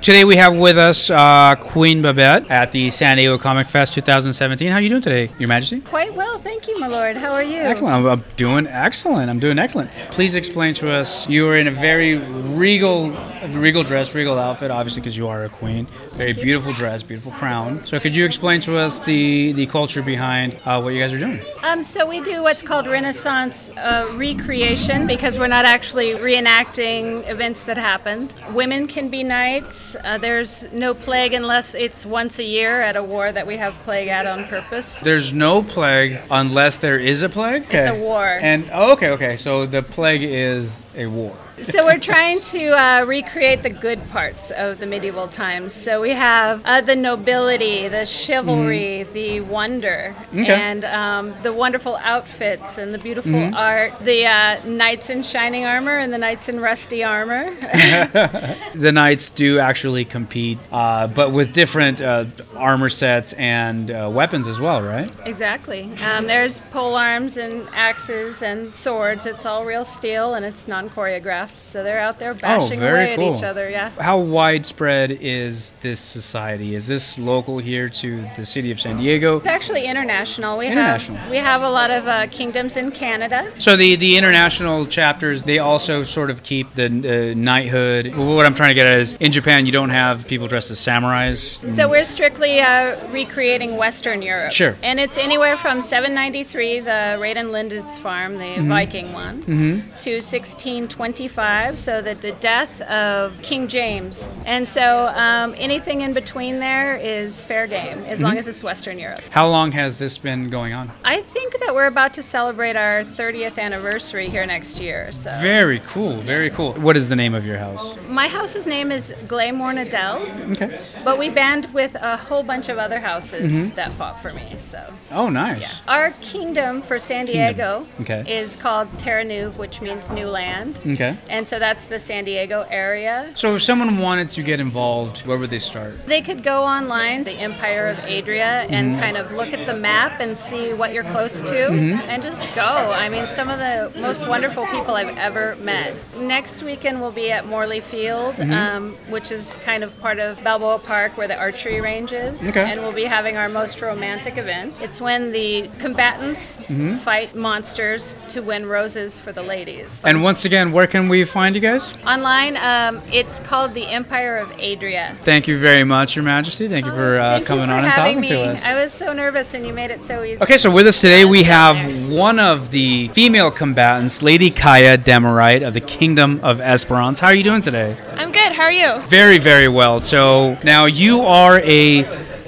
S5: Today we have with us uh, Queen Babette at the San Diego Comic Fest 2017. How are you doing today, Your Majesty?
S21: Quite well, thank you, my lord. How are you?
S5: Excellent. I'm, I'm doing excellent. I'm doing excellent. Please explain to us. You were in a very regal, regal dress, regal outfit, obviously because you are a queen. Very beautiful dress, beautiful crown. So could you explain to us the the culture behind uh, what you guys are doing?
S21: Um, so we do what's called Renaissance uh, recreation because we're not actually reenacting events that happened. Women can be knights. Uh, there's no plague unless it's once a year at a war that we have plague at on purpose.
S5: There's no plague unless there is a plague.
S21: It's a war.
S5: And oh, okay, okay. So the plague is a war.
S21: so we're trying to uh, recreate the good parts of the medieval times. So we have uh, the nobility, the chivalry,
S5: Mm-hmm.
S21: the wonder,
S12: Okay.
S21: and um, the wonderful outfits and the beautiful
S5: Mm-hmm.
S12: Mhm.
S21: art. The uh, knights in shining armor and the knights in rusty armor.
S5: The knights do actually compete, uh, but with different uh, armor sets and uh, weapons as well, right?
S21: exactly. Um, there's pole arms and axes and swords. It's all real steel and it's non choreographed. So they're out there bashing
S5: Oh, very
S21: away
S5: cool.
S21: at each other. Yeah.
S5: How widespread is this society? Is this local here to the city of San Diego?
S21: It's actually international. We
S5: International.
S21: have we have a lot of uh, kingdoms in Canada.
S5: So the, the international chapters they also sort of keep the uh, knighthood. What I'm trying to get at is in Japan you don't have people dressed as samurais.
S21: So we're strictly uh, recreating Western Europe.
S5: Sure.
S21: And it's anywhere from 793, the Raiden Lindisfarne, the
S5: Mhm.
S21: Viking one,
S5: Mhm.
S22: Mm-hmm.
S21: to 1625, so that the death of King James. And so um, anything in between there is fair game, as long
S5: Mhm.
S21: as it's Western Europe.
S5: How long has this been going on?
S21: I think that we're about to celebrate our 30th anniversary here next year. So
S5: Very cool, very cool. What is the name of your house?
S21: my house's name is Glaymore Nadell,
S5: Okay.
S21: but we band with a whole bunch of other houses
S5: Mhm.
S21: that fought for me. So.
S5: Oh, nice.
S21: Our kingdom for San Diego
S5: Kingdom. Okay.
S21: is called Terra Nuve, which means new land.
S5: Okay.
S21: And so that's the San Diego area.
S5: So if someone wanted to get involved, where would they start?
S21: They could go online, the Empire of Adria, and
S5: Mhm.
S21: kind of look at the map and see what you're close to
S5: Mhm.
S21: and just go. I mean, some of the most wonderful people I've ever met. Next weekend, we'll be at Morley Field,
S5: Mm-hmm.
S12: Mhm.
S21: um, which is kind of part of Balboa Park where the archery range is.
S12: Okay.
S21: And we'll be having our most romantic event. It's when the combatants
S5: Mhm.
S21: fight monsters to win roses for the ladies.
S5: And once again, where can we find you guys?
S21: Online, um, it's called the Empire of Adria.
S5: Thank you very much, Your Majesty. Thank you for uh, coming
S21: for
S5: on and
S21: having
S5: talking
S21: me.
S5: to us.
S21: I was so nervous, and you made it so easy.
S5: Okay, so with us today we have one of the female combatants, Lady Kaya Demerite of the Kingdom of Esperance. How are you doing today?
S23: I'm good. How are you?
S5: Very, very well. So now you are a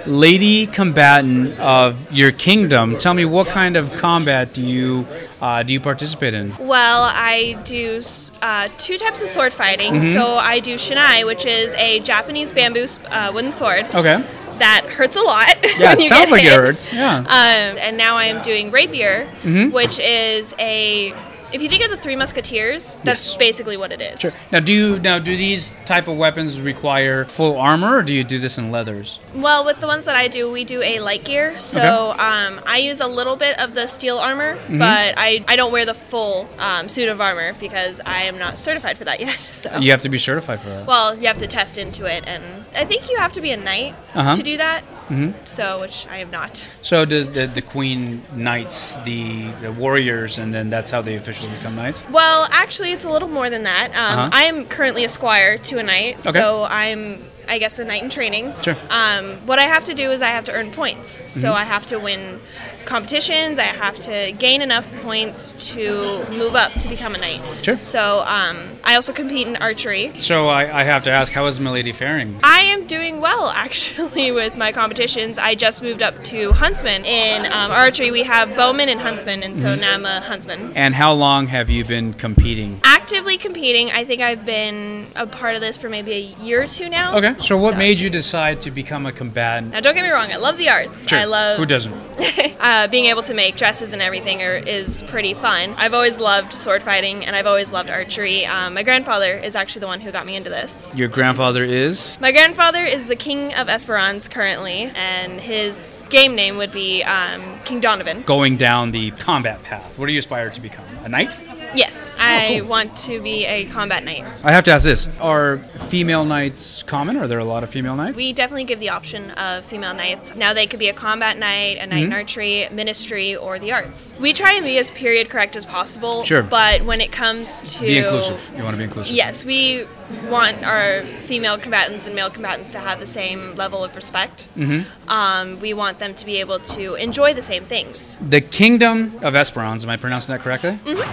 S5: lady combatant of your kingdom. Tell me, what kind of combat do you uh, do you participate in?
S23: Well, I do s- uh, two types of sword fighting.
S5: Mhm.
S23: So I do shinai, which is a Japanese bamboo s- uh, wooden sword.
S5: Okay.
S23: that hurts a lot.
S24: Yeah,
S23: when
S24: it
S23: you
S24: sounds
S23: get
S24: like it
S23: hit.
S24: hurts, yeah.
S23: Um, and now I am doing rapier,
S24: Mhm.
S5: Mm-hmm.
S23: which is a. If you think of the Three Musketeers, that's basically what it is.
S5: Sure. Now, do you, now do these type of weapons require full armor, or do you do this in leathers?
S23: Well, with the ones that I do, we do a light gear. So
S5: Okay.
S23: um, I use a little bit of the steel armor,
S5: Mhm.
S23: but I, I don't wear the full um, suit of armor because I am not certified for that yet. So
S5: You have to be certified for that.
S23: Well, you have to test into it, and I think you have to be a knight
S5: Uh-huh.
S23: to do that.
S5: Mhm.
S23: So, which I am not.
S5: So does the, the queen knights the, the warriors, and then that's how they officially become knights.
S23: Well, actually, it's a little more than that. Um,
S5: Uh-huh.
S23: I am currently a squire to a knight,
S5: Okay.
S23: so I'm, I guess, a knight in training.
S5: Sure.
S23: Um, what I have to do is I have to earn points. So
S5: Mhm.
S23: I have to win competitions. I have to gain enough points to move up to become a knight.
S5: Sure.
S23: So um, I also compete in archery.
S5: So I, I have to ask, how is Milady faring?
S23: I am doing well actually with my competitions. I just moved up to huntsman. In um, archery, we have bowman and huntsman, and so
S5: Mhm.
S23: now I'm a huntsman.
S5: And how long have you been competing?
S23: Actively competing, I think I've been a part of this for maybe a year or two now.
S5: Okay. So what made you decide to become a combatant?
S23: Now, don't get me wrong, I love the arts.
S5: Sure.
S23: I love
S5: Who doesn't?
S23: uh, being able to make dresses and everything are, is pretty fun. I've always loved sword fighting and I've always loved archery. Um, my grandfather is actually the one who got me into this.
S25: Your grandfather is?
S23: My grandfather is the king of Esperance currently, and his game name would be um, King Donovan.
S5: Going down the combat path. What do you aspire to become? A knight?
S23: Yes, I
S5: Oh, cool.
S23: want to be a combat knight.
S5: I have to ask this: Are female knights common? Are there a lot of female knights?
S23: We definitely give the option of female knights. Now they could be a combat knight, a knight in
S5: Mhm.
S23: archery, ministry, or the arts. We try and be as period correct as possible.
S5: Sure.
S23: But when it comes to
S5: Be inclusive. You want to be inclusive.
S23: Yes, we want our female combatants and male combatants to have the same level of respect.
S5: Mm-hmm.
S23: Um, we want them to be able to enjoy the same things.
S5: The Kingdom of Esperance. Am I pronouncing that correctly?
S23: Mhm.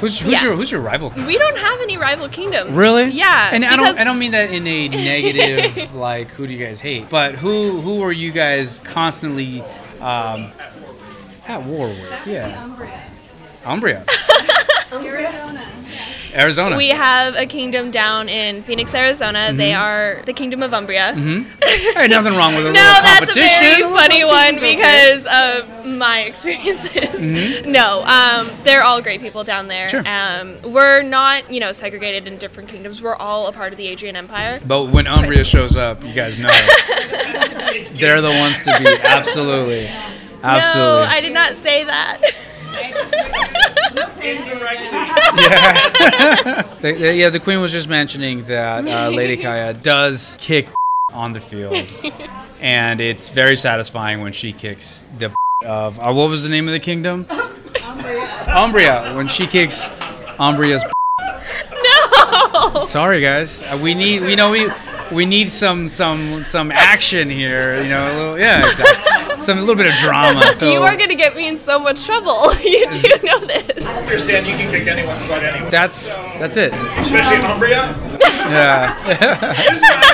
S5: Who's, who's
S23: Yeah.
S5: your who's your rival?
S23: We don't have any rival kingdoms.
S5: Really?
S23: Yeah.
S5: And I
S23: because-
S5: don't I don't mean that in a negative like who do you guys hate, but who who are you guys constantly um, at war with? Yeah. Umbria, Arizona.
S23: We have a kingdom down in Phoenix, Arizona. They
S5: Mhm.
S23: are the Kingdom of Umbria.
S5: Mm-hmm. Hey, nothing wrong with a
S23: No,
S5: little
S23: that's a
S5: competition.
S23: very
S5: A little
S23: funny one
S5: competition's okay.
S23: because of my experiences.
S5: Mhm.
S23: No, um, they're all great people down there.
S5: Sure.
S23: Um, we're not, you know, segregated in different kingdoms. We're all a part of the Adrian Empire.
S5: But when Umbria shows up, you guys know they're the ones to beat. Absolutely, absolutely.
S23: No, I did not say that.
S5: yeah. the, the- yeah, the queen was just mentioning that uh, Lady Kaya does kick on the field, and it's very satisfying when she kicks the of uh, what was the name of the kingdom? Umbria. When she kicks Umbria's.
S23: No.
S5: Sorry, guys. Uh, we need. We know we. We need some some some action here. You know. A little, yeah. Exactly. Some a little bit of drama.
S23: you
S5: So-
S23: are going to get me in so much trouble. You do know this. I
S4: understand you can kick anyone's butt anyway.
S5: That's that's it.
S4: Especially in Umbria.
S5: Yeah.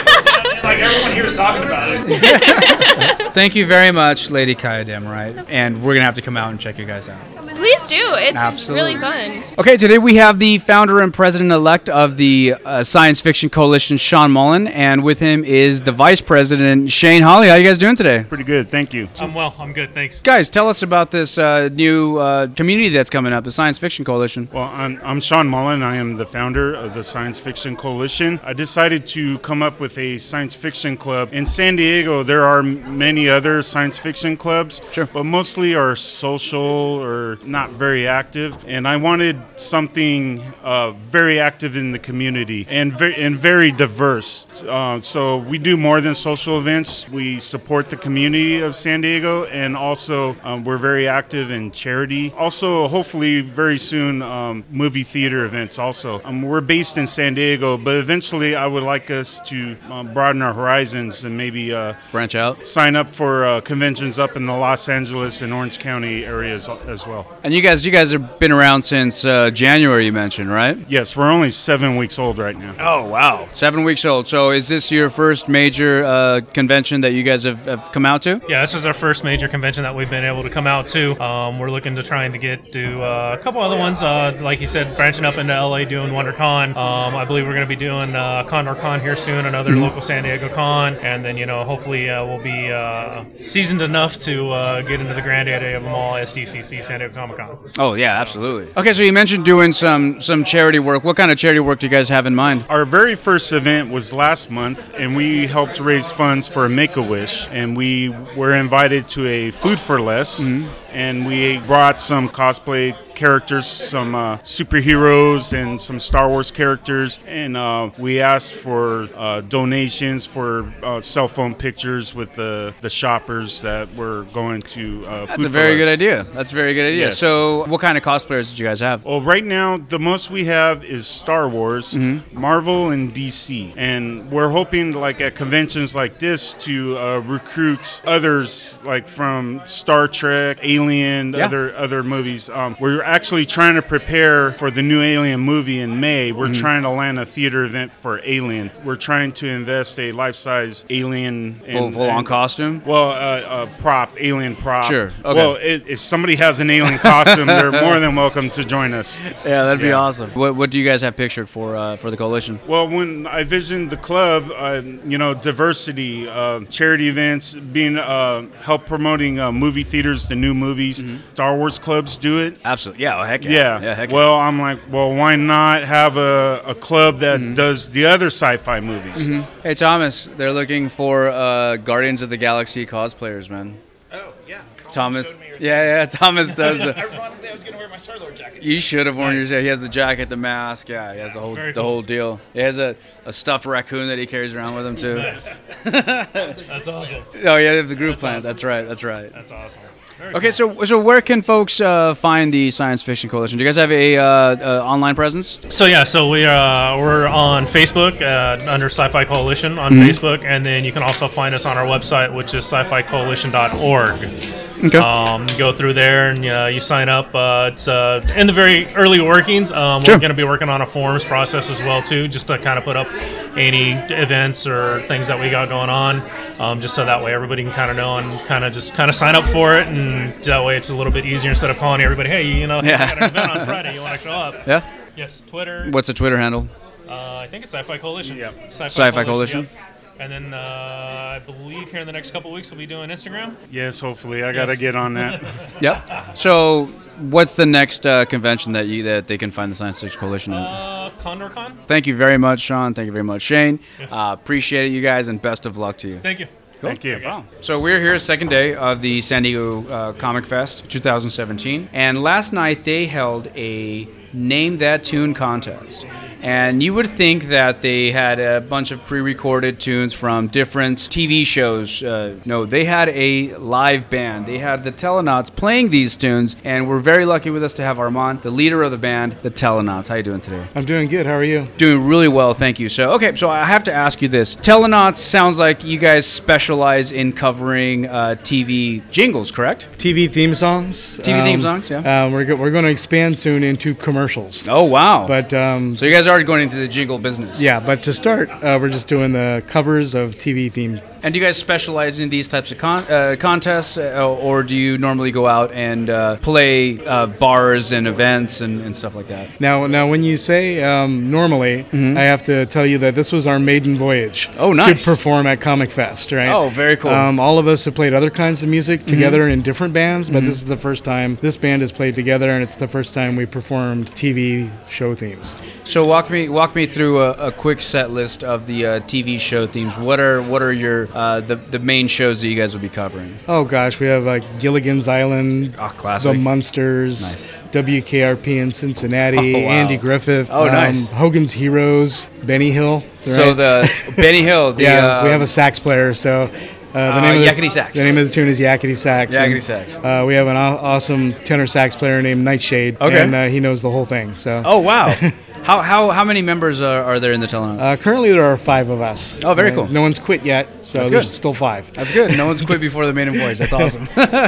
S4: Like everyone here is talking about it.
S5: Thank you very much, Lady Kaya Damarite. And we're going to have to come out and check you guys out.
S23: Please do. It's
S5: Absolutely.
S23: really fun.
S5: Okay, today we have the founder and president elect of the uh, Science Fiction Coalition, Sean Mullen. And with him is the vice president, Shane Holly. How you guys doing today?
S26: Pretty good. Thank you.
S10: I'm well. I'm good. Thanks.
S5: Guys, tell us about this uh, new uh, community that's coming up, the Science Fiction Coalition.
S26: Well, I'm, I'm Sean Mullen. I am the founder of the Science Fiction Coalition. I decided to come up with a science fiction club. In San Diego, there are m- many other science fiction clubs, but mostly are social or not very active. And I wanted something uh, very active in the community and, ve- and very diverse. Uh, so we do more than social events. We support the community of San Diego, and also um, we're very active in charity. Also, hopefully, very soon, um, movie theater events. Also, um, we're based in San Diego, but eventually, I would like us to um, broaden our horizons and maybe uh,
S5: branch out,
S26: sign up for uh, conventions up in the Los Angeles and Orange County areas as well.
S5: And you guys, you guys have been around since uh, January, you mentioned, right?
S26: Yes, we're only seven weeks old right now.
S5: Oh wow, seven weeks old. So is this your first major uh, convention that you guys have, have come out to?
S10: Yeah, this is our first major convention that we've been able to come out to. Um, we're looking to trying to get to uh, a couple other ones, uh, like you said, branching up into LA doing WonderCon. Um, I believe we're going to be doing uh, Condor Con here soon, another
S5: Mhm.
S10: local San Diego con, and then you know hopefully uh, we'll be uh, seasoned enough to uh, get into the granddaddy of them all, SDCC San Diego Comic Con.
S5: Oh yeah, absolutely. Okay, so you mentioned doing some some charity work. What kind of charity work do you guys have in mind?
S26: Our very first event was last month, and we helped raise funds for Make a Wish, and we were invited to a Food for Less,
S5: Mm-hmm.
S26: and we brought some cosplay characters, some uh, superheroes, and some Star Wars characters, and uh, we asked for uh, donations for uh, cell phone pictures with the, the shoppers that were going to. Uh,
S5: That's
S26: Food
S5: a
S26: for
S5: very
S26: Less.
S5: good idea. That's a very good idea.
S26: Yes.
S5: So, what kind of cosplayers did you guys have?
S26: Well, right now the most we have is Star Wars,
S5: Mm-hmm.
S26: Marvel, and DC, and we're hoping like at conventions like this to uh, recruit others like from Star Trek, Alien,
S5: Yeah.
S26: other other movies. Um, we're actually trying to prepare for the new Alien movie in May. We're
S5: Mhm.
S26: trying to land a theater event for Alien. We're trying to invest a life size Alien
S5: Full- full-on costume.
S26: Well, uh, uh, prop, Alien prop.
S5: Sure, okay.
S26: Uh, Well, i if somebody has an Alien costume, they're more than welcome to join us.
S5: Yeah, that'd be
S26: Yeah.
S5: awesome. What, what do you guys have pictured for uh, for the coalition?
S26: Well, when I visioned the club, uh, you know, diversity, uh, charity events, being uh, help promoting uh, movie theaters, the new movies, Star Wars clubs do it.
S5: Absolutely, yeah, oh, Mm-hmm. heck yeah.
S26: yeah.
S5: Yeah, heck yeah.
S26: well, I'm like, well, why not have a, a club that
S5: Mm-hmm.
S26: does the other sci-fi movies?
S5: Hey Thomas, they're looking for uh, Guardians of the Galaxy cosplayers, man. Oh yeah. Thomas, yeah, yeah. Thomas does. uh,
S22: Ironically, I was going to wear my Star Lord jacket.
S5: You should have worn your. He has the jacket, the mask. Yeah, he has the whole
S22: Very
S5: the
S22: cool.
S5: whole deal. He has a, a stuffed raccoon that he carries around with him too.
S10: That's awesome.
S5: Oh yeah, they have the group plan. That's right. That's right.
S10: That's awesome.
S5: Okay, so so where can folks uh, find the Science Fiction Coalition? Do you guys have a uh, uh, online presence?
S10: So yeah, so we uh, we're on Facebook uh, under Sci-Fi Coalition on
S5: Mhm.
S10: Facebook, and then you can also find us on our website, which is sci-ficoalition.org.
S5: Okay.
S10: Um, you go through there and uh, you sign up. Uh, it's uh, in the very early workings. Um,
S5: Sure.
S10: We're going to be working on a forms process as well too, just to kind of put up any events or things that we got going on, um, just so that way everybody can kind of know and kind of just kind of sign up for it, and that way it's a little bit easier instead of calling everybody, hey, you know,
S5: Yeah.
S10: I got an event on Friday, you want to show up?
S5: Yeah.
S10: Yes, Twitter.
S5: What's the Twitter handle?
S10: Uh, I think it's Sci-Fi Coalition. Yeah. Sci-Fi,
S5: Sci-Fi Coalition.
S10: yep. And then uh, I believe here in the next couple weeks we'll be doing Instagram.
S26: Yes, hopefully, I gotta get on that.
S5: Yep. So what's the next uh, convention that you that they can find the Science Fiction Coalition? At?
S10: Uh, CondorCon.
S5: Thank you very much, Sean. Thank you very much, Shane.
S10: Yes.
S5: Uh, appreciate it, you guys, and best of luck to you.
S10: Thank you.
S26: Thank you.
S5: So we're here, second day of the San Diego uh, Comic Fest 2017, and last night they held a name that tune contest. And you would think that they had a bunch of pre-recorded tunes from different TV shows. Uh, no, they had a live band. They had the Telenauts playing these tunes, and we're very lucky with us to have Armand, the leader of the band, the Telenauts. How you doing today?
S9: I'm doing good. How are you?
S5: Doing really well, thank you. So, okay, so I have to ask you this. Telenauts sounds like you guys specialize in covering uh, TV jingles, correct?
S9: TV theme songs. uh,
S5: TV theme songs,
S9: yeah. Um, we're go- we're going to expand soon into commercials.
S5: Oh wow!
S9: But um,
S5: So, you guys are going into the jingle business.
S9: yeah, but to start, uh, we're just doing the covers of TV theme.
S5: And do you guys specialize in these types of con- uh, contests, uh, or do you normally go out and uh, play uh, bars and events and, and stuff like that?
S9: Now, now, when you say um, normally, I have to tell you that this was our maiden voyage.
S5: Mm-hmm. Oh, nice.
S9: To perform at Comic Fest, right?
S5: Oh, very cool.
S9: Um, all of us have played other kinds of music together
S5: Mhm.
S9: in different bands, but
S5: Mhm.
S9: this is the first time this band has played together, and it's the first time we performed TV show themes.
S5: So, walk me walk me through a, a quick set list of the uh, TV show themes. What are what are your uh, the the main shows that you guys will be covering?
S9: Oh gosh, we have uh, Gilligan's Island,
S5: Ah, classic.
S9: The Munsters,
S5: Nice.
S9: WKRP in Cincinnati,
S5: Oh, wow.
S9: Andy Griffith, um,
S5: Oh, nice.
S9: Hogan's Heroes, Benny Hill.
S5: So
S9: right?
S5: the Benny Hill. The,
S9: yeah, we have
S5: um,
S9: a sax player. So uh, the
S5: Uh,
S9: name of
S5: Yakety
S9: the,
S5: sax.
S9: The name of the tune is Yakety Sax.
S5: Yakety
S9: and,
S5: sax.
S9: Uh, we have an aw- awesome tenor sax player named Nightshade,
S5: Okay.
S9: and uh, he knows the whole thing. So
S5: Oh wow! How, how, how many members are, are there in the Telenuts?
S9: Uh, currently, there are five of us.
S5: Oh, very
S9: Uh,
S5: cool.
S9: No one's quit yet, so
S5: That's
S9: there's
S5: good.
S9: still five.
S5: That's good. No one's quit before the main and voyage. That's awesome.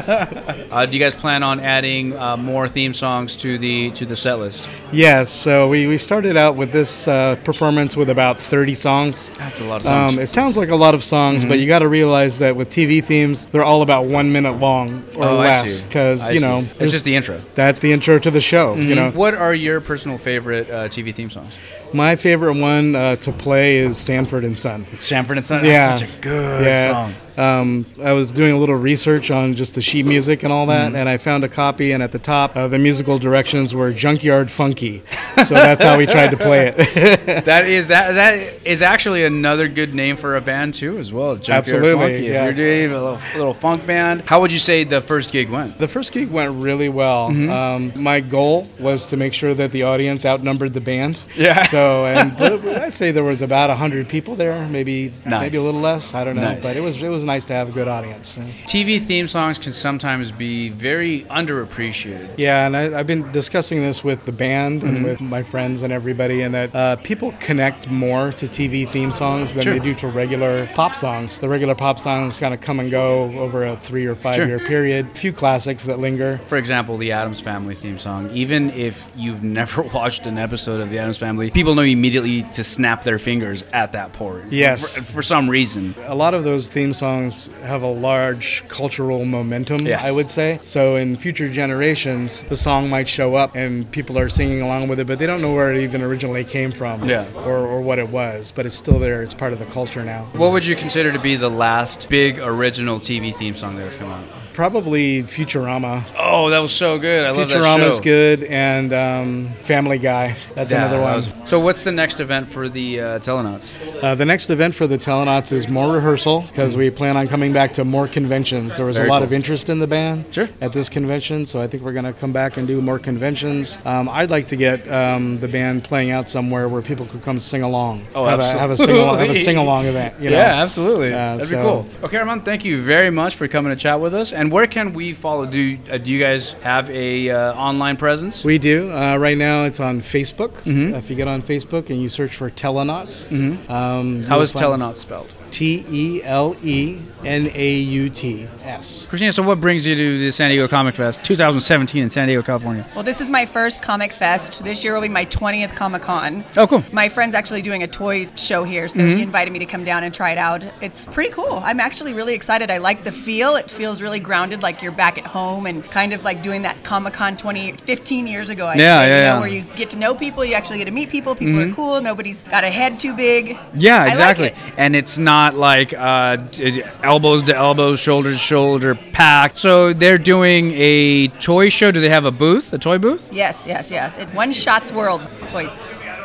S5: uh, do you guys plan on adding uh, more theme songs to the to the set list?
S9: Yes, so we, we started out with this uh, performance with about 30 songs.
S5: That's a lot of songs.
S9: Um, it sounds like a lot of songs, but
S5: Mhm.
S9: you got to realize that with TV themes, they're all about one minute long or
S5: Oh, I
S9: less.
S5: see. I
S9: Because, you
S5: see.
S9: know,
S5: It's
S9: there's-
S5: just the intro. Mm-hmm.
S9: That's the intro to the show, Oh, you know.
S5: what are your personal favorite uh, TV theme songs?
S9: My favorite one uh, to play is Sanford and Son.
S5: Sanford and Son. That's such a good song.
S9: Um, I was doing a little research on just the sheet music and all that,
S5: Mhm.
S9: and I found a copy. And at the top, uh, the musical directions were "Junkyard Funky," so that's how we tried to play it.
S5: that is that that is actually another good name for a band too, as well. Junkyard
S9: Absolutely,
S5: Funky.
S9: yeah.
S5: If you're doing a little, little funk band, how would you say the first gig went?
S9: The first gig went really well.
S5: Mhm.
S9: Um, my goal was to make sure that the audience outnumbered the band.
S5: Yeah.
S9: So, and but I'd say there was about hundred people there, maybe
S5: Nice.
S9: maybe a little less. I don't know,
S5: Nice.
S9: but it was it was nice to have a good audience.
S5: TV theme songs can sometimes be very underappreciated.
S9: Yeah, and I, I've been discussing this with the band
S5: Mhm.
S9: and with my friends and everybody, and that uh, people connect more to TV theme songs than
S5: Sure.
S9: they do to regular pop songs. The regular pop songs kind of come and go over a three or five
S5: Sure.
S9: year period. Few classics that linger.
S5: For example, the Adams Family theme song. Even if you've never watched an episode of the Adams Family, people know immediately to snap their fingers at that part.
S9: Yes.
S5: For, for some reason.
S9: A lot of those theme songs have a large cultural momentum,
S5: Yes.
S9: I would say. So in future generations, the song might show up and people are singing along with it, but they don't know where it even originally came from
S5: Yeah.
S9: or, or what it was. But it's still there, it's part of the culture now.
S5: What would you consider to be the last big original TV theme song that has come out?
S9: Probably Futurama.
S5: Oh, that was so good. I love that show.
S9: Futurama's good, and um, Family Guy. That's
S5: Yeah,
S9: another
S5: that
S9: one.
S5: was- so, what's the next event for the uh, Telenauts?
S9: Uh, the next event for the Telenauts is more rehearsal because we plan on coming back to more conventions. There was
S5: Very
S9: a lot
S5: cool.
S9: of interest in the band at this convention, so I think we're going to come back and do more conventions. Um, I'd like to get um, the band playing out somewhere where people could come sing along.
S5: Oh,
S9: have
S5: absolutely.
S9: A, have a sing along, have a sing along event. You know?
S5: Yeah, absolutely.
S9: Uh,
S5: That'd
S9: so-
S5: be cool. Okay, Armand, thank you very much for coming to chat with us. And where can we follow? Do uh, do you guys have a uh, online presence?
S9: We do. Uh, right now, it's on Facebook.
S5: Mhm.
S9: If you get on Facebook and you search for Telenauts,
S5: Mhm.
S9: um,
S5: How
S9: you'll
S5: is
S9: find
S5: Telenauts
S9: us.
S5: spelled?
S9: T E L E N A U T S.
S5: Christina, so what brings you to the San Diego Comic Fest 2017 in San Diego, California?
S27: Well, this is my first Comic Fest. This year will be my 20th Comic Con.
S5: Oh, cool.
S27: My friend's actually doing a toy show here, so
S5: Mhm.
S27: he invited me to come down and try it out. It's pretty cool. I'm actually really excited. I like the feel. It feels really grounded, like you're back at home and kind of like doing that Comic Con 20, 15 years ago. I'd
S5: Yeah,
S27: say,
S5: yeah,
S27: you know,
S5: yeah.
S27: Where you get to know people, you actually get to meet people. People
S5: Mhm.
S27: are cool. Nobody's got a head too big.
S5: Yeah,
S27: I like
S5: exactly.
S27: it.
S5: And it's not like uh, d- elbows to elbows, shoulder to shoulder, packed. So they're doing a toy show. Do they have a booth, a toy booth?
S27: Yes, yes, yes. It, one shot's world toys.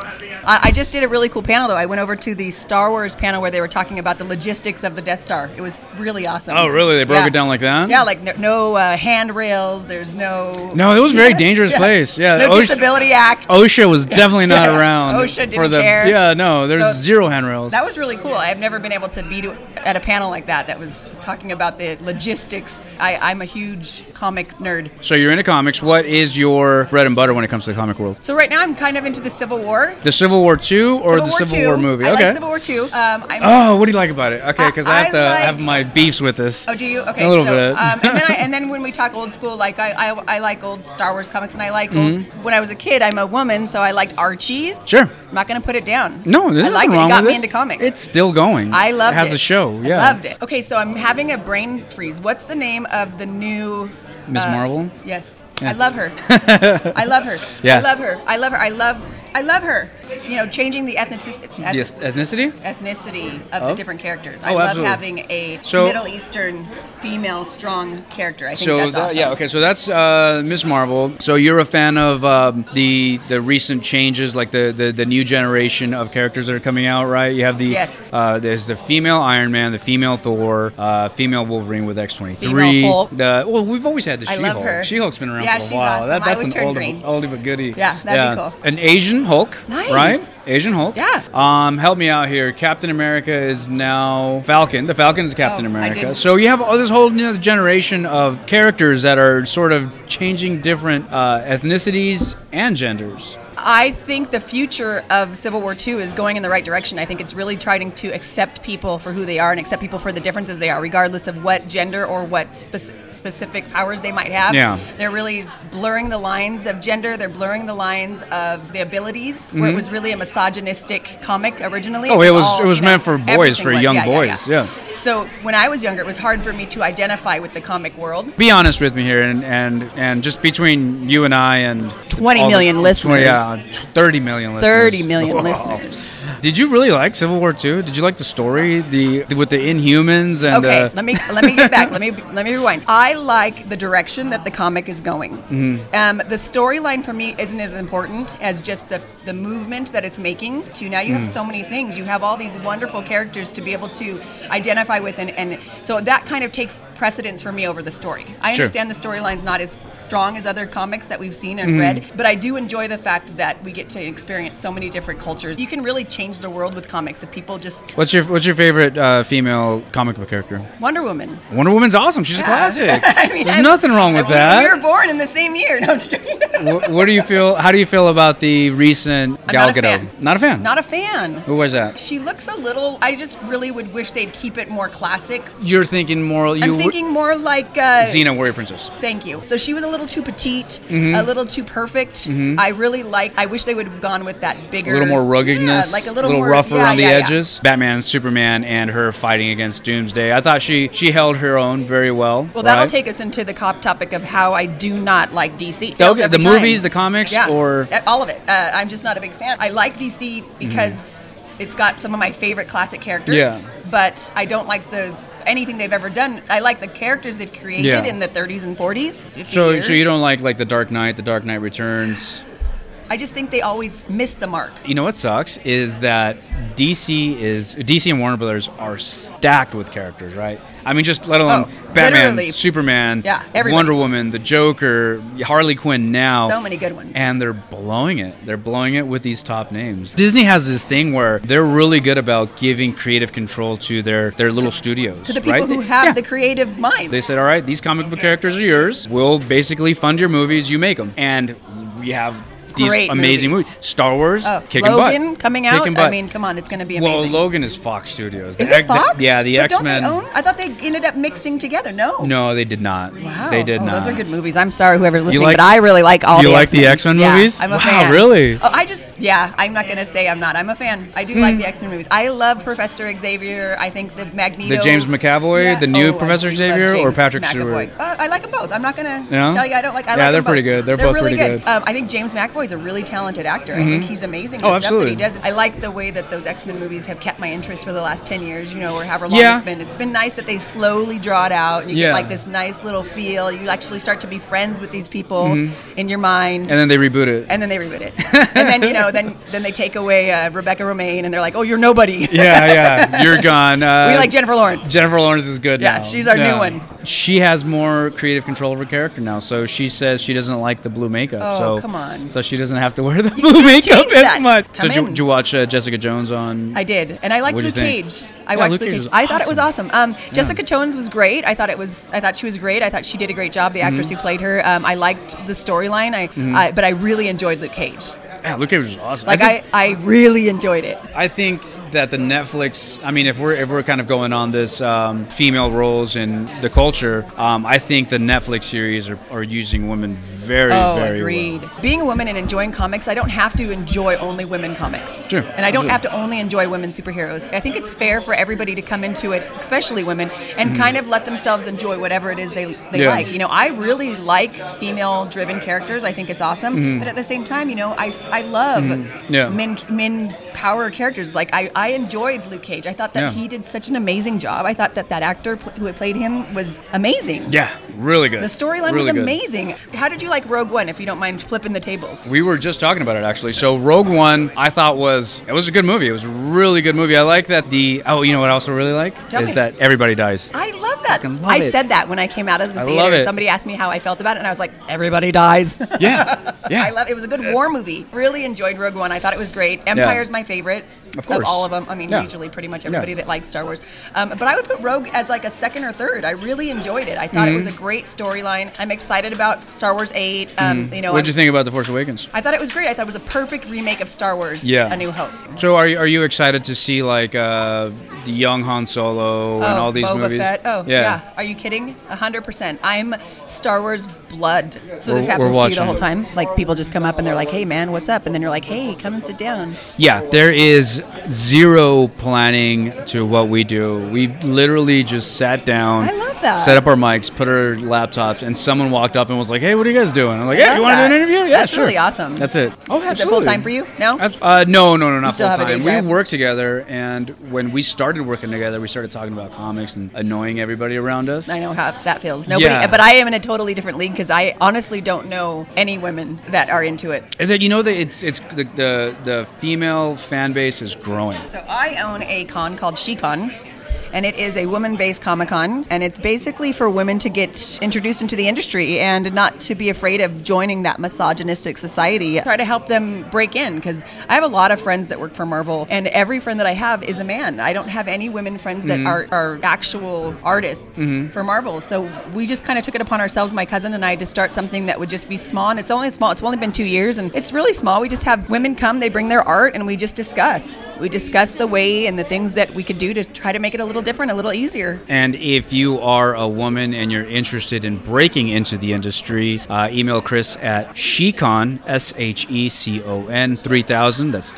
S27: I, I just did a really cool panel though. I went over to the Star Wars panel where they were talking about the logistics of the Death Star. It was really awesome.
S5: Oh, really? They broke
S27: Yeah.
S5: it down like that?
S27: Yeah, like no, no uh, handrails. There's no.
S5: No, it was a very dangerous place. Yeah,
S27: No
S5: OSHA
S27: disability act.
S5: OSHA was definitely not
S27: Yeah.
S5: around.
S27: OSHA didn't
S5: for the,
S27: care.
S5: Yeah, no, there's
S27: So-
S5: zero handrails.
S27: That was really cool. I've never been able to be to, at a panel like that. That was talking about the logistics. I, I'm a huge comic nerd.
S5: so you're into comics. What is your bread and butter when it comes to the comic world?
S27: So right now I'm kind of into the Civil War.
S5: The Civil War Two or the Civil
S27: II.
S5: War movie?
S27: I
S5: okay.
S27: like Civil War Two. Um, I'm
S5: Oh, what do you like about it? Okay, because I,
S27: I
S5: have to
S27: like-
S5: have my beefs with this.
S27: Oh, do you? Okay,
S5: a little
S27: so,
S5: bit.
S27: Um, and then I, and then when we talk old school, like I, I, I like old Star Wars comics, and I like
S5: Mhm.
S27: old. When I was a kid, I'm a woman, so I liked Archie's.
S5: Sure.
S27: I'm not gonna put it down.
S5: no, there's
S27: I
S5: nothing
S27: liked it.
S5: wrong
S27: it got
S5: with
S27: me into comics.
S5: It's still going.
S27: I loved
S5: it. Has
S27: it.
S5: a show. Yeah,
S27: I loved it. Okay, so I'm having a brain freeze. What's the name of the new?
S5: Ms.
S27: uh,
S5: Marvel?
S27: Yes,
S5: Yeah.
S27: I love her. I love her.
S5: Yeah.
S27: I love her. I love her. I love. I love her. You know, changing the ethnicity. eth-
S5: Yes, ethnicity.
S27: ethnicity of the
S5: Of?
S27: different characters.
S5: Oh,
S27: I love
S5: absolutely.
S27: having a
S5: So-
S27: Middle Eastern female strong character. I think
S5: so
S27: that's
S5: that-
S27: awesome.
S5: yeah, okay. So that's uh, Miss Marvel. So you're a fan of um, the the recent changes, like the, the the new generation of characters that are coming out, right? You have the
S27: Yes.
S5: Uh, there's the female Iron Man, the female Thor, uh, female Wolverine with X23.
S27: Female Hulk.
S5: The, well, we've always had the
S27: I
S5: She-Hulk.
S27: love her.
S5: She-Hulk's been around
S27: Yeah,
S5: for a
S27: she's
S5: while.
S27: awesome.
S5: That,
S27: I
S5: that's
S27: would
S5: an
S27: turn
S5: old,
S27: green.
S5: old of a goodie.
S27: Yeah, that'd be cool.
S5: An Asian Hulk,
S27: Nice.
S5: right? Asian Hulk.
S27: Yeah.
S5: Um, help me out here. Captain America is now Falcon. The Falcon is Captain
S27: Oh, I
S5: America.
S27: didn't-
S5: So you have all this whole new generation of characters that are sort of changing different uh, ethnicities and genders.
S27: I think the future of Civil War II is going in the right direction. I think it's really trying to accept people for who they are and accept people for the differences they are, regardless of what gender or what spec- specific powers they might have.
S12: Yeah.
S27: They're really blurring the lines of gender. They're blurring the lines of the abilities. Where it
S12: Mhm.
S27: was really a misogynistic comic originally.
S5: Mm-hmm. Oh, it was
S27: all,
S5: it was
S27: you know,
S5: meant for boys,
S27: everything
S5: for
S27: was.
S5: young
S27: Yeah, yeah, yeah.
S5: boys. Yeah,
S27: So when I was younger, it was hard for me to identify with the comic world.
S5: Be honest with me here, and and and just between you and I and
S27: Twenty
S5: all the-
S27: million listeners.
S5: Yeah, t- thirty million listeners.
S27: 30 million listeners.
S5: Did you really like Civil War Two? Did you like the story, the with the Inhumans and uh,
S27: okay,
S5: the,
S27: let me let me get back. let me let me rewind. I like the direction that the comic is going.
S5: Mhm.
S27: Um, the storyline for me isn't as important as just the the movement that it's making. To now, you have
S22: Mm.
S27: so many things. You have all these wonderful characters to be able to identify with, and, and so that kind of takes precedence for me over the story. I
S22: Sure.
S27: understand the storyline's not as strong as other comics that we've seen and
S22: Mhm.
S27: read, but I do enjoy the fact that we get to experience so many different cultures. You can really change the world with comics if people just
S5: What's your what's your favorite uh, female comic book character?
S27: Wonder Woman.
S5: Wonder Woman's awesome. She's a
S27: Yeah.
S5: classic.
S27: I mean,
S5: There's
S27: I-
S5: nothing wrong with
S27: We were
S5: that.
S27: born in the same year. No, I'm just joking.
S5: Wh- what do you feel? How do you feel about the recent
S27: I'm
S5: Gal
S27: not a
S5: Gadot?
S27: fan.
S5: Not a fan.
S27: Not a fan.
S5: Who was that?
S27: She looks a little. I just really would wish they'd keep it more classic.
S5: You're thinking more. You
S27: I'm thinking more like uh,
S5: Xena Warrior Princess.
S27: Thank you. So she was a little too petite,
S5: Mhm.
S27: a little too perfect.
S5: Mhm.
S27: I really like. I wish they would have gone with that bigger,
S5: a little more ruggedness,
S27: yeah, like a
S5: a
S27: little,
S5: little,
S27: more,
S5: rough
S27: yeah,
S5: around the
S27: yeah, yeah.
S5: edges. Batman, Superman, and her fighting against Doomsday. I thought she she held her own very well.
S27: Well, that'll
S5: right?
S27: take us into the cop topic of how I do not like DC.
S5: The-
S27: Fails
S5: the
S27: every
S5: movies, the comics,
S27: yeah,
S5: or-
S27: uh, all of it. Uh, I'm just not a big fan. I like DC because it's got some of my favorite classic characters.
S5: Mm-hmm. Yeah.
S27: But I don't like the anything they've ever done. I like the characters they've created
S5: Yeah.
S27: in the 30s and 40s. 50
S5: So
S27: years.
S5: so you don't like like the Dark Knight, the Dark Knight Returns.
S27: I just think they always miss the mark.
S5: You know what sucks is that DC is DC and Warner Brothers are stacked with characters, right? I mean, just let alone
S27: Oh,
S5: Batman,
S27: literally.
S5: Superman,
S27: Yeah, everybody.
S5: Mm. Wonder Woman, the Joker, Harley Quinn. Now,
S27: So many good ones.
S5: and they're blowing it. They're blowing it with these top names. Disney has this thing where they're really good about giving creative control to their their little studios,
S27: to the people
S5: right?
S27: who have the creative mind.
S5: They said, "All right, these comic book characters are yours. We'll basically fund your movies. You make them, and we have these
S27: Great
S5: amazing movies. Star Wars,
S27: Oh,
S5: kicking
S27: Logan
S5: butt,
S27: coming
S5: Kicking
S27: out.
S5: butt.
S27: I mean, come on, it's going to be
S5: well,
S27: amazing.
S5: Logan is Fox Studios. The
S27: Is it
S5: X- the-
S27: Fox?
S5: yeah, the
S27: But
S5: X
S27: don't they
S5: Men.
S27: own- I thought they ended up mixing together. No.
S5: No, they did not.
S27: Wow.
S5: They did
S27: oh,
S5: not.
S27: Those are good movies. I'm sorry, whoever's
S5: You
S27: listening,
S5: like-
S27: but I really like all.
S5: you
S27: the
S5: like the
S27: X-Men.
S5: X-Men
S27: Yeah,
S5: movies?
S27: I'm a
S5: Wow,
S27: fan.
S5: really?
S27: Oh, I just yeah. I'm not gonna say I'm not. I'm a fan. I do like
S5: Hmm.
S27: the X Men movies. I love Professor Xavier. I think the Magneto.
S5: The James McAvoy, the new
S27: Oh, I
S5: Professor
S27: do love
S5: Xavier, or
S27: James
S5: Patrick
S27: McAvoy.
S5: Stewart.
S27: Uh, I like them both. I'm not gonna
S5: Yeah?
S27: tell you I don't like. I
S5: Yeah,
S27: like
S5: they're
S27: them both.
S5: pretty good. They're both
S27: really
S5: pretty good.
S27: Um, I think James McAvoy is a really talented actor. I think
S5: Mhm.
S27: he's amazing.
S5: Oh,
S27: the stuff that he
S5: absolutely.
S27: does. I like the way that those X Men movies have kept my interest for the last ten years. You know, or however long
S5: Yeah.
S27: it's been. It's been nice that they slowly draw it out and you get
S5: Yeah.
S27: like this nice little feel. You actually start to be friends with these people
S5: Mhm.
S27: in your mind.
S5: And then they reboot it.
S27: And then they reboot it. and then you know, then then they take away uh, Rebecca Romaine, and they're like, "Oh, you're nobody."
S5: yeah, yeah. You're gone. Uh,
S27: we like Jennifer Lawrence.
S5: Jennifer Lawrence is good
S27: Yeah,
S5: now.
S27: she's our new one.
S5: She has more creative control of her character now. So she says she doesn't like the blue makeup.
S27: Oh,
S5: so
S27: come on.
S5: So she doesn't have to wear the blue makeup
S27: change
S5: as
S27: that.
S5: much.
S27: Come
S5: did, you,
S27: in.
S5: did you watch uh, Jessica Jones on?
S27: I did, and I liked Luke
S5: What'd you
S27: Cage.
S5: think?
S27: I
S5: Yeah,
S27: watched
S5: Luke
S27: Luke
S5: Cage
S27: Cage.
S5: was
S27: I thought it was awesome. Um, Jessica Jones was great. I thought it was. I thought she was great. I thought she did a great job. The actress
S5: Mhm.
S27: who played her. Um, I liked the storyline. I,
S5: Mhm.
S27: I, but I really enjoyed Luke Cage.
S5: Yeah, Luke Cage was awesome.
S27: Like
S5: think-
S27: I, I, really enjoyed it.
S5: I think that the Netflix. I mean, if we're if we're kind of going on this um, female roles in the culture, um, I think the Netflix series are, are using women very
S27: oh,
S5: very
S27: agreed. Being a woman and enjoying comics, I don't have to enjoy only women comics.
S5: Sure.
S27: And I don't
S5: Sure.
S27: have to only enjoy women superheroes. I think it's fair for everybody to come into it, especially women, and
S5: Mhm.
S27: kind of let themselves enjoy whatever it is they, they
S5: Yeah.
S27: like. You know, I really like female driven characters. I think it's awesome.
S5: Mhm.
S27: But at the same time, you know, I, I love
S5: Mhm. Yeah.
S27: men men power characters. Like I, I enjoyed Luke Cage. I thought that
S5: Yeah.
S27: he did such an amazing job. I thought that that actor pl- who had played him was amazing.
S5: well. Yeah, really good.
S27: The storyline
S5: Really
S27: was
S5: good.
S27: amazing. How did you like Rogue One? If you don't mind flipping the tables.
S5: We were just talking about it actually. So Rogue One, I thought was it was a good movie. It was a really good movie. I like that the oh, you know what I also really like
S27: Tell
S5: is
S27: me.
S5: that everybody dies.
S27: I love that.
S5: fucking love
S27: I
S5: it.
S27: said that when I came out of the
S5: I
S27: theater.
S5: love it.
S27: Somebody asked me how I felt about it, and I was like, everybody dies.
S5: Yeah, yeah.
S27: I love it. was a good war movie. Really enjoyed Rogue One. I thought it was great.
S5: Yeah.
S27: Empire's my favorite
S5: Of course.
S27: all of them. I mean,
S5: Yeah.
S27: usually pretty much
S5: Yeah.
S27: everybody that likes Star Wars. Um, but I would put Rogue as like a second or third. I really enjoyed it. I thought it
S5: Mhm.
S27: was a great storyline. I'm excited about Star Wars 8. Um,
S5: Mm.
S27: You know,
S5: What'd you
S27: I'm-
S5: think about The Force Awakens?
S27: I thought it was great. I thought it was a perfect remake of Star Wars
S5: Yeah.
S27: A New Hope.
S5: So are you, are you excited to see like uh, the young Han Solo and
S27: Oh,
S5: all these
S27: Boba
S5: movies?
S27: Fett. Oh, yeah. Are you kidding? hundred percent. I'm Star Wars blood. So
S5: We're-
S27: this
S5: we're
S27: happens to you
S5: watching.
S27: the whole time. Like people just come up and they're like, "Hey, man, what's up?" And then you're like, "Hey, come and sit down."
S5: Yeah, there is zero planning to what we do. We literally just sat down,
S27: I love that.
S5: set up our mics, put our laptops, and someone walked up and was like, "Hey, what are you guys doing?" I'm like,
S27: I
S5: "Yeah,
S27: love
S5: you want to do an
S27: that.
S5: interview? Yeah,
S27: That's
S5: sure."
S27: really awesome.
S5: That's it. Oh,
S27: Is it full
S5: absolutely.
S27: time for you? No.
S5: Uh, no, no, no,
S27: You
S5: not
S27: still
S5: full
S27: have a day
S5: time.
S27: job.
S5: We worked together, and when we started working together, we started talking about comics and annoying everybody around us.
S27: I know how that feels. Nobody,
S5: Yeah.
S27: but I am in a totally different league because I honestly don't know any women that are into it.
S5: And then you know that it's it's the, the the female fan base is growing.
S27: So I own a con called SheCon. And it is a woman based Comic Con, and it's basically for women to get introduced into the industry and not to be afraid of joining that misogynistic society. Try to help them break in because I have a lot of friends that work for Marvel, and every friend that I have is a man. I don't have any women friends that
S5: Mhm.
S27: are, are actual artists
S5: Mhm.
S27: for Marvel. So we just kind of took it upon ourselves, my cousin and I, to start something that would just be small. And it's only small. It's only been two years, and it's really small. We just have women come, they bring their art, and we just discuss. We discuss the way and the things that we could do to try to make it a little different, a little easier.
S5: And if you are a woman and you're interested in breaking into the industry, uh, email Chris at shecon, S H E C O N, 3000, that's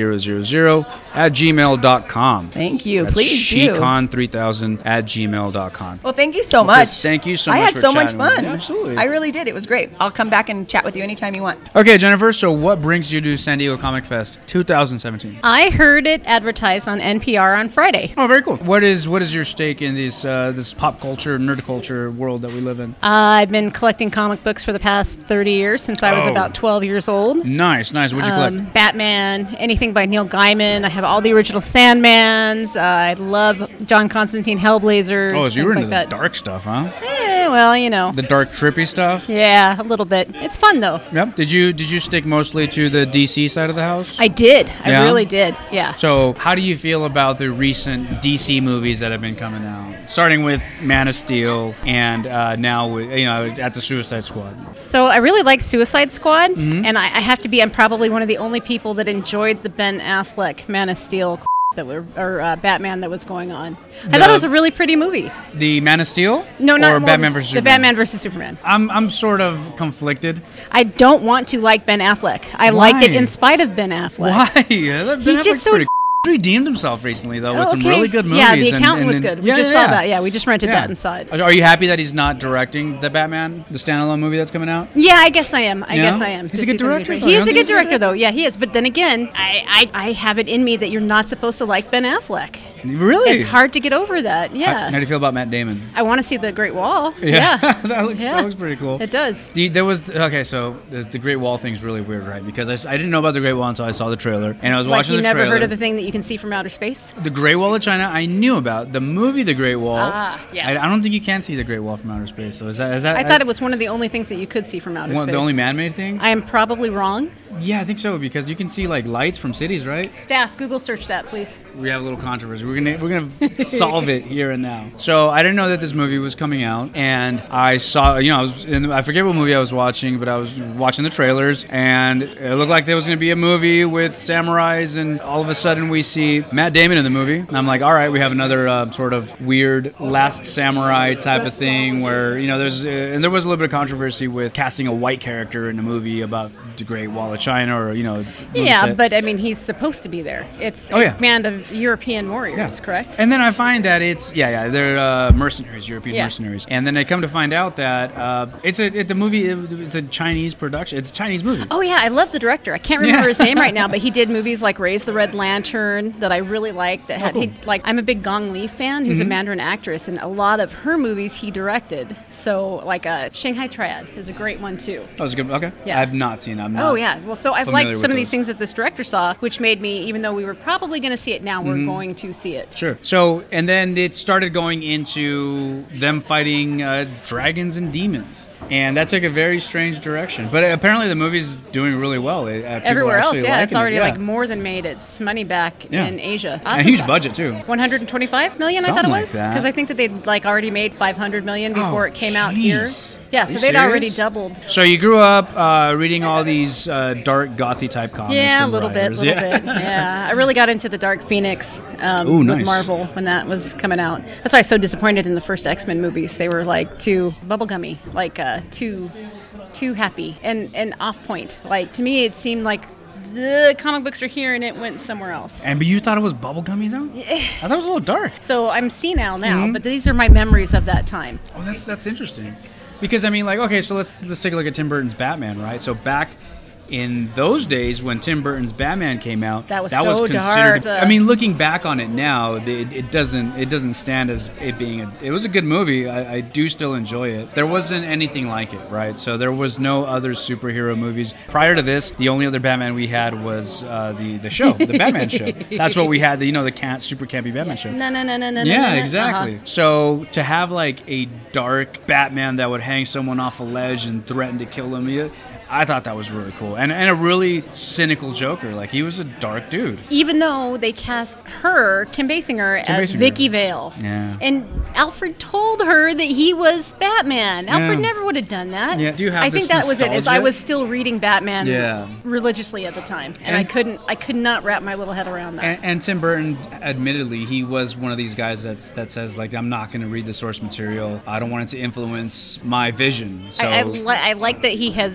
S5: 3000, at gmail.com.
S27: Thank you.
S5: That's
S27: Please do.
S5: Shecon3000 at gmail.com.
S27: Well, thank you so
S5: Well, Chris,
S27: much.
S5: thank you so
S27: I
S5: much
S27: had
S5: for
S27: so much
S5: chatting with me.
S27: fun.
S5: Yeah, absolutely.
S27: I really did. It was great. I'll come back and chat with you anytime you want.
S5: Okay, Jennifer, so what brings you to San Diego Comic Fest 2017?
S22: I heard it advertised on NPR on Friday.
S5: Oh, very cool. What is what is your stake in this uh, this pop culture, nerd culture world that we live in?
S22: Uh, I've been collecting comic books for the past 30 years since I was
S5: Oh.
S22: about 12 years old.
S5: Nice, nice. What'd you collect?
S22: Um, Batman, anything by Neil Gaiman. I have all the original Sandmans. Uh, I love John Constantine Hellblazers.
S5: Oh, so you
S22: things
S5: were
S22: like
S5: into
S22: that.
S5: the dark stuff, huh?
S22: Eh, well, you know.
S5: The dark trippy stuff.
S22: Yeah, a little bit. It's fun though.
S5: Yep. Did you did you stick mostly to the DC side of the house?
S22: I did. I
S5: Yeah?
S22: really did. Yeah.
S5: So, how do you feel about the recent DC movies that have been coming out? Starting with Man of Steel, and uh, now with, you know at the Suicide Squad.
S22: So I really like Suicide Squad,
S5: Mhm.
S22: and I, I have to be. I'm probably one of the only people that enjoyed the Ben Affleck Man of Steel that were or uh, Batman that was going on. I thought
S5: The-
S22: it was a really pretty movie.
S5: The Man of Steel?
S22: No,
S5: or
S22: not well,
S5: Batman versus
S22: the
S5: Superman?
S22: Batman versus Superman.
S5: I'm I'm sort of conflicted.
S22: I don't want to like Ben Affleck. I liked it
S5: Why?
S22: in spite of Ben Affleck.
S5: Why? ben
S22: He's just
S5: Affleck's
S22: so-
S5: pretty redeemed himself recently though with
S22: Oh,
S5: some
S22: okay.
S5: really good movies.
S22: Yeah, the
S5: and-
S22: accountant
S5: and-
S22: was
S5: and-
S22: good. We
S5: Yeah,
S22: just
S5: yeah,
S22: saw
S5: yeah.
S22: that. Yeah, we just rented
S5: Yeah.
S22: that inside.
S5: Are you happy that he's not directing the Batman, the standalone movie that's coming out?
S22: Yeah, I guess I am. I
S5: Yeah?
S22: guess I am.
S5: He's
S22: To
S5: a good
S22: see something
S5: director,
S22: different.
S5: though.
S22: He
S5: You
S22: is a good
S5: don't think he's a
S22: director, though. Yeah, he is. But then again, I, I, I have it in me that you're not supposed to like Ben Affleck.
S5: Really?
S22: It's hard to get over that.
S5: How, how do
S22: Yeah.
S5: you feel about Matt Damon?
S22: I, want to see the Great Wall.
S5: Yeah.
S22: Yeah.
S5: That looks- that
S22: Yeah.
S5: looks pretty cool.
S22: It does.
S5: The, there was okay, so the, the Great Wall thing's really weird, right? Because I s- I, didn't know about the Great Wall until I saw the trailer, and I was
S22: like
S5: watching
S22: you
S5: the
S22: never
S5: trailer.
S22: heard of the thing that you can see from outer space?
S5: the Great Wall of China, I knew about the movie The Great Wall.
S22: Ah, yeah.
S5: I, I don't think you can see the Great Wall from outer space. So is that is that?
S22: I thought it was one of the only things that you could see from outer
S5: one of
S22: space.
S5: the only man-made things.
S22: I am probably wrong.
S5: yeah, I think so because you can see like lights from cities, right?
S22: Staff, Google search that, please.
S5: We have a little controversy. We're gonna we're gonna solve it here and now. So I didn't know that this movie was coming out, and I saw you know I was in, I forget what movie I was watching, but I was watching the trailers, and it looked like there was gonna be a movie with samurais, and all of a sudden we see Matt Damon in the movie. And I'm like, all right, we have another uh, sort of weird Last Samurai type of thing where you know there's uh, and there was a little bit of controversy with casting a white character in a movie about the Great Wall of China or you know
S22: Yeah,
S5: moveset.
S22: but I mean, he's supposed to be there. It's
S5: Oh,
S22: a
S5: yeah.
S22: command of European warriors, correct?
S5: And then I find that it's yeah yeah they're uh, mercenaries European
S22: Yeah.
S5: mercenaries and then I come to find out that uh, it's a it, the movie it, it's a Chinese production it's a Chinese movie
S22: Oh yeah, I love the director. I can't remember
S5: Yeah.
S22: his name right now, but he did movies like Raise the Red Lantern that I really liked. That
S5: Oh,
S22: had
S5: cool.
S22: he, like I'm a big Gong Li fan, who's
S5: Mhm.
S22: a Mandarin actress, and a lot of her movies he directed. So like uh, Shanghai Triad is a great one too.
S5: that was a good okay
S22: Yeah.
S5: I've not seen it. I'm not
S22: Oh yeah, well so I've
S5: familiar
S22: liked
S5: with
S22: some of these
S5: those.
S22: things that this director saw, which made me, even though we were probably going to see it now, we're
S5: Mhm.
S22: going to see it.
S6: Sure.
S5: So, and then it started going into them fighting uh, dragons and demons. And that took a very strange direction. But apparently the movie's doing really well. It- uh, people
S22: Everywhere
S5: are
S22: else,
S5: actually
S22: yeah, it's
S5: liking it,
S22: already
S5: yeah.
S22: like more than made its money back
S5: Yeah.
S22: in Asia.
S5: And a huge budget, too.
S22: 125 million, I thought
S5: Something
S22: it
S5: like
S22: was,
S5: that.
S22: because I think that they'd like already made 500 million before
S5: Oh,
S22: it came out here.
S5: jeez.
S22: Yeah,
S5: Are
S22: so
S5: you
S22: they'd already
S5: serious?
S22: doubled.
S5: So you grew up uh, reading all these uh, dark gothy type comics.
S22: yeah, a
S5: and
S22: little
S5: Oh, writers.
S22: bit, a little
S5: yeah.
S22: bit. Yeah, I really got into the Dark Phoenix um,
S5: Ooh, nice.
S22: with Marvel when that was coming out. That's why I was so disappointed in the first X Men movies. They were like too bubblegummy, like uh, too too happy and and off point. Like to me, it seemed like the comic books are here and it went somewhere else.
S5: And but you thought it was bubblegummy though? I thought it was a little dark.
S22: So I'm senile now,
S5: Mhm.
S22: but these are my memories of that time.
S5: Oh, that's that's interesting. Because I mean, like, okay, so let's let's take a look at Tim Burton's Batman, right? So back in those days when Tim Burton's Batman came out,
S22: That was
S5: that
S22: so
S5: was considered.
S22: dark. uh,
S5: I mean, looking back on it now, it, it doesn't it doesn't stand as it being a. It was a good movie. I, I do still enjoy it. There wasn't anything like it, right? So there was no other superhero movies prior to this. The only other Batman we had was uh, the the show, the Batman show. That's what we had. The, you know, the can super campy Batman show.
S22: No, no, no, no, no. no, no,
S5: Yeah,
S22: no.
S5: exactly.
S22: Uh-huh.
S5: So to have like a dark Batman that would hang someone off a ledge and threaten to kill them, yeah, I thought that was really cool. And and a really cynical Joker. Like he was a dark dude.
S22: Even though they cast her, Kim Basinger,
S5: Kim
S22: as
S5: Basinger.
S22: Vicky Vale.
S5: Yeah.
S22: And Alfred told her that he was Batman. Alfred
S5: Yeah.
S22: never would have done that.
S5: Yeah, do you have
S22: I think
S5: this
S22: that was it. Is I
S5: nostalgia?
S22: was still reading Batman
S5: Yeah.
S22: religiously at the time, and, I
S5: And-
S22: couldn't. I could not wrap my little head around that.
S5: And, and Tim Burton, admittedly, he was one of these guys that's that says like I'm not going to read the source material. I don't want it to influence my vision. So
S22: I, I, li- I like that he has.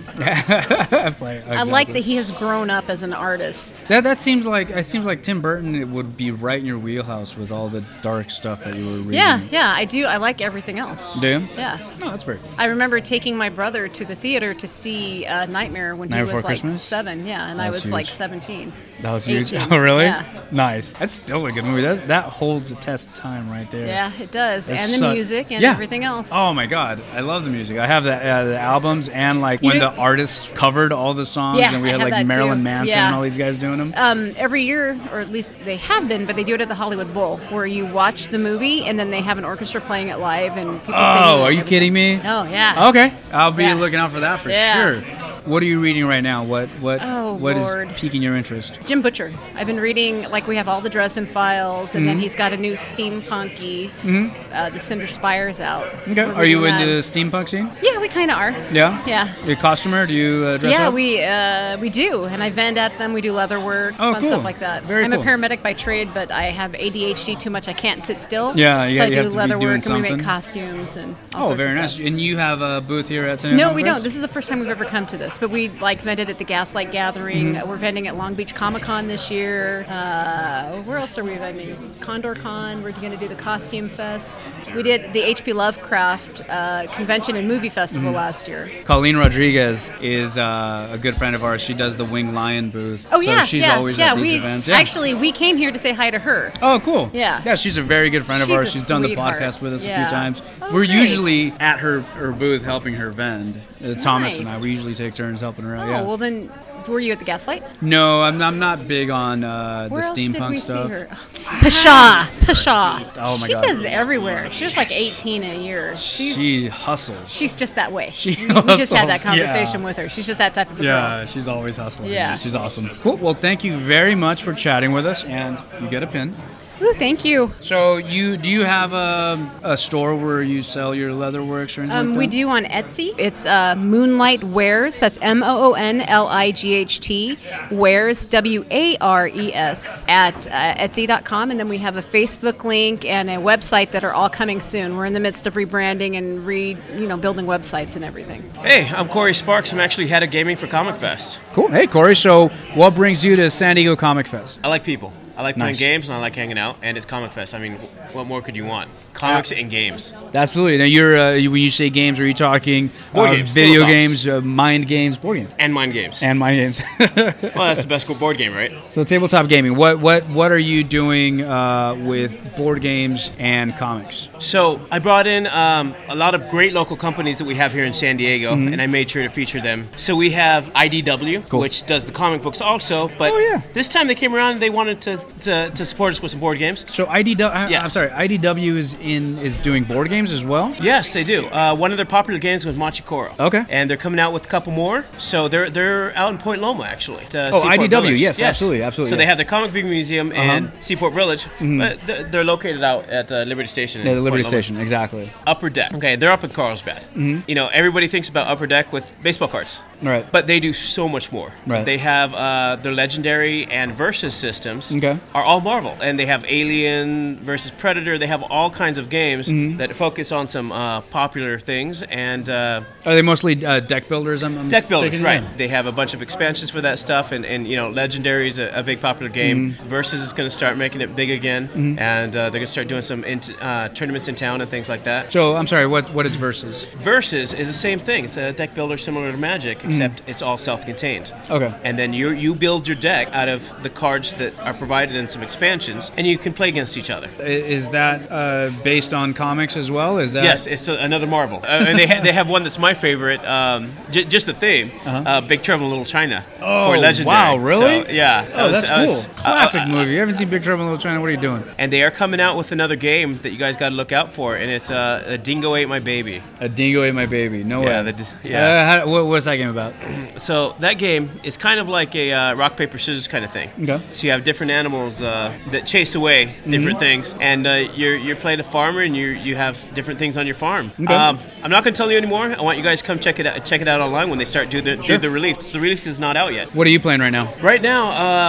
S22: I like that he has grown up as an artist.
S5: That, that seems like it seems like Tim Burton it would be right in your wheelhouse with all the dark stuff that you were reading.
S22: Yeah, yeah, I do. I like everything else.
S5: Do you?
S22: Yeah.
S5: No, that's very cool.
S22: I remember taking my brother to the theater to see uh, Nightmare when
S5: Night
S22: he
S5: Before
S22: was like
S5: Christmas?
S22: seven. Yeah, and I
S5: That's
S22: was like
S5: huge.
S22: 17.
S5: That was huge.
S22: 18.
S5: Oh, really?
S22: Yeah.
S5: Nice. That's still a good movie. That that holds the test of time right there.
S22: Yeah, it does.
S5: That's
S22: and the
S5: so-
S22: music and
S5: Yeah.
S22: everything else.
S5: Oh my god, I love the music. I have the uh, the albums and like
S22: You
S5: when
S22: know-
S5: the artists covered all the songs
S22: Yeah,
S5: and we
S22: I
S5: had
S22: have
S5: like
S22: that
S5: Marilyn
S22: too.
S5: Manson
S22: Yeah.
S5: and all these guys doing them.
S22: Um, every year, or at least they have been, but they do it at the Hollywood Bowl, where you watch the movie and then they have an orchestra playing it live and people singing.
S5: Oh, are you kidding me?
S22: Oh, yeah.
S5: Okay, I'll be
S22: Yeah.
S5: looking out for that for
S22: Yeah.
S5: sure. What are you reading right now? What what
S22: Oh,
S5: what is
S22: Lord.
S5: piquing your interest?
S22: Jim Butcher. I've been reading, like, we have all the Dresden Files, and then
S5: Mhm.
S22: he's got a new steampunky.
S5: Mhm.
S22: Uh, the Cinder Spires out.
S5: Okay.
S22: We're
S5: Are you
S22: reading
S5: into the
S22: that.
S5: steampunk scene?
S22: Yeah, we kind of are.
S5: Yeah.
S22: Yeah.
S5: Your costumer? Do you uh, dress
S22: yeah,
S5: up?
S22: we uh, we do, and I vend at them. We do leather work,
S5: Oh,
S22: fun stuff
S5: cool.
S22: like that.
S5: Very
S22: I'm
S5: cool.
S22: a paramedic by trade, but I have ADHD too much. I can't sit still.
S5: Yeah,
S22: so
S5: you got-
S22: I
S5: you
S22: do
S5: have to be
S22: leather
S5: doing
S22: work, and we make
S5: something.
S22: costumes and all
S5: Oh,
S22: sorts
S5: very
S22: of
S5: nice.
S22: stuff.
S5: And you have a booth here at San
S22: No, we don't. This is the first time we've ever come to this, but we like vended at the Gaslight Gathering.
S5: Mhm.
S22: We're vending at Long Beach Comic Con this year. Uh, where else are we vending? Condor Con. We're going to do the Costume Fest. We did the H.P. Lovecraft uh, convention and movie festival
S5: Mhm.
S22: last year.
S5: Colleen Rodriguez is uh, a good friend of ours. She does the Wing Lion booth.
S22: Oh
S5: so
S22: yeah,
S5: she's
S22: yeah,
S5: always
S22: yeah.
S5: at these
S22: we
S5: events. Yeah.
S22: actually we came here to say hi to her.
S5: Oh, cool.
S22: Yeah.
S5: Yeah, she's a very good friend of
S22: She's
S5: ours.
S22: a
S5: She's done the
S22: sweetheart.
S5: podcast with us a
S22: Yeah.
S5: few times.
S22: Oh,
S5: We're
S22: great.
S5: usually at her, her booth helping her vend. Uh, Thomas and I,
S22: Nice.
S5: we usually take turns helping her out.
S22: Oh
S5: yeah.
S22: well, then were you at the Gaslight?
S5: no, I'm, I'm not big on uh, the
S22: Where else
S5: steampunk
S22: did we
S5: stuff.
S22: see her? Pasha, Pasha.
S5: Oh, my
S22: she
S5: God.
S22: does everywhere. She's like 18 a year. She's
S5: She hustles.
S22: she's just that way.
S5: She
S22: we, we just had that
S5: hustles, yeah.
S22: conversation with her. She's just that type of a girl.
S5: Yeah, she's always hustling.
S22: Yeah.
S5: She's awesome. Cool. Well, thank you very much for chatting with us, and you get a pin.
S22: Ooh, thank you.
S5: So you do you have a, a store where you sell your leather works or anything?
S22: Um,
S5: like
S22: we
S5: that?
S22: do on Etsy. It's uh, Moonlight Wares. That's M O O N L I G H T Wares W A R E S at uh, Etsy.com, and then we have a Facebook link and a website that are all coming soon. We're in the midst of rebranding and re you know building websites and everything.
S28: Hey, I'm Corey Sparks. I'm actually head of gaming for Comic Fest.
S5: Cool. Hey, Corey. So what brings you to San Diego Comic Fest?
S28: I like people. I like playing
S5: Nice.
S28: games and I like hanging out. And it's Comic Fest. I mean, what more could you want? Comics and games.
S5: Absolutely. Now you're uh, you- when you say games, are you talking
S28: Board
S5: uh,
S28: games,
S5: video
S28: tabletops.
S5: games, uh, mind games, board games,
S28: And mind games.
S5: and mind games?
S28: well, that's the best board game, right?
S5: so tabletop gaming. What what what are you doing uh, with board games and comics?
S28: So I brought in um, a lot of great local companies that we have here in San Diego,
S5: Mhm.
S28: and I made sure to feature them. So we have IDW,
S5: Cool. Oh,
S28: which does the comic books also, but this time they came around and they wanted to to, to support us with some board games?
S5: So IDW, I, am
S28: Yes.
S5: sorry, IDW is in is doing board games as well.
S28: Yes, they do. Uh, one of their popular games was Machikoro.
S5: Okay.
S28: And they're coming out with a couple more. So they're they're out in Point Loma actually. at, uh,
S5: Oh,
S28: Seaport
S5: IDW,
S28: Village.
S5: yes, absolutely, absolutely,
S28: So they
S5: yes.
S28: have the comic book museum
S5: Uh-huh.
S28: and Seaport Village,
S5: Mhm.
S28: but they're, they're located out at uh, Liberty Station. in
S5: Yeah, the Liberty
S28: Point Loma.
S5: Station, exactly.
S28: Upper Deck. Okay, they're up in Carlsbad.
S5: Mhm.
S28: You know, everybody thinks about Upper Deck with baseball cards.
S5: Right.
S28: But they do so much more.
S5: Right.
S28: They have uh, their legendary and versus systems
S5: Okay.
S28: are all Marvel, and they have Alien versus Predator. They have all kinds of games
S5: Mhm.
S28: that focus on some uh, popular things and uh,
S5: Are they mostly uh, deck builders? I'm, I'm
S28: deck builders.
S5: taking it
S28: Right.
S5: in?
S28: They have a bunch of expansions for that stuff, and, and you know, legendary is a, a big popular game.
S5: Mm-hmm.
S28: Versus is going to start making it big again,
S5: Mhm.
S28: and uh, they're going to start doing some int uh, tournaments in town and things like that.
S5: So I'm sorry. What what is versus?
S28: Versus is the same thing. It's a deck builder similar to Magic, except it's all self-contained.
S5: Hmm. Okay.
S28: And then you you build your deck out of the cards that are provided in some expansions, and you can play against each other.
S5: I- Is that uh, based on comics as well? Is that
S28: Yes, it's a, another Marvel. Uh, and they ha- they have one that's my favorite. Um, j- just the theme,
S5: Uh-huh.
S28: uh Big Trouble in Little China
S5: Oh
S28: for Legendary.
S5: wow! Really?
S28: So, yeah. I
S5: Oh,
S28: was-
S5: that's
S28: I
S5: cool.
S28: was- uh,
S5: Classic
S28: uh,
S5: movie. You haven't seen Big Trouble in Little China? What are you doing?
S28: and they are coming out with another game that you guys got to look out for, and it's uh, a Dingo Ate My Baby.
S5: A dingo ate my baby. No
S28: Yeah,
S5: way.
S28: the d- yeah.
S5: Uh, how, what was that game about?
S28: So that game is kind of like a uh, rock paper scissors kind of thing.
S5: Okay.
S28: So you have different animals uh, that chase away different
S5: Mhm.
S28: things, and uh, you're you're playing a farmer, and you you have different things on your farm.
S5: Okay.
S28: Um, I'm not going to tell you anymore. I want you guys to come check it out, check it out online when they start do the
S5: Sure.
S28: do the release. The release is not out yet.
S5: What are you playing right now?
S28: Right now,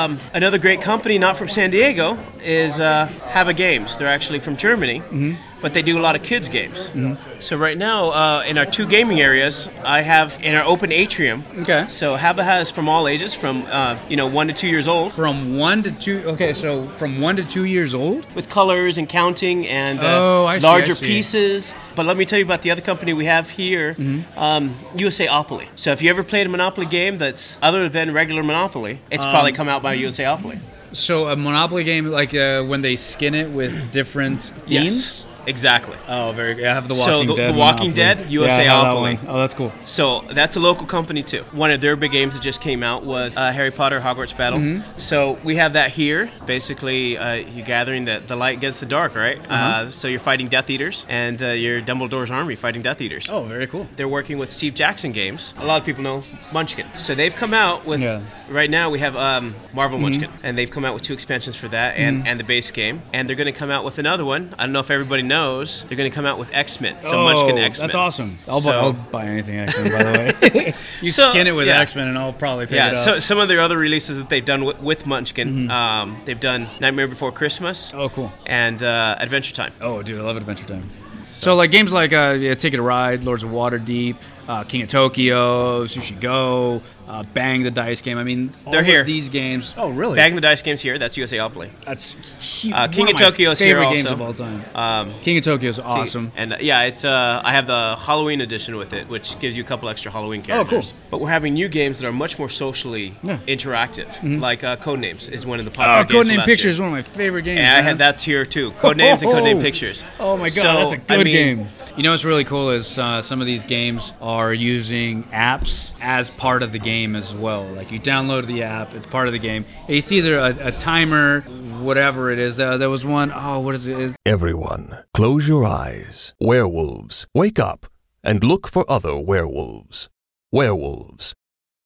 S28: um, another great company, not from San Diego, is uh, Hava Games. They're actually from Germany,
S5: Mhm.
S28: but they do a lot of kids games.
S5: Mhm.
S28: So right now, uh, in our two gaming areas, I have in our open atrium.
S5: Okay.
S28: So Haba has from all ages, from uh, you know one to two years old.
S5: From one to two. Okay, so from one to two years old.
S28: With colors and counting and uh,
S5: Oh, I see, I
S28: larger
S5: see.
S28: pieces. But let me tell you about the other company we have here,
S5: Mhm.
S28: um, USAopoly. So if you ever played a Monopoly game that's other than regular Monopoly, it's
S5: Um,
S28: probably come out by USAopoly.
S5: So a Monopoly game, like uh, when they skin it with different themes.
S28: Yes, exactly.
S5: Oh, very. good. I have the
S28: so
S5: Walking
S28: the,
S5: Dead.
S28: the Walking
S5: Monopoly.
S28: Dead,
S5: Yeah, I have that
S28: USAopoly.
S5: one. oh, that's cool.
S28: So that's a local company too. One of their big games that just came out was uh, Harry Potter Hogwarts Battle.
S5: Mhm.
S28: So we have that here. Basically, uh, you're gathering the, the light against the dark, right? uh
S5: Uh-huh.
S28: so you're fighting Death Eaters, and uh, you're Dumbledore's army fighting Death Eaters.
S5: Oh, very cool.
S28: They're working with Steve Jackson Games. A lot of people know Munchkin. So they've come out with.
S5: Yeah.
S28: Right now we have um, Marvel
S5: Mhm.
S28: Munchkin, and they've come out with two expansions for that and,
S5: Mhm.
S28: and the base game. And they're going to come out with another one. I don't know if everybody knows. They're going to come out with X Men. So
S5: oh,
S28: Munchkin X Men.
S5: That's awesome. I'll,
S28: So-
S5: buy, I'll buy anything X Men. By the way, you
S28: So,
S5: skin it with
S28: yeah.
S5: X Men, and I'll probably pick
S28: yeah,
S5: it up.
S28: so some of their other releases that they've done with, with Munchkin,
S5: Mhm.
S28: um, they've done Nightmare Before Christmas.
S5: Oh, cool.
S28: And uh, Adventure Time.
S5: Oh, dude, I love Adventure Time. So like games like uh, yeah, Ticket to Ride, Lords of Waterdeep, uh, King of Tokyo, Sushi Go, uh, Bang the Dice game. I mean, all
S28: They're
S5: of
S28: here.
S5: these games. Oh, really?
S28: Bang the Dice games here. That's USAopoly.
S5: That's huge.
S28: Uh, King
S5: One
S28: of
S5: of my
S28: Tokyo is here
S5: favorite
S28: also.
S5: games of all time.
S28: Um,
S5: King of Tokyo is
S28: see,
S5: awesome.
S28: and uh, yeah, it's uh, I have the Halloween edition with it, which gives you a couple extra Halloween
S5: Oh, cool.
S28: characters. But we're having new games that are much more socially
S5: Yeah.
S28: interactive,
S5: Mhm.
S28: like uh, Codenames is one of the popular
S5: Oh,
S28: games. from
S5: Codename
S28: last
S5: Pictures
S28: year.
S5: is one of my favorite games.
S28: And I had
S5: man.
S28: that's here too. Codenames and Codename Pictures.
S5: Oh my god,
S28: So,
S5: that's a
S28: I
S5: good
S28: mean,
S5: game. You know what's really cool is uh, some of these games are using apps as part of the game as well. Like you download the app, it's part of the game. It's either a, a timer, whatever it is. There, there was one. Oh, what is it? It's-
S29: Everyone, close your eyes. Werewolves, wake up and look for other werewolves. Werewolves,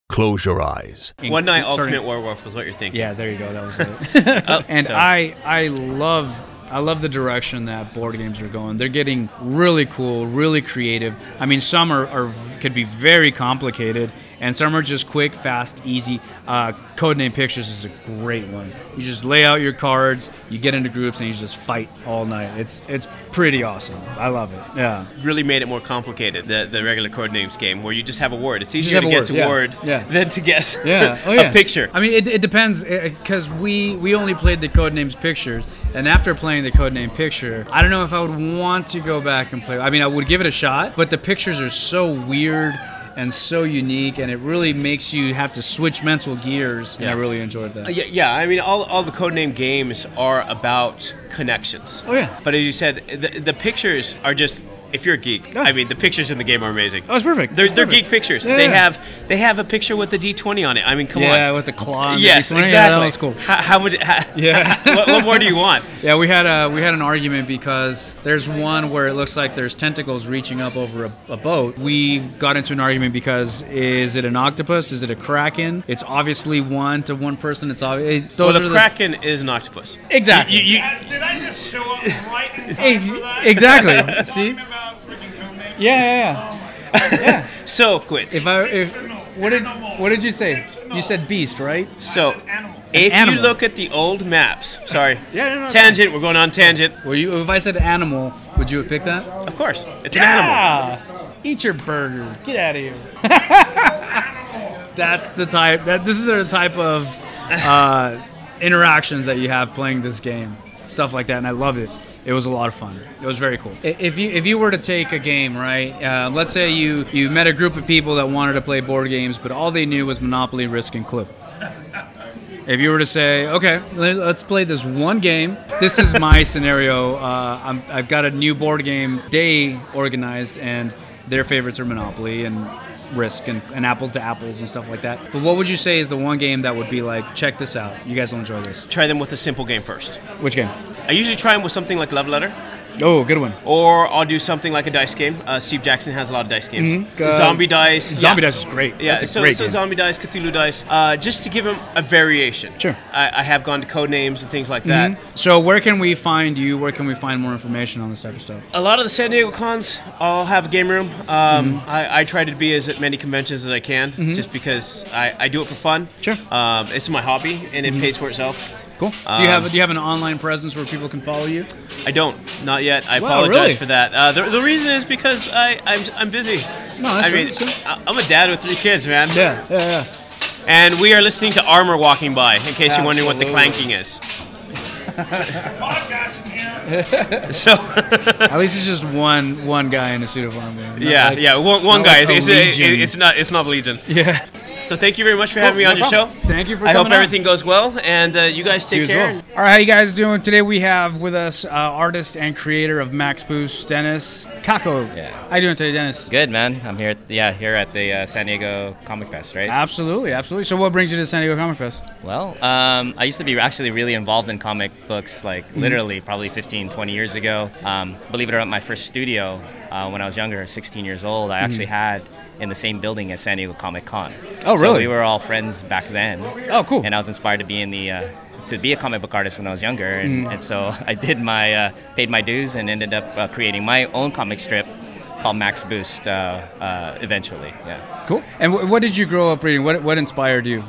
S29: close your eyes.
S28: One Night
S5: Sorry.
S28: Ultimate Werewolf was what you're thinking.
S5: Yeah, there you go. That was it. and
S28: so-
S5: I I love I love the direction that board games are going. They're getting really cool, really creative. I mean, some are, are could be very complicated, and some are just quick, fast, easy. Uh, Codename Pictures is a great one. You just lay out your cards, you get into groups, and you just fight all night. It's it's pretty awesome. I love it. Yeah.
S28: really made it more complicated the, the regular code names game where you just have a word it's
S5: You just
S28: easier to
S5: have
S28: guess
S5: a word, yeah,
S28: a word
S5: yeah.
S28: than to guess
S5: yeah. Oh, yeah.
S28: a picture
S5: I mean, it, it depends because we we only played the Codenames Pictures, and after playing the Codename Picture, I don't know if I would want to go back and play. I mean, I would give it a shot, but the pictures are so weird and so unique, and it really makes you have to switch mental gears. And I really enjoyed that.
S28: Uh, yeah, yeah i mean all, all the code name games are about connections
S5: Oh, yeah.
S28: but as you said the, the pictures are just if you're a geek, I mean, the pictures in the game are amazing.
S5: Oh, it's perfect.
S28: They're,
S5: It's
S28: they're
S5: perfect.
S28: geek pictures.
S5: Yeah.
S28: They have they have a picture with the D20 on it. I mean, come on.
S5: Yeah, with the claw on the
S28: yes,
S5: D20. Yeah,
S28: exactly.
S5: that was cool.
S28: How, how would how,
S5: Yeah.
S28: what, what more do you want?
S5: Yeah, we had a we had an argument because there's one where it looks like there's tentacles reaching up over a, a boat. We got into an argument because is it an octopus? Is it a kraken? It's obviously one to one person. It's obvious.
S28: Well,
S5: Those
S28: the
S5: are
S28: kraken is an octopus.
S5: Exactly.
S28: You- you-
S10: Did I just show up right in
S5: Ex- exactly. See. Yeah, yeah, yeah. yeah.
S28: So quits.
S5: If I if what did what did you say? You said beast, right?
S28: So If you look at the old maps, sorry.
S5: Yeah, no, no,
S28: tangent. We're going on tangent.
S5: Were you? If I said animal, would you have picked that?
S28: Of course, it's
S5: Yeah.
S28: an
S5: Eat your burger. Get out of here. That's the type. That this is the type of uh, interactions that you have playing this game. Stuff like that, and I love it. It was a lot of fun. It was very cool. I- If you if you were to take a game, right? Uh, let's say you you met a group of people that wanted to play board games, but all they knew was Monopoly, Risk, and Clue. If you were to say, okay, le- let's play this one game. This is my scenario. Uh, I'm, I've got a new board game day organized, and their favorites are Monopoly and Risk and, and Apples to Apples and stuff like that. But what would you say is the one game that would be like, check this out. You guys will enjoy this.
S28: animal. Try them with a simple game first.
S5: Which game?
S28: I usually try them with something like Love Letter.
S5: Oh, good one.
S28: Or I'll do something like a dice game. Uh, Steve Jackson has a lot of dice games.
S5: Mhm. Uh,
S28: zombie dice.
S5: Zombie Dice is great.
S28: Yeah,
S5: That's a
S28: so,
S5: great
S28: so
S5: game.
S28: zombie dice, Cthulhu dice, uh, just to give them a variation. Sure. I, I have gone to code names and things like that.
S5: Mhm. So, where can we find you? Where can we find more information on this type of stuff?
S28: A lot of the San Diego cons all have a game room. Um,
S5: Mm-hmm.
S28: I, I try to be as at many conventions as I can,
S5: Mhm.
S28: just because I, I do it for fun. Sure. Um, it's my hobby, and it
S5: Mhm.
S28: pays for itself.
S5: Cool.
S28: Um,
S5: do you have do you have an online presence where people can follow you?
S28: I don't. Not yet. I
S5: Wow,
S28: apologize
S5: really?
S28: for that. Uh, the, the reason is because I, I'm, I'm busy.
S5: No, that's
S28: I mean,
S5: right, that's
S28: I- I'm a dad with three kids, man.
S5: Yeah, yeah, yeah.
S28: And we are listening to armor walking by, in case you're wondering what the
S5: Absolutely.
S28: clanking is.
S5: so at least it's just one one guy in a suit of armor. Not
S28: yeah,
S5: like-
S28: yeah. One, one
S5: not
S28: guy.
S5: like a
S28: it's, it's,
S5: legion.
S28: it's not. It's not Legion.
S5: Yeah.
S28: So thank you very much for having
S5: Cool,
S28: me on
S5: no
S28: your
S5: problem.
S28: show.
S5: Thank you for
S28: I
S5: coming
S28: hope
S5: out.
S28: everything goes well, and uh, you guys
S5: You
S28: take
S5: as
S28: care.
S5: well. All right, how you guys doing today? We have with us uh, artist and creator of Max Boost, Dennis Kako. Yeah. How you doing today, Dennis?
S17: Good man. I'm here. At, yeah, here at the uh, San Diego Comic Fest, right?
S5: Absolutely, absolutely. So, what brings you to San Diego Comic Fest?
S17: Well, um, I used to be actually really involved in comic books, like
S5: Mhm.
S17: literally probably 15, 20 years ago. Um, believe it or not, my first studio uh, when I was younger, 16 years old, I
S5: Mhm.
S17: actually had in the same building as San Diego Comic Con.
S5: Oh,
S17: So we
S5: really?
S17: were all friends back then.
S5: Oh, cool.
S17: And I was inspired to be in the. Uh, to be a comic book artist when I was younger, and,
S5: Mhm.
S17: and so I did my uh, paid my dues and ended up uh, creating my own comic strip called Max Boost. Uh, uh, eventually, yeah.
S5: Cool. And wh- what did you grow up reading? What what inspired you?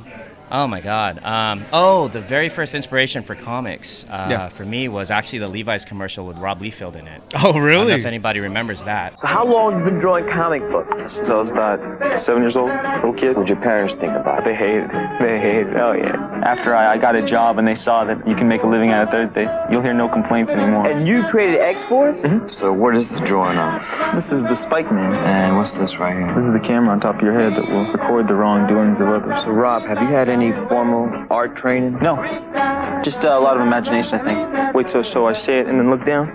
S17: Oh my God! Um, oh, the very first inspiration for comics uh,
S5: Yeah.
S17: for me was actually the Levi's commercial with Rob Liefeld in it.
S5: Oh,
S17: I don't know
S5: really?
S17: if anybody remembers that.
S7: So how long have you been drawing comic books? Since I was about seven years old, little kid. What'd your parents think about it? They hated it. They hated it. Oh yeah. After I, I got a job and they saw that you can make a living out of third day, you'll hear no complaints anymore. And you created X Force? hmm So what is the drawing on? This is the Spike Man. And what's this right here? This is the camera on top of your head that will record the wrongdoings of others. So Rob, have you had any formal art training? No. Just uh, a lot of imagination, I think. Wait till so I say it and then look down,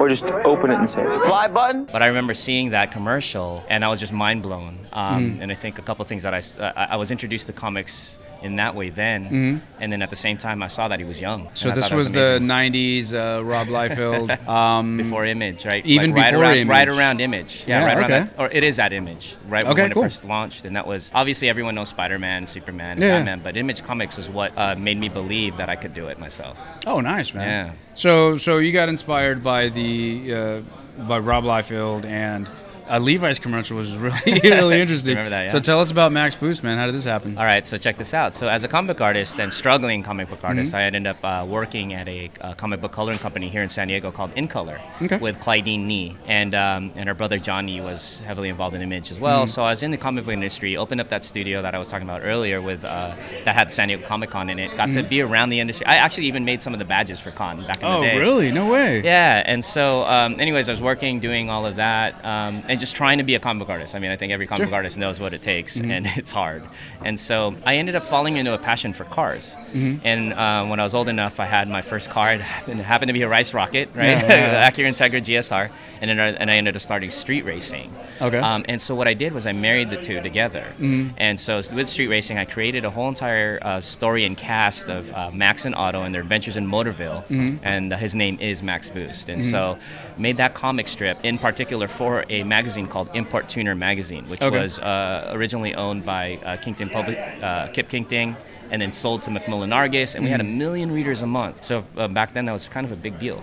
S7: or just open it and say it. Fly button.
S17: But I remember seeing that commercial, and I was just mind blown. Um,
S5: Mm-hmm.
S7: Mhm.
S17: And I think a couple of things that I, s- uh, I- I was introduced to comics in that way then,
S5: Mhm.
S17: and then at the same time I saw that he was young.
S5: So
S17: and I
S5: this
S17: thought that
S5: was,
S17: amazing.
S5: the '90s. Uh, Rob Liefeld. Um,
S17: before Image, right?
S5: Even
S17: Like, right
S5: before
S17: around,
S5: Image.
S17: right around Image. Yeah,
S5: Yeah,
S17: right
S5: okay.
S17: around that, or it is at Image, right
S5: Okay,
S17: when
S5: cool.
S17: it first launched, and that was obviously everyone knows Spider-Man, Superman, and
S5: Yeah.
S17: Batman, but Image Comics was what uh, made me believe that I could do it myself.
S5: Oh, nice, man.
S17: Yeah.
S5: So, so you got inspired by the uh, by Rob Liefeld and a Levi's commercial was really really interesting.
S17: Remember that,
S5: So
S17: yeah.
S5: tell us about Max Boost, man. How did this happen?
S17: All right, so check this out. So as a comic book artist and struggling comic
S5: Mm-hmm.
S17: book artist, I ended up uh, working at a uh, comic book coloring company here in San Diego called InColor
S5: Okay.
S17: with Clydeen Nee, and um, and her brother Johnny was heavily involved in Image as well.
S5: Mhm.
S17: So I was in the comic book industry, opened up that studio that I was talking about earlier with uh, that had San Diego Comic Con in it. Got to
S5: Mhm.
S17: be around the industry. I actually even made some of the badges for Con back in
S5: Oh,
S17: the day.
S5: really? No way.
S17: Yeah, and so, um, anyways, I was working, doing all of that, um, and just trying to be a comic book artist. I mean, I think every comic
S1: Sure.
S17: book artist knows what it takes,
S1: Mhm.
S17: and it's hard. And so I ended up falling into a passion for cars.
S1: Mhm.
S17: And uh, when I was old enough, I had my first car. It happened, it happened to be a Rice Rocket, right?
S1: Yeah, yeah,
S17: Acura Integra GSR. And then I, and I ended up starting street racing.
S1: Okay.
S17: Um, and so what I did was I married the two together.
S1: Mhm.
S17: And so s- with street racing, I created a whole entire uh, story and cast of uh, Max and Otto and their adventures in Motorville.
S1: Mhm.
S17: And uh, his name is Max Boost. And
S1: Mhm.
S17: so made that comic strip in particular for a magazine called Import Tuner Magazine, which
S1: Okay.
S17: was uh, originally owned by uh, Kington Public, uh, Kip Kington, and then sold to Macmillan Argus, and we had a
S1: Mhm.
S17: million readers a month. So uh, back then, that was kind of a big deal.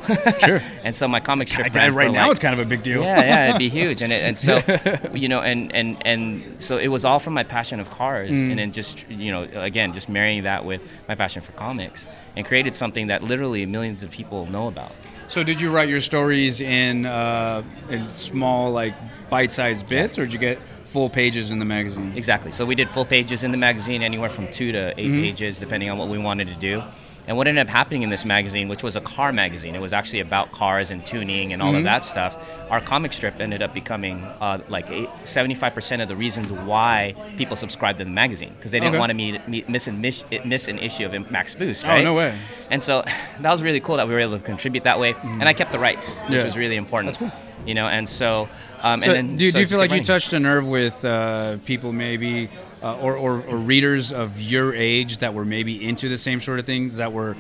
S1: Sure.
S17: and so my comic strip
S1: God,
S17: ran
S1: right
S17: for,
S1: now
S17: like-
S1: it's kind of a big deal.
S17: Yeah, yeah, it'd be huge, and it, and so you know, and and and so it was all from my passion of cars,
S1: Mm.
S17: and then just you know, again, just marrying that with my passion for comics, and created something that literally millions of people know about.
S6: So, did you write your stories in uh, in small, like bite-sized bits, or did you get full pages in the magazine?
S17: Exactly. So we did full pages in the magazine, anywhere from two to 8
S6: Mhm.
S17: pages, depending on what we wanted to do. And what ended up happening in this magazine, which was a car magazine, it was actually about cars and tuning and all
S6: Mm-hmm.
S1: Mhm.
S17: of that stuff. Our comic strip ended up becoming uh, like eight, 75% of the reasons why people subscribed to the magazine because they didn't
S1: Okay.
S17: want to meet, meet, miss, an, miss, miss an issue of Max Boost,
S1: Oh,
S17: right?
S1: no way.
S17: And so that was really cool that we were able to contribute that way. And I kept the rights,
S6: Mm.
S17: which
S6: Yeah.
S17: was really important.
S6: That's cool.
S17: You know, and so, um,
S6: So
S17: and then
S6: do, you-
S17: so
S6: do you
S17: just
S6: feel
S17: kept
S6: like you
S17: writing.
S6: touched a nerve with uh, people maybe uh, or, or, or readers of your age that were maybe into the same sort of things that were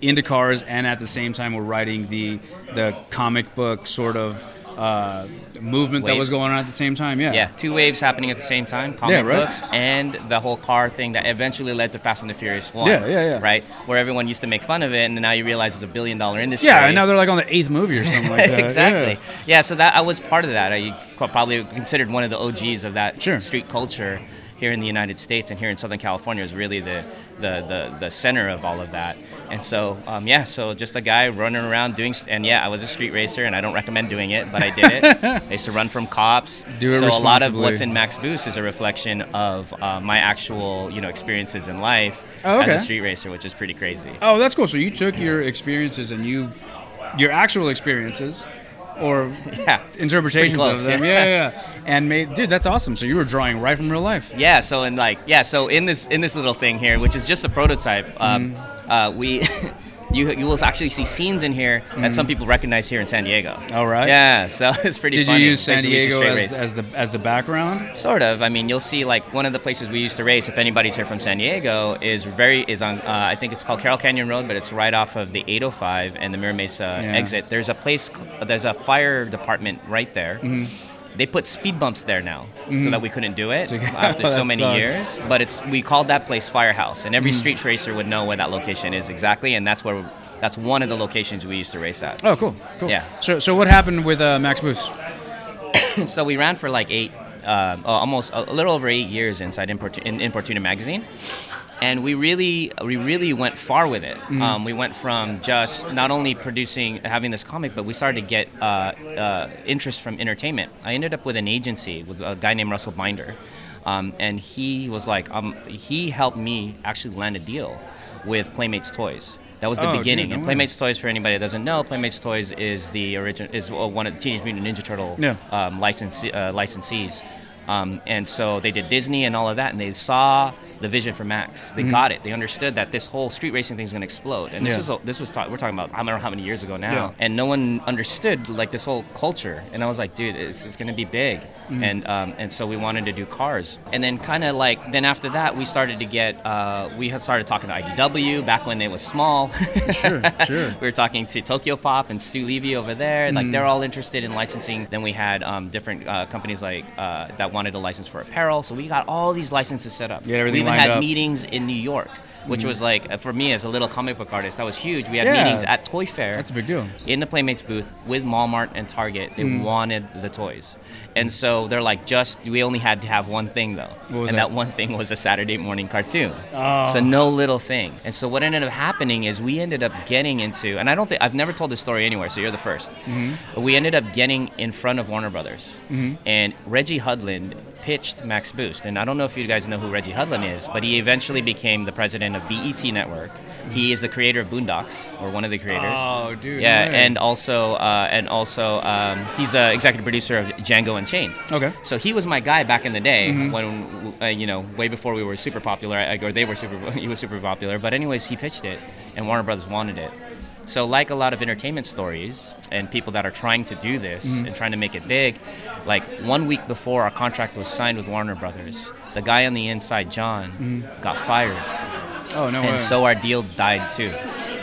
S6: into cars and at the same time were writing the the comic book sort of uh, movement that
S17: Wave.
S6: was going on at the same time yeah
S17: two waves happening at the same time. Comic
S6: Yeah, right.
S17: books and the whole car thing that eventually led to Fast and the Furious One.
S6: Yeah, yeah, yeah.
S17: Right, where everyone used to make fun of it, and now you realize it's a billion dollar industry.
S6: yeah and now they're like on the eighth movie or something like that
S17: exactly.
S6: yeah.
S17: Yeah. so that I was part of that. I qu- probably considered one of the OGs of that street culture here in the United States and here in Southern California is really the the, the, the center of all of that. And so um, yeah, so just a guy running around doing s- and yeah, I was a street racer and I don't recommend doing it, but I did it. I used to run from cops.
S6: Do it
S17: so a lot of
S6: responsibly.
S17: what's in Max Boost is a reflection of uh, my actual you know experiences in life
S6: Oh, okay.
S17: as a street racer, which is pretty crazy.
S6: Oh, that's cool. So you took your experiences and you, your actual experiences, or interpretations
S17: Pretty close,
S6: of them.
S17: yeah.
S6: Yeah, yeah. yeah. And made, dude, that's awesome. So you were drawing right from real life.
S17: Yeah. So in like yeah. So in this in this little thing here, which is just a prototype, um,
S6: Mm-hmm.
S17: uh, we. You, you will actually see scenes in here that some
S6: Mhm.
S17: people recognize here in San Diego.
S6: All right.
S17: Yeah, so it's pretty
S6: Did
S17: funny.
S6: you use San
S17: Places we used to
S6: Diego
S17: straight
S6: as,
S17: race.
S6: as the as the background?
S17: Sort of. I mean, you'll see like one of the places we used to race. If anybody's here from San Diego, is very is on. Uh, I think it's called Carroll Canyon Road, but it's right off of the 805 and the Mira Mesa
S1: Yeah.
S17: exit. There's a place. There's a fire department right there.
S1: Mhm.
S17: They put speed bumps there now, so
S1: Mhm.
S17: that we couldn't do it
S1: So you-
S17: after so
S1: That
S17: many
S1: sucks.
S17: years. But it's we called that place Firehouse, and every
S1: Mhm.
S17: street racer would know where that location is exactly, and that's where that's one of the locations we used to race at.
S6: Oh, cool, cool.
S17: Yeah.
S6: So so what happened with uh, Max Boost?
S17: so we ran for like eight, uh, uh, almost a a little over eight years inside Importu- in Importuna magazine, and we really, we really went far with it.
S1: Mhm.
S17: Um, we went from just not only producing, having this comic, but we started to get uh, uh, interest from entertainment. I ended up with an agency with a guy named Russell Binder, um, and he was like, um, he helped me actually land a deal with Playmates Toys. That was the
S1: Oh, dude,
S17: beginning.
S1: no
S17: and
S1: way.
S17: Playmates Toys, for anybody that doesn't know, Playmates Toys is the origin is uh, one of the Teenage Mutant Ninja Turtle
S1: Yeah.
S17: um, license, uh, licensees. Um, and so they did Disney and all of that, and they saw the vision for Max. They
S1: Mhm.
S17: got it. They understood that this whole street racing thing is going to explode. And this
S1: Yeah.
S17: is a, this was ta- we're talking about I don't know how many years ago now,
S1: Yeah.
S17: and no one understood like this whole culture. And I was like, dude, it's, it's going to be big.
S1: Mhm.
S17: And um, and so we wanted to do cars. And then kind of like then after that, we started to get uh, we had started talking to IDW back when it was small.
S1: Sure, sure.
S17: we were talking to Tokyo Pop and Stu Levy over there. Like
S1: Mm.
S17: they're all interested in licensing. Then we had um, different uh, companies like uh, that wanted a license for apparel. So we got all these licenses set up.
S6: You had everything
S17: we even
S6: lined
S17: had
S6: up.
S17: meetings in New York, which
S6: Mhm.
S17: was like uh, for me as a little comic book artist, that was huge. We had
S6: Yeah.
S17: meetings at Toy Fair.
S6: That's a big deal.
S17: In the Playmates booth with Walmart and Target, they
S6: Mm.
S17: wanted the toys, and so they're like, just we only had to have one thing though,
S1: What was
S17: and
S1: that?
S17: that? one thing was a Saturday morning cartoon.
S1: Oh.
S17: So no little thing. And so what ended up happening is we ended up getting into, and I don't think I've never told this story anywhere, so you're the first.
S1: Mhm.
S5: Mm-hmm.
S17: We ended up getting in front of Warner Brothers,
S1: Mhm.
S17: and Reggie Hudlin pitched Max Boost. And I don't know if you guys know who Reggie Hudlin is, but he eventually became the president of BET Network. He is the creator of Boondocks, or one of the creators.
S5: Mm-hmm. Oh, dude,
S17: Yeah,
S5: right.
S17: and also, uh, and also, um, he's the executive producer of Django Unchained.
S5: Okay.
S17: So he was my guy back in the day
S5: Mhm.
S17: when, uh, you know, way before we were super popular, I- or they were super, he was super popular. But anyways, he pitched it, and Warner Brothers wanted it. So like a lot of entertainment stories and people that are trying to do this
S5: Mhm.
S17: and trying to make it big, like one week before our contract was signed with Warner Brothers, the guy on the inside, John,
S5: Mhm.
S17: got fired.
S5: Oh, no
S17: And
S5: way.
S17: so our deal died too.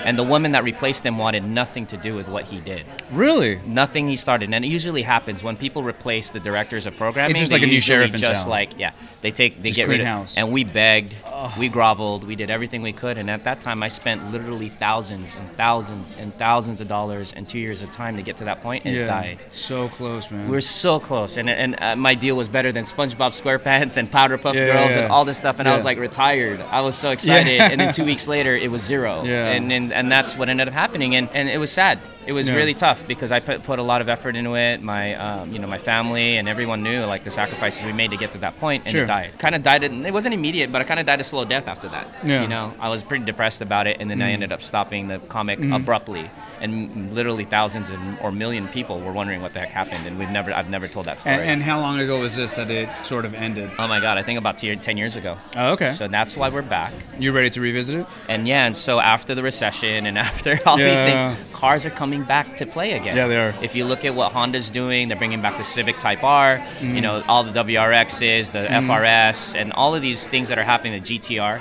S17: And the woman that replaced him wanted nothing to do with what he did.
S5: Really?
S17: Nothing he started. And it usually happens when people replace the directors of programming.
S5: It's just
S17: they
S5: like a new
S17: usually
S5: sheriff in
S17: Just
S5: town.
S17: like yeah, they take they
S5: Just
S17: get
S5: clean
S17: rid of.
S5: house.
S17: And we begged, we groveled, we did everything we could. And at that time, I spent literally thousands and thousands and thousands of dollars and two years of time to get to that point, and
S5: yeah.
S17: it died.
S5: So close, man.
S17: We are so close, and and uh, my deal was better than SpongeBob SquarePants and Powder Puff
S5: Yeah,
S17: Girls
S5: yeah,
S17: and
S5: yeah.
S17: all this stuff, and I
S5: Yeah.
S17: was like retired. I was so excited,
S5: Yeah.
S17: and then two weeks later it was zero,
S5: Yeah.
S17: and, and and that's what ended up happening, and, and it was sad. It was
S5: Yeah.
S17: really tough because I put, put a lot of effort into it. My um, you know my family and everyone knew like the sacrifices we made to get to that point, and
S5: Sure.
S17: it died. Kind of died. in- It wasn't immediate, but I kind of died a slow death after that.
S5: Yeah.
S17: You know, I was pretty depressed about it, and then I
S5: Mm.
S17: ended up stopping the comic
S5: Mhm.
S17: abruptly and literally thousands and, or million people were wondering what the heck happened and we've never i've never told that story
S5: and, and how long ago was this that it sort of ended?
S17: oh my god i think about 10 10 years ago
S5: Oh, okay.
S17: so that's why we're back
S5: you ready to revisit it
S17: and yeah and so after the recession and after all these
S5: Yeah.
S17: things cars are coming back to play again
S5: Yeah, they are.
S17: if you look at what honda's doing they're bringing back the civic type r
S5: Mhm.
S17: you know all the wrx's the
S5: Mhm.
S17: frs and all of these things that are happening the gtr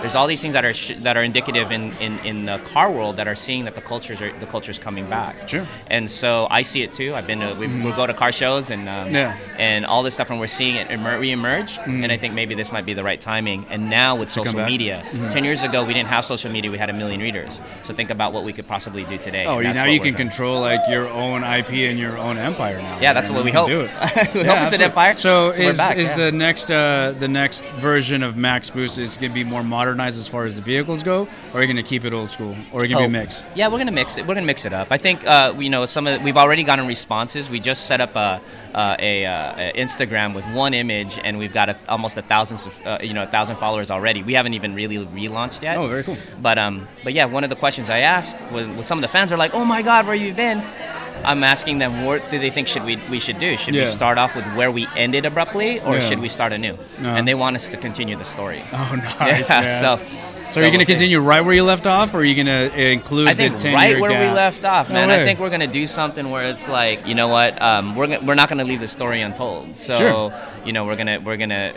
S17: there's all these things that are sh- that are indicative in, in, in the car world that are seeing that the cultures are the cultures coming back.
S5: Sure.
S17: And so I see it too. I've been to, we,
S5: Mhm.
S17: we'll go to car shows and um,
S5: Yeah.
S17: and all this stuff, and we're seeing it emer- reemerge.
S5: Mm.
S17: And I think maybe this might be the right timing. And now with
S5: come
S17: social
S5: back?
S17: media,
S5: Mhm.
S17: ten years ago we didn't have social media. We had a million readers. So think about what we could possibly do today.
S5: Oh,
S17: and
S5: you,
S17: that's
S5: now
S17: what
S5: you
S17: we're
S5: can
S17: doing.
S5: control like your own IP and your own empire now.
S17: Yeah, that's
S5: man.
S17: what we
S5: You
S17: hope.
S5: can Do it.
S17: We
S5: Yeah,
S17: hope it's an
S5: absolutely.
S17: empire,
S5: So,
S17: so we're
S5: is,
S17: back,
S5: is
S17: yeah.
S5: the next uh, the next version of Max Boost is going to be more modernized as far as the vehicles go, or are you going to keep it old school, or are you
S17: Oh,
S5: going to be a mix?
S17: Yeah, we're gonna mix it. We're gonna mix it up. I think uh, you know some of we've already gotten responses. We just set up a uh, a, uh, a Instagram with one image, and we've got a, almost a thousand subs- uh, you know a thousand followers already. We haven't even really relaunched yet.
S5: Oh, very cool.
S17: But um, but yeah, one of the questions I asked was, was some of the fans are like, oh my god, where you been? I'm asking them what do they think should we we should do? Should we
S5: Yeah.
S17: start off with where we ended abruptly, or
S5: Yeah.
S17: should we start anew?
S5: No.
S17: And they want us to continue the story.
S5: Oh, nice.
S17: Yeah,
S5: man.
S17: So.
S5: so, are you
S17: we'll
S5: going to
S17: see.
S5: continue right where you left off, or are you going to include
S17: I think
S5: the 10
S17: right
S5: year
S17: where we
S5: gap?
S17: left off,
S5: No
S17: man. I
S5: way.
S17: think we're gonna do something where it's like, you know what, um, we're gonna, we're not gonna leave the story untold. So,
S5: Sure.
S17: you know, we're gonna we're gonna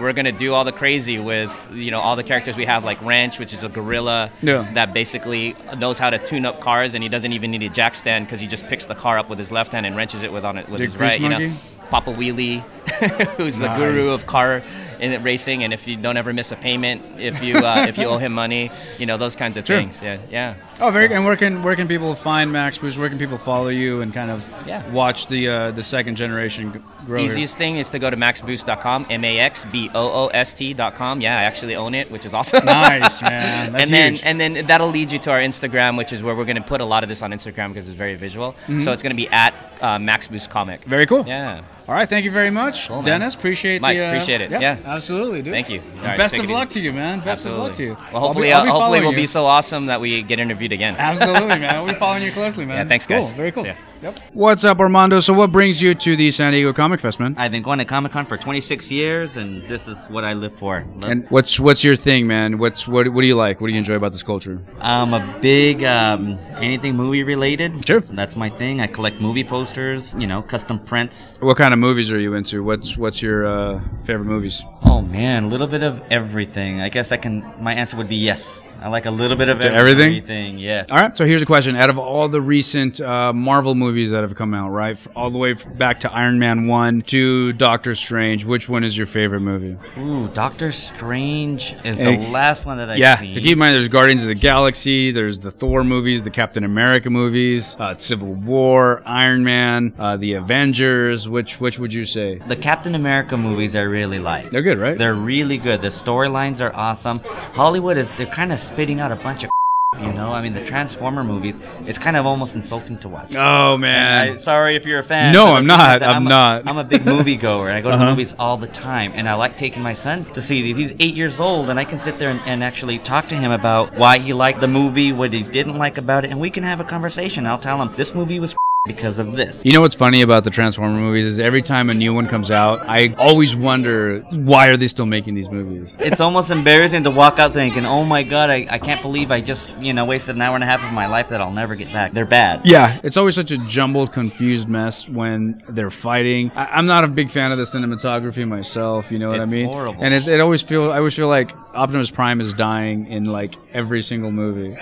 S17: we're gonna do all the crazy with you know all the characters we have, like Ranch, which is a gorilla
S5: Yeah.
S17: that basically knows how to tune up cars, and he doesn't even need a jack stand because he just picks the car up with his left hand and wrenches it with on it with
S5: The
S17: his right.
S5: grease
S17: You
S5: monkey?
S17: know, Papa Wheelie, who's the
S5: Nice.
S17: guru of car. In racing, and if you don't ever miss a payment, if you uh, if you owe him money, you know those kinds of
S5: Sure.
S17: things. Yeah, yeah.
S5: Oh, very. And where can where can people find Max Boost? Where can people follow you and kind of watch the uh, the second generation g- grow? here?
S17: Easiest thing is to go to maxboost.com, M A X B O O S T.com. Yeah, I actually own it, which is awesome.
S5: Nice, man. That's
S17: and then
S5: huge.
S17: and then that'll lead you to our Instagram, which is where we're going to put a lot of this on Instagram because it's very visual.
S5: Mhm.
S17: So it's going to be at uh, maxboostcomic.
S5: Very cool.
S17: Yeah. Oh,
S5: All right, thank you very much,
S17: man.
S5: Dennis. Appreciate
S17: Mike,
S5: the, uh,
S17: appreciate it. Yeah.
S5: absolutely, dude.
S17: Thank you. All right,
S5: Best
S17: take
S5: of
S17: it
S5: luck
S17: easy.
S5: to you, man. Best of luck to
S17: Absolutely.
S5: you.
S17: Well, hopefully,
S5: I'll be, I'll be
S17: uh, hopefully
S5: following
S17: we'll
S5: you.
S17: be so awesome that we get interviewed again.
S5: Absolutely, man. We'll be following you closely, man.
S17: Yeah, thanks,
S5: Cool.
S17: guys.
S5: Very cool.
S17: See ya.
S5: Yep. What's up, Armando? So, what brings you to the San Diego Comic Fest, man?
S6: I've been going to Comic Con for 26 years, and this is what I live for. Love-
S5: And what's what's your thing, man? What's what what do you like? What do you enjoy about this culture?
S6: I'm a big um, anything movie related. Sure, that's my thing. I collect movie posters, you know, custom prints.
S5: What kind of movies are you into? What's what's your uh, favorite movies?
S6: Oh man, a little bit of everything. I guess I can. My answer would be yes. I like a little bit of
S5: To
S6: everything.
S5: everything?
S6: Everything, yeah.
S5: All right. So here's a question: Out of all the recent uh, Marvel movies that have come out, right, f- all the way f- back to Iron Man one to Doctor Strange, which one is your favorite movie?
S6: Ooh, Doctor Strange is
S5: Hey.
S6: the last one that I've
S5: yeah.
S6: seen.
S5: To keep in mind, there's Guardians of the Galaxy, there's the Thor movies, the Captain America movies, uh, Civil War, Iron Man, uh, the Avengers. Which which would you say?
S6: The Captain America movies I really like.
S5: They're good, right?
S6: They're really good. The storylines are awesome. Hollywood is they're kind of spitting out a bunch of You know, I mean, the Transformer movies, it's kind of almost insulting to watch.
S5: Oh, man.
S6: And I- sorry if you're a fan.
S5: No,
S6: but
S5: I'm
S6: the thing
S5: not.
S6: is that
S5: I'm
S6: a-
S5: not.
S6: I'm a big movie goer. I go to
S5: Uh-huh.
S6: movies all the time, and I like taking my son to see these. He's eight years old, and I can sit there and, and actually talk to him about why he liked the movie, what he didn't like about it, and we can have a conversation. I'll tell him, this movie was because of this.
S5: You know what's funny about the Transformer movies is every time a new one comes out, I always wonder why are they still making these movies?
S6: It's almost embarrassing to walk out thinking, oh my god, I, I can't believe I just, you know, wasted an hour and a half of my life that I'll never get back. They're bad.
S5: Yeah, it's always such a jumbled, confused mess when they're fighting. I, I'm not a big fan of the cinematography myself. You know what
S6: It's
S5: I mean?
S6: horrible.
S5: And it's, it always feel I always feel like Optimus Prime is dying in like every single movie.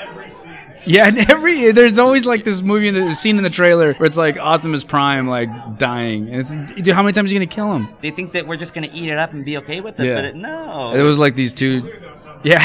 S5: Yeah, and every there's always like this movie in the scene in the trailer where it's like Optimus Prime like dying, and it's dude, how many times are you gonna kill him?
S6: They think that we're just going to eat it up and be okay with it,
S5: Yeah.
S6: but it, no.
S5: It was like these two. Yeah.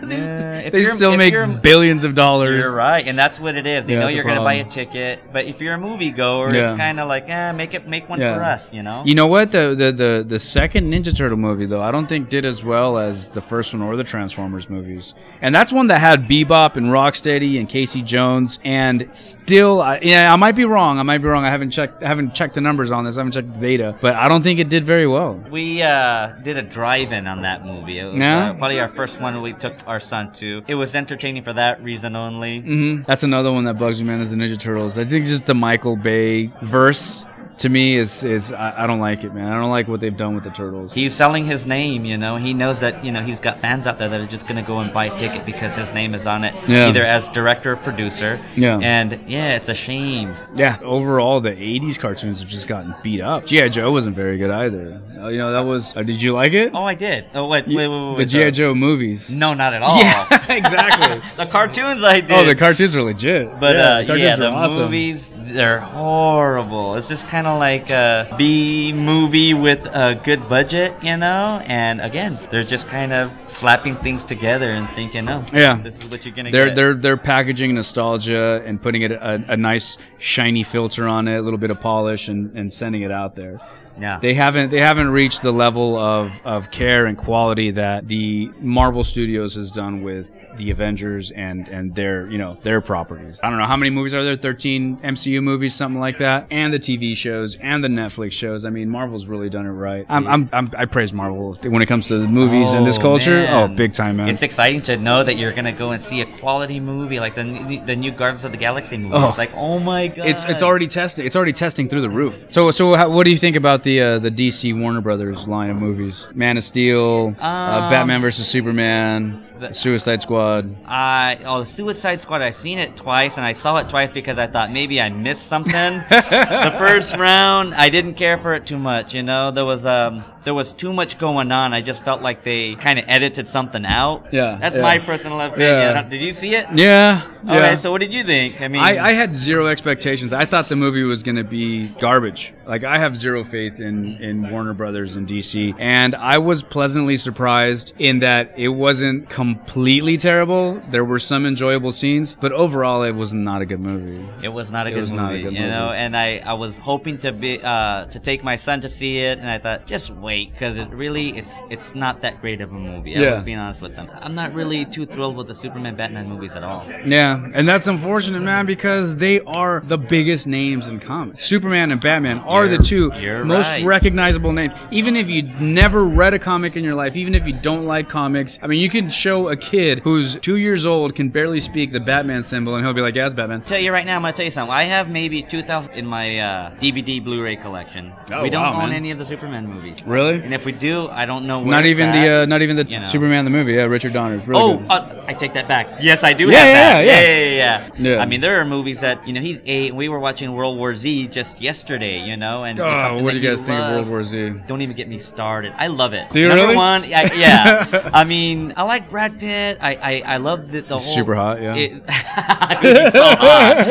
S5: they s-
S6: if
S5: they
S6: you're-
S5: still
S6: if
S5: make
S6: you're-
S5: billions of dollars.
S6: You're right, and that's what it is. They
S5: Yeah,
S6: know
S5: that's a
S6: you're going to buy a
S5: problem.
S6: ticket, but if you're a moviegoer,
S5: Yeah.
S6: it's kind of like, eh, make it, make one for us, you know.
S5: You know what? The, the the the second Ninja Turtle movie though, I don't think did as well as the first one or the Transformers movies. And that's one that had Bebop and Rocksteady and Casey Jones. And still, I, yeah, I might be wrong. I might be wrong. I haven't checked. I haven't checked the numbers on this. I haven't checked the data, but I don't think it did very well.
S6: We uh, did a drive-in on that movie. It was
S5: Yeah?
S6: uh, probably our first one we took our son to. It was entertaining for that reason only.
S5: hmm That's another one that bugs me, man. Is the Ninja Turtles? I think just the Michael Bay verse to me is is I, I don't like it, man. I don't like what they've done with the turtles.
S6: He's selling his name, you know. He knows that, you know, he's got fans out there that are just going to go and buy a ticket because his name is on it,
S5: Yeah.
S6: either as director or producer.
S5: Yeah.
S6: And yeah, it's a shame.
S5: Yeah, overall the '80s cartoons have just gotten beat up. GI Joe wasn't very good either. Uh, You know, that was. Uh, did you like it?
S6: Oh, I did. Oh, wait, wait, wait, wait.
S5: the
S6: wait,
S5: GI
S6: sorry.
S5: Joe movies.
S6: No, not at all.
S5: Yeah, exactly.
S6: the cartoons I did.
S5: Oh, the cartoons are legit.
S6: But
S5: yeah,
S6: uh,
S5: the cartoons
S6: yeah,
S5: are
S6: the
S5: awesome.
S6: movies they're horrible. It's just kind of like a B movie with a good budget, you know. And again, they're just kind of slapping things together and thinking, oh,
S5: Yeah,
S6: this is what you're gonna
S5: they're
S6: get.
S5: they're they're packaging nostalgia and putting it a, a nice shiny filter on it, a little bit of polish, and, and sending it out there.
S6: Yeah.
S5: they haven't they haven't reached the level of, of care and quality that the Marvel Studios has done with the Avengers and and their you know their properties. I don't know how many movies are there? Thirteen MCU movies, something like that, and the TV shows and the Netflix shows. I mean, Marvel's really done it right. I'm, I'm, I'm I praise Marvel when it comes to the movies and this
S6: Oh,
S5: culture.
S6: man.
S5: Oh, big time, man.
S6: It's exciting to know that you're gonna go and see a quality movie like the the new Guardians of the Galaxy movie.
S5: Oh.
S6: It's like, oh my god,
S5: It's it's already testing. It's already testing through the roof. So so how, what do you think about the uh, the DC Warner Brothers line of movies? Man of Steel, uh,
S6: Um,
S5: Batman versus Superman,
S6: the-
S5: Suicide Squad.
S6: I oh the Suicide Squad. I've seen it twice, and I saw it twice because I thought maybe I missed something. the first round, I didn't care for it too much. You know, there was um there was too much going on. I just felt like they kind of edited something out.
S5: Yeah,
S6: that's
S5: yeah.
S6: my personal opinion.
S5: Yeah.
S6: I don't- Did you see it?
S5: Yeah,
S6: All
S5: yeah.
S6: right. So what did you think? I mean,
S5: I, I had zero expectations. I thought the movie was going to be garbage. Like I have zero faith in in Warner Brothers and DC, and I was pleasantly surprised in that it wasn't completely terrible. There were some enjoyable scenes, but overall, it was not a good movie.
S6: It was not a
S5: It
S6: good
S5: was
S6: movie,
S5: not a good
S6: you know.
S5: movie.
S6: And I, I was hoping to be uh, to take my son to see it, and I thought just wait because it really it's it's not that great of a movie. I
S5: Yeah.
S6: was being honest with them. I'm not really too thrilled with the Superman Batman movies at all.
S5: Yeah, and that's unfortunate, man, because they are the biggest names in comics. Superman and Batman are
S6: You're-
S5: the two
S6: you're
S5: most
S6: right.
S5: recognizable names. Even if you never read a comic in your life, even if you don't like comics, I mean, you can show a kid who's two years old can barely speak the Batman symbol, and he'll be like, "Yeah, it's Batman."
S6: Tell you right now, I'm gonna tell you something. I have maybe 2,000 in my uh, DVD Blu-ray collection.
S5: Oh,
S6: we don't
S5: wow,
S6: own
S5: man.
S6: any of the Superman movies.
S5: Really?
S6: And if we do, I don't know. Where
S5: Not
S6: it's
S5: even,
S6: at.
S5: the, uh, not even the
S6: you know.
S5: Superman the movie. Yeah, Richard Donner's really
S6: oh,
S5: good.
S6: uh, I take that back. Yes, I do
S5: Yeah,
S6: have
S5: yeah,
S6: that.
S5: yeah.
S6: yeah, yeah, yeah.
S5: Yeah.
S6: I mean, there are movies that you know he's eight. And we were watching World War Z just yesterday, you know, and it's
S5: Oh,
S6: something
S5: what do
S6: that
S5: you guys think of
S6: love.
S5: World War Z?
S6: Don't even get me started. I love it.
S5: Do you
S6: Number
S5: really?
S6: one, I, yeah. I mean, I like Brad Pitt. I I, I love the, the whole
S5: He's super hot, yeah.
S6: It, he's so hot.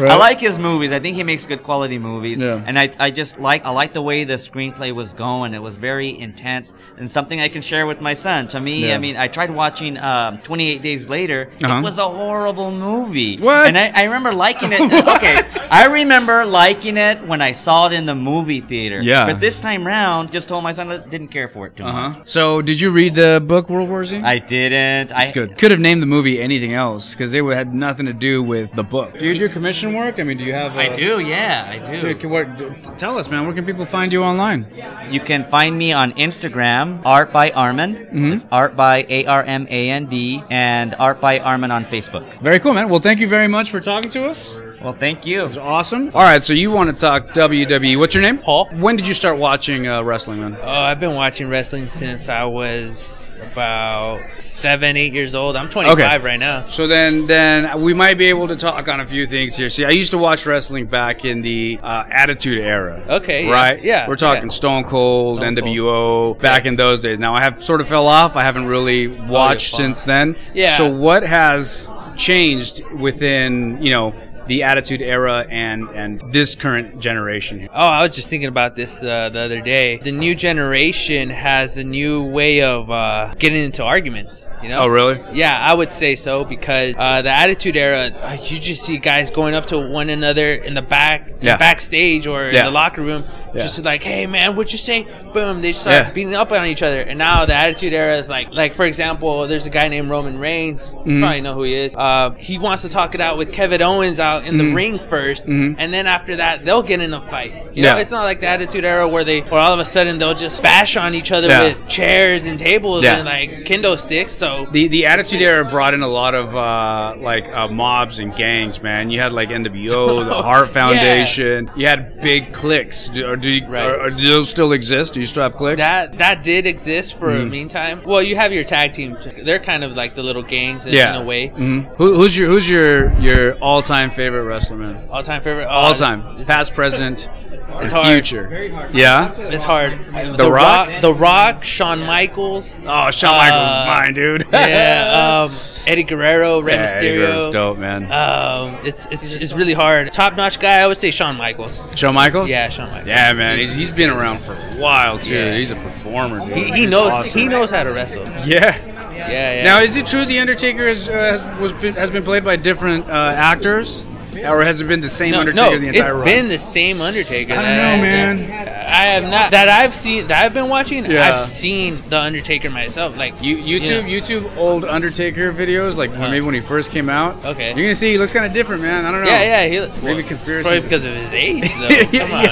S6: I like his movies. I think he makes good quality movies. And I, I just like I like the way the screenplay was going. It was very intense and something I can share with my son. To me,
S30: Yeah.
S6: I mean, I tried watching um, 28 Days Later.
S30: Uh-huh.
S6: It was a horrible movie.
S30: What?
S6: And I, I remember liking it. okay, I remember liking it when I saw it in the movie theater.
S5: Yeah.
S6: But this time round, just told my son I didn't care for it too
S30: Uh-huh.
S6: much.
S5: Uh-huh. So, did you read the book World War Z? I
S6: didn't.
S5: That's
S6: I-
S5: good. Could have named the movie anything else because it had nothing to do with the book. Do you do commission work? I mean, do you have?
S6: I do, Oh, yeah, I do.
S5: Dude, can- what- d- t- tell us, man. Where can people find you online?
S6: You can find me on Instagram, Art by Armand,
S30: Mm-hmm.
S6: It's Art by A R M A N D, and Art by Armand on Facebook.
S5: Very cool, man. Well, thank you very much for talking to us.
S6: Well, thank you. It
S5: was awesome. All right, so you want to talk WWE? What's your name? Paul. When did you start watching uh, wrestling, man?
S31: Uh, I've been watching wrestling since I was about seven, eight years old. I'm 25 right now.
S5: So then, then we might be able to talk on a few things here. See, I used to watch wrestling back in the uh, Attitude Era.
S31: Okay, yeah,
S5: right?
S31: yeah,
S5: we're talking
S31: yeah.
S5: Stone Cold,
S31: Stone Cold.
S5: NWO, back in those days. Now I have sort of fell off. I haven't really watched since then.
S31: Yeah.
S5: So what has changed within you know the Attitude Era and and this current generation? Here?
S31: Oh, I was just thinking about this uh, the other day. The new generation has a new way of uh, getting into arguments. You know?
S5: Oh, really?
S31: Yeah, I would say so because uh, the Attitude Era, uh, you just see guys going up to one another in the back,
S5: Yeah.
S31: backstage, or
S5: Yeah.
S31: in the locker room,
S5: Yeah.
S31: just like, "Hey, man, what'd you say?" Boom, they start
S5: Yeah.
S31: beating up on each other. And now the Attitude Era is like, like for example, there's a guy named Roman Reigns. You
S5: Mhm.
S31: probably know who he is. Uh, he wants to talk it out with Kevin Owens out in
S5: Mhm.
S31: the ring 1st
S5: Mhm.
S31: and then after that they'll get in a fight. You
S5: Yeah.
S31: know, it's not like the Attitude Era where they, or all of a sudden they'll just bash on each other
S5: Yeah.
S31: with chairs and tables
S5: Yeah.
S31: and like kendo sticks. So
S5: The the Attitude Era brought in a lot of uh, like uh, mobs and gangs, man. You had like NWO, the Heart
S31: Yeah.
S5: Foundation. You had big cliques. Do, or do you, or- or do those still exist? Do you still have cliques?
S31: that that did exist for a
S5: Mhm.
S31: meantime. Well, you have your tag team; they're kind of like the little gangs in,
S5: yeah.
S31: in a way.
S5: Mhm. Who, who's your who's your your all time favorite wrestler, man?
S31: All time favorite. Oh,
S5: all time, past, present,
S31: It's
S5: or
S31: hard.
S5: future. Yeah.
S31: It's hard.
S5: The Rock?
S31: The Rock, Shawn Michaels. Uh,
S5: Oh, Shawn Michaels is mine, dude.
S31: yeah. Um, Eddie Guerrero, Rey
S5: Yeah, Eddie
S31: Mysterio.
S5: Guerrero's dope, man.
S31: Um, it's, it's it's really hard. Top notch guy, I would say Shawn Michaels.
S5: Shawn Michaels.
S31: Yeah, Shawn Michaels.
S5: Yeah, man. He's he's been around for a while too.
S31: Yeah.
S5: He's a performer. Dude.
S31: He, he
S5: He's
S31: knows
S5: awesome.
S31: he knows how to wrestle.
S5: Yeah.
S31: Yeah, yeah.
S5: Now, is it true the Undertaker is, uh, has, was been, has been played by different uh, actors, or has it been the same
S31: no,
S5: Undertaker
S31: no,
S5: the entire
S31: it's
S5: run?
S31: been the same Undertaker.
S5: I don't
S31: that
S5: know, man.
S31: I have not that I've seen that I've been watching.
S5: Yeah.
S31: I've seen the Undertaker myself. Like
S5: you, YouTube, YouTube old Undertaker videos, like when- maybe when he first came out.
S31: Uh-huh. Okay.
S5: You're gonna see he looks kind of different, man. I don't know.
S31: Yeah, yeah. He, look-
S5: Maybe
S31: well,
S5: conspiracy.
S31: Probably because of his age, though. Come on.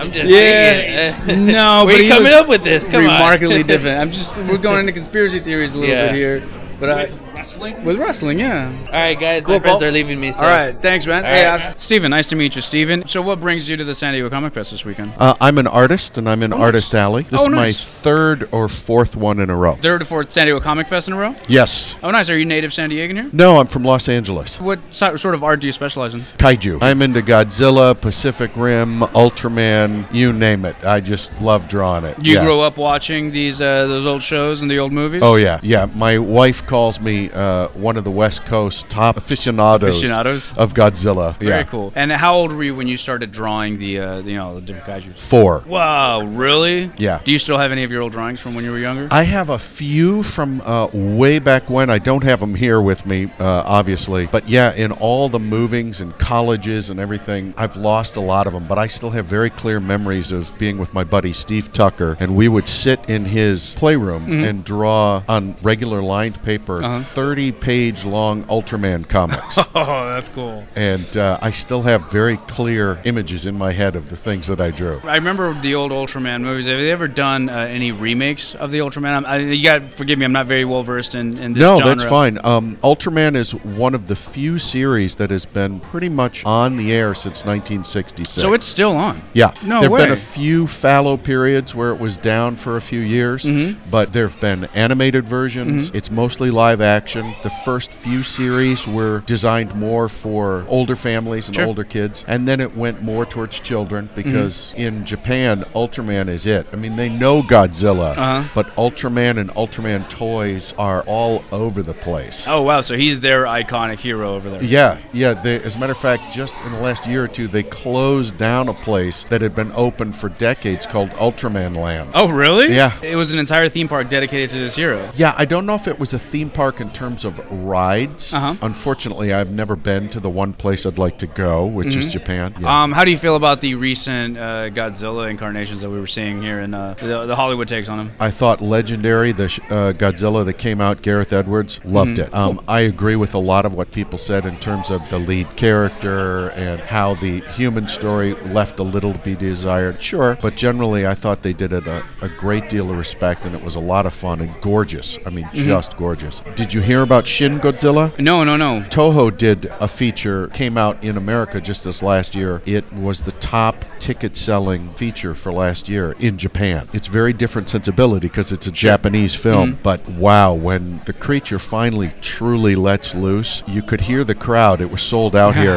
S31: I'm just
S5: yeah.
S31: saying.
S5: no,
S31: Where
S5: but
S31: you
S5: he
S31: coming
S5: looks
S31: up with this? Come
S5: remarkably
S31: on.
S5: different. I'm just we're going into conspiracy theories a little
S31: Yeah.
S5: bit here, but I,
S31: wrestling.
S5: with wrestling, yeah.
S31: All right, guys.
S5: Cool,
S31: my friends
S5: Paul.
S31: are leaving me. So.
S5: All right, thanks, man.
S31: All
S5: hey,
S31: right.
S5: awesome. Steven, nice to meet you, Steven. So, what brings you to the San Diego Comic Fest this weekend?
S32: Uh, I'm an artist, and I'm in Artist Alley. This
S5: Oh,
S32: is my
S5: nice.
S32: third or fourth one in a row.
S5: Third or fourth San Diego Comic Fest in a row?
S32: Yes.
S5: Oh, nice. Are you native San Diegan here?
S32: No, I'm from Los Angeles.
S5: What so- sort of art do you specialize in?
S32: Kaiju. I'm into Godzilla, Pacific Rim, Ultraman, you name it. I just love drawing it.
S5: You
S32: yeah.
S5: grow up watching these uh, those old shows and the old movies?
S32: Oh yeah, yeah. My wife calls me uh, one of the West Coast top aficionados,
S5: Aficionados?
S32: of Godzilla.
S5: Very
S32: yeah.
S5: cool. And how old were you when you started drawing the uh, you know the different kaiju?
S32: Four.
S5: Wow, really?
S32: Yeah.
S5: Do you still have any of your old drawings from when you were younger?
S32: I have a few from uh, way back when. I don't have them here with me, uh, obviously. But yeah, in all the movings and colleges and everything, I've lost a lot of them. But I still have very clear memories of being with my buddy Steve Tucker, and we would sit in his playroom
S10: Mhm.
S32: and draw on regular lined paper
S10: Uh-huh.
S32: 30 page long Ultraman comics.
S5: Oh, that's cool.
S32: and uh, I still have very clear images in my head of the things that I drew.
S5: I remember the old Ultraman movies. Have they ever done uh, any remakes of the Ultraman? I'm, I, you got forgive me. I'm not very well versed in, in this
S32: no,
S5: genre.
S32: that's fine. Um, Ultraman is one of the few series that has been pretty much on the air since 1966.
S5: So it's still on.
S32: yeah.
S5: No
S32: there've
S5: way.
S32: been a few fallow periods where it was down for a few years,
S5: Mhm.
S32: but there've been animated versions.
S5: Mhm.
S32: It's mostly live action. The first few series were designed more for older families and
S26: Sure.
S32: older kids, and then it went more towards children
S5: Mm-hmm.
S32: because in Japan, Ultraman is it. I mean, they know Godzilla,
S5: Uh-huh.
S32: but Ultraman and Ultraman toys are all over the place.
S5: Oh wow! So he's their iconic hero over there.
S32: Yeah, yeah. They, as a matter of fact, just in the last year or two, they closed down a place that had been open for decades called Ultraman Land.
S5: Oh really?
S32: Yeah.
S5: It was an entire theme park dedicated to this hero.
S32: Yeah, I don't know if it was a theme park in terms of rides.
S5: Uh-huh.
S32: Unfortunately, I've never been to the one place I'd like to go, which is
S5: Mhm.
S32: Japan. Yeah.
S5: Um, how do you feel about the recent uh, Godzilla incarnations that we were seeing here and uh, the, the Hollywood takes on him?
S32: I thought Legendary, the sh- uh, Godzilla that came out, Gareth Edwards, loved
S5: Mhm.
S32: it. Um, I agree with a lot of what people said in terms of the lead character and how the human story left a little to be desired. Sure, but generally, I thought they did it a, a great deal of respect, and it was a lot of fun and gorgeous. I mean,
S5: Mhm.
S32: just gorgeous. Did you hear about Shin Godzilla?
S5: No, no, no.
S32: Toho did a feature, came out in America just this last year. It was the top ticket selling feature for last year in Japan. It's very different sensibility because it's a Japanese film,
S26: Mhm.
S32: but wow, when the creature finally truly lets loose, you could hear the crowd. It was sold out here.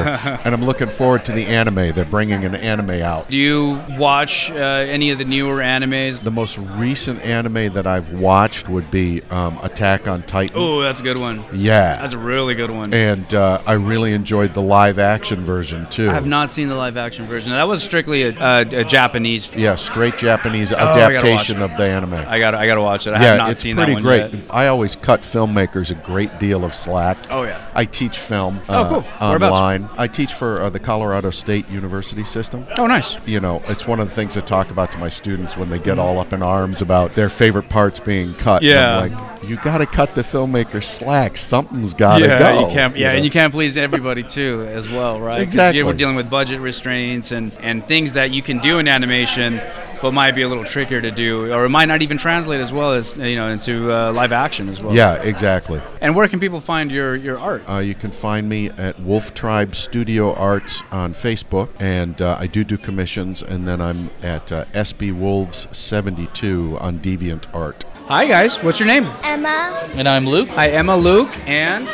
S32: and I'm looking forward to the anime. They're bringing an anime out.
S5: Do you watch uh, any of the newer animes?
S32: The most recent anime that I've watched would be um, Attack on Titan.
S5: Oh, that's a good one.
S32: Yeah.
S5: that's a really good one.
S32: And uh, I really enjoyed the live action version too.
S5: I have not seen the live action version. That was strictly a, a, a Japanese.
S32: Yeah, straight Japanese
S5: Oh, I gotta watch
S32: adaptation
S5: it.
S32: of the anime.
S5: I got. I got to watch it. I
S32: yeah,
S5: have not
S32: it's
S5: seen
S32: pretty
S5: that one
S32: great.
S5: yet.
S32: I always cut filmmakers a great deal of slack.
S5: Oh, yeah.
S32: I teach film.
S5: Oh,
S32: uh,
S5: cool. Whereabouts?
S32: Online. I teach for uh, the Colorado State University system.
S5: Oh, nice.
S32: You know, it's one of the things I talk about to my students when they get all up in arms about their favorite parts being cut. And I'm
S5: Yeah.
S32: like you got to cut the filmmaker slack. Something's got to
S5: yeah,
S32: go.
S5: Uh, you can't. Yeah,
S32: know?
S5: and you can't please everybody too, as well, right? 'Cause
S32: Exactly.
S5: We're dealing with budget restraints and and things that you can do in animation, but might be a little trickier to do, or it might not even translate as well as you know into uh, live action as well.
S32: yeah, exactly.
S5: And where can people find your your art?
S32: Uh, you can find me at Wolf Tribe Studio Arts on Facebook, and uh, I do do commissions. And then I'm at uh, SB Wolves 72 on Deviant Art.
S5: Hi guys, what's your name?
S8: Emma.
S5: And I'm Luke. Hi, Emma, Luke, and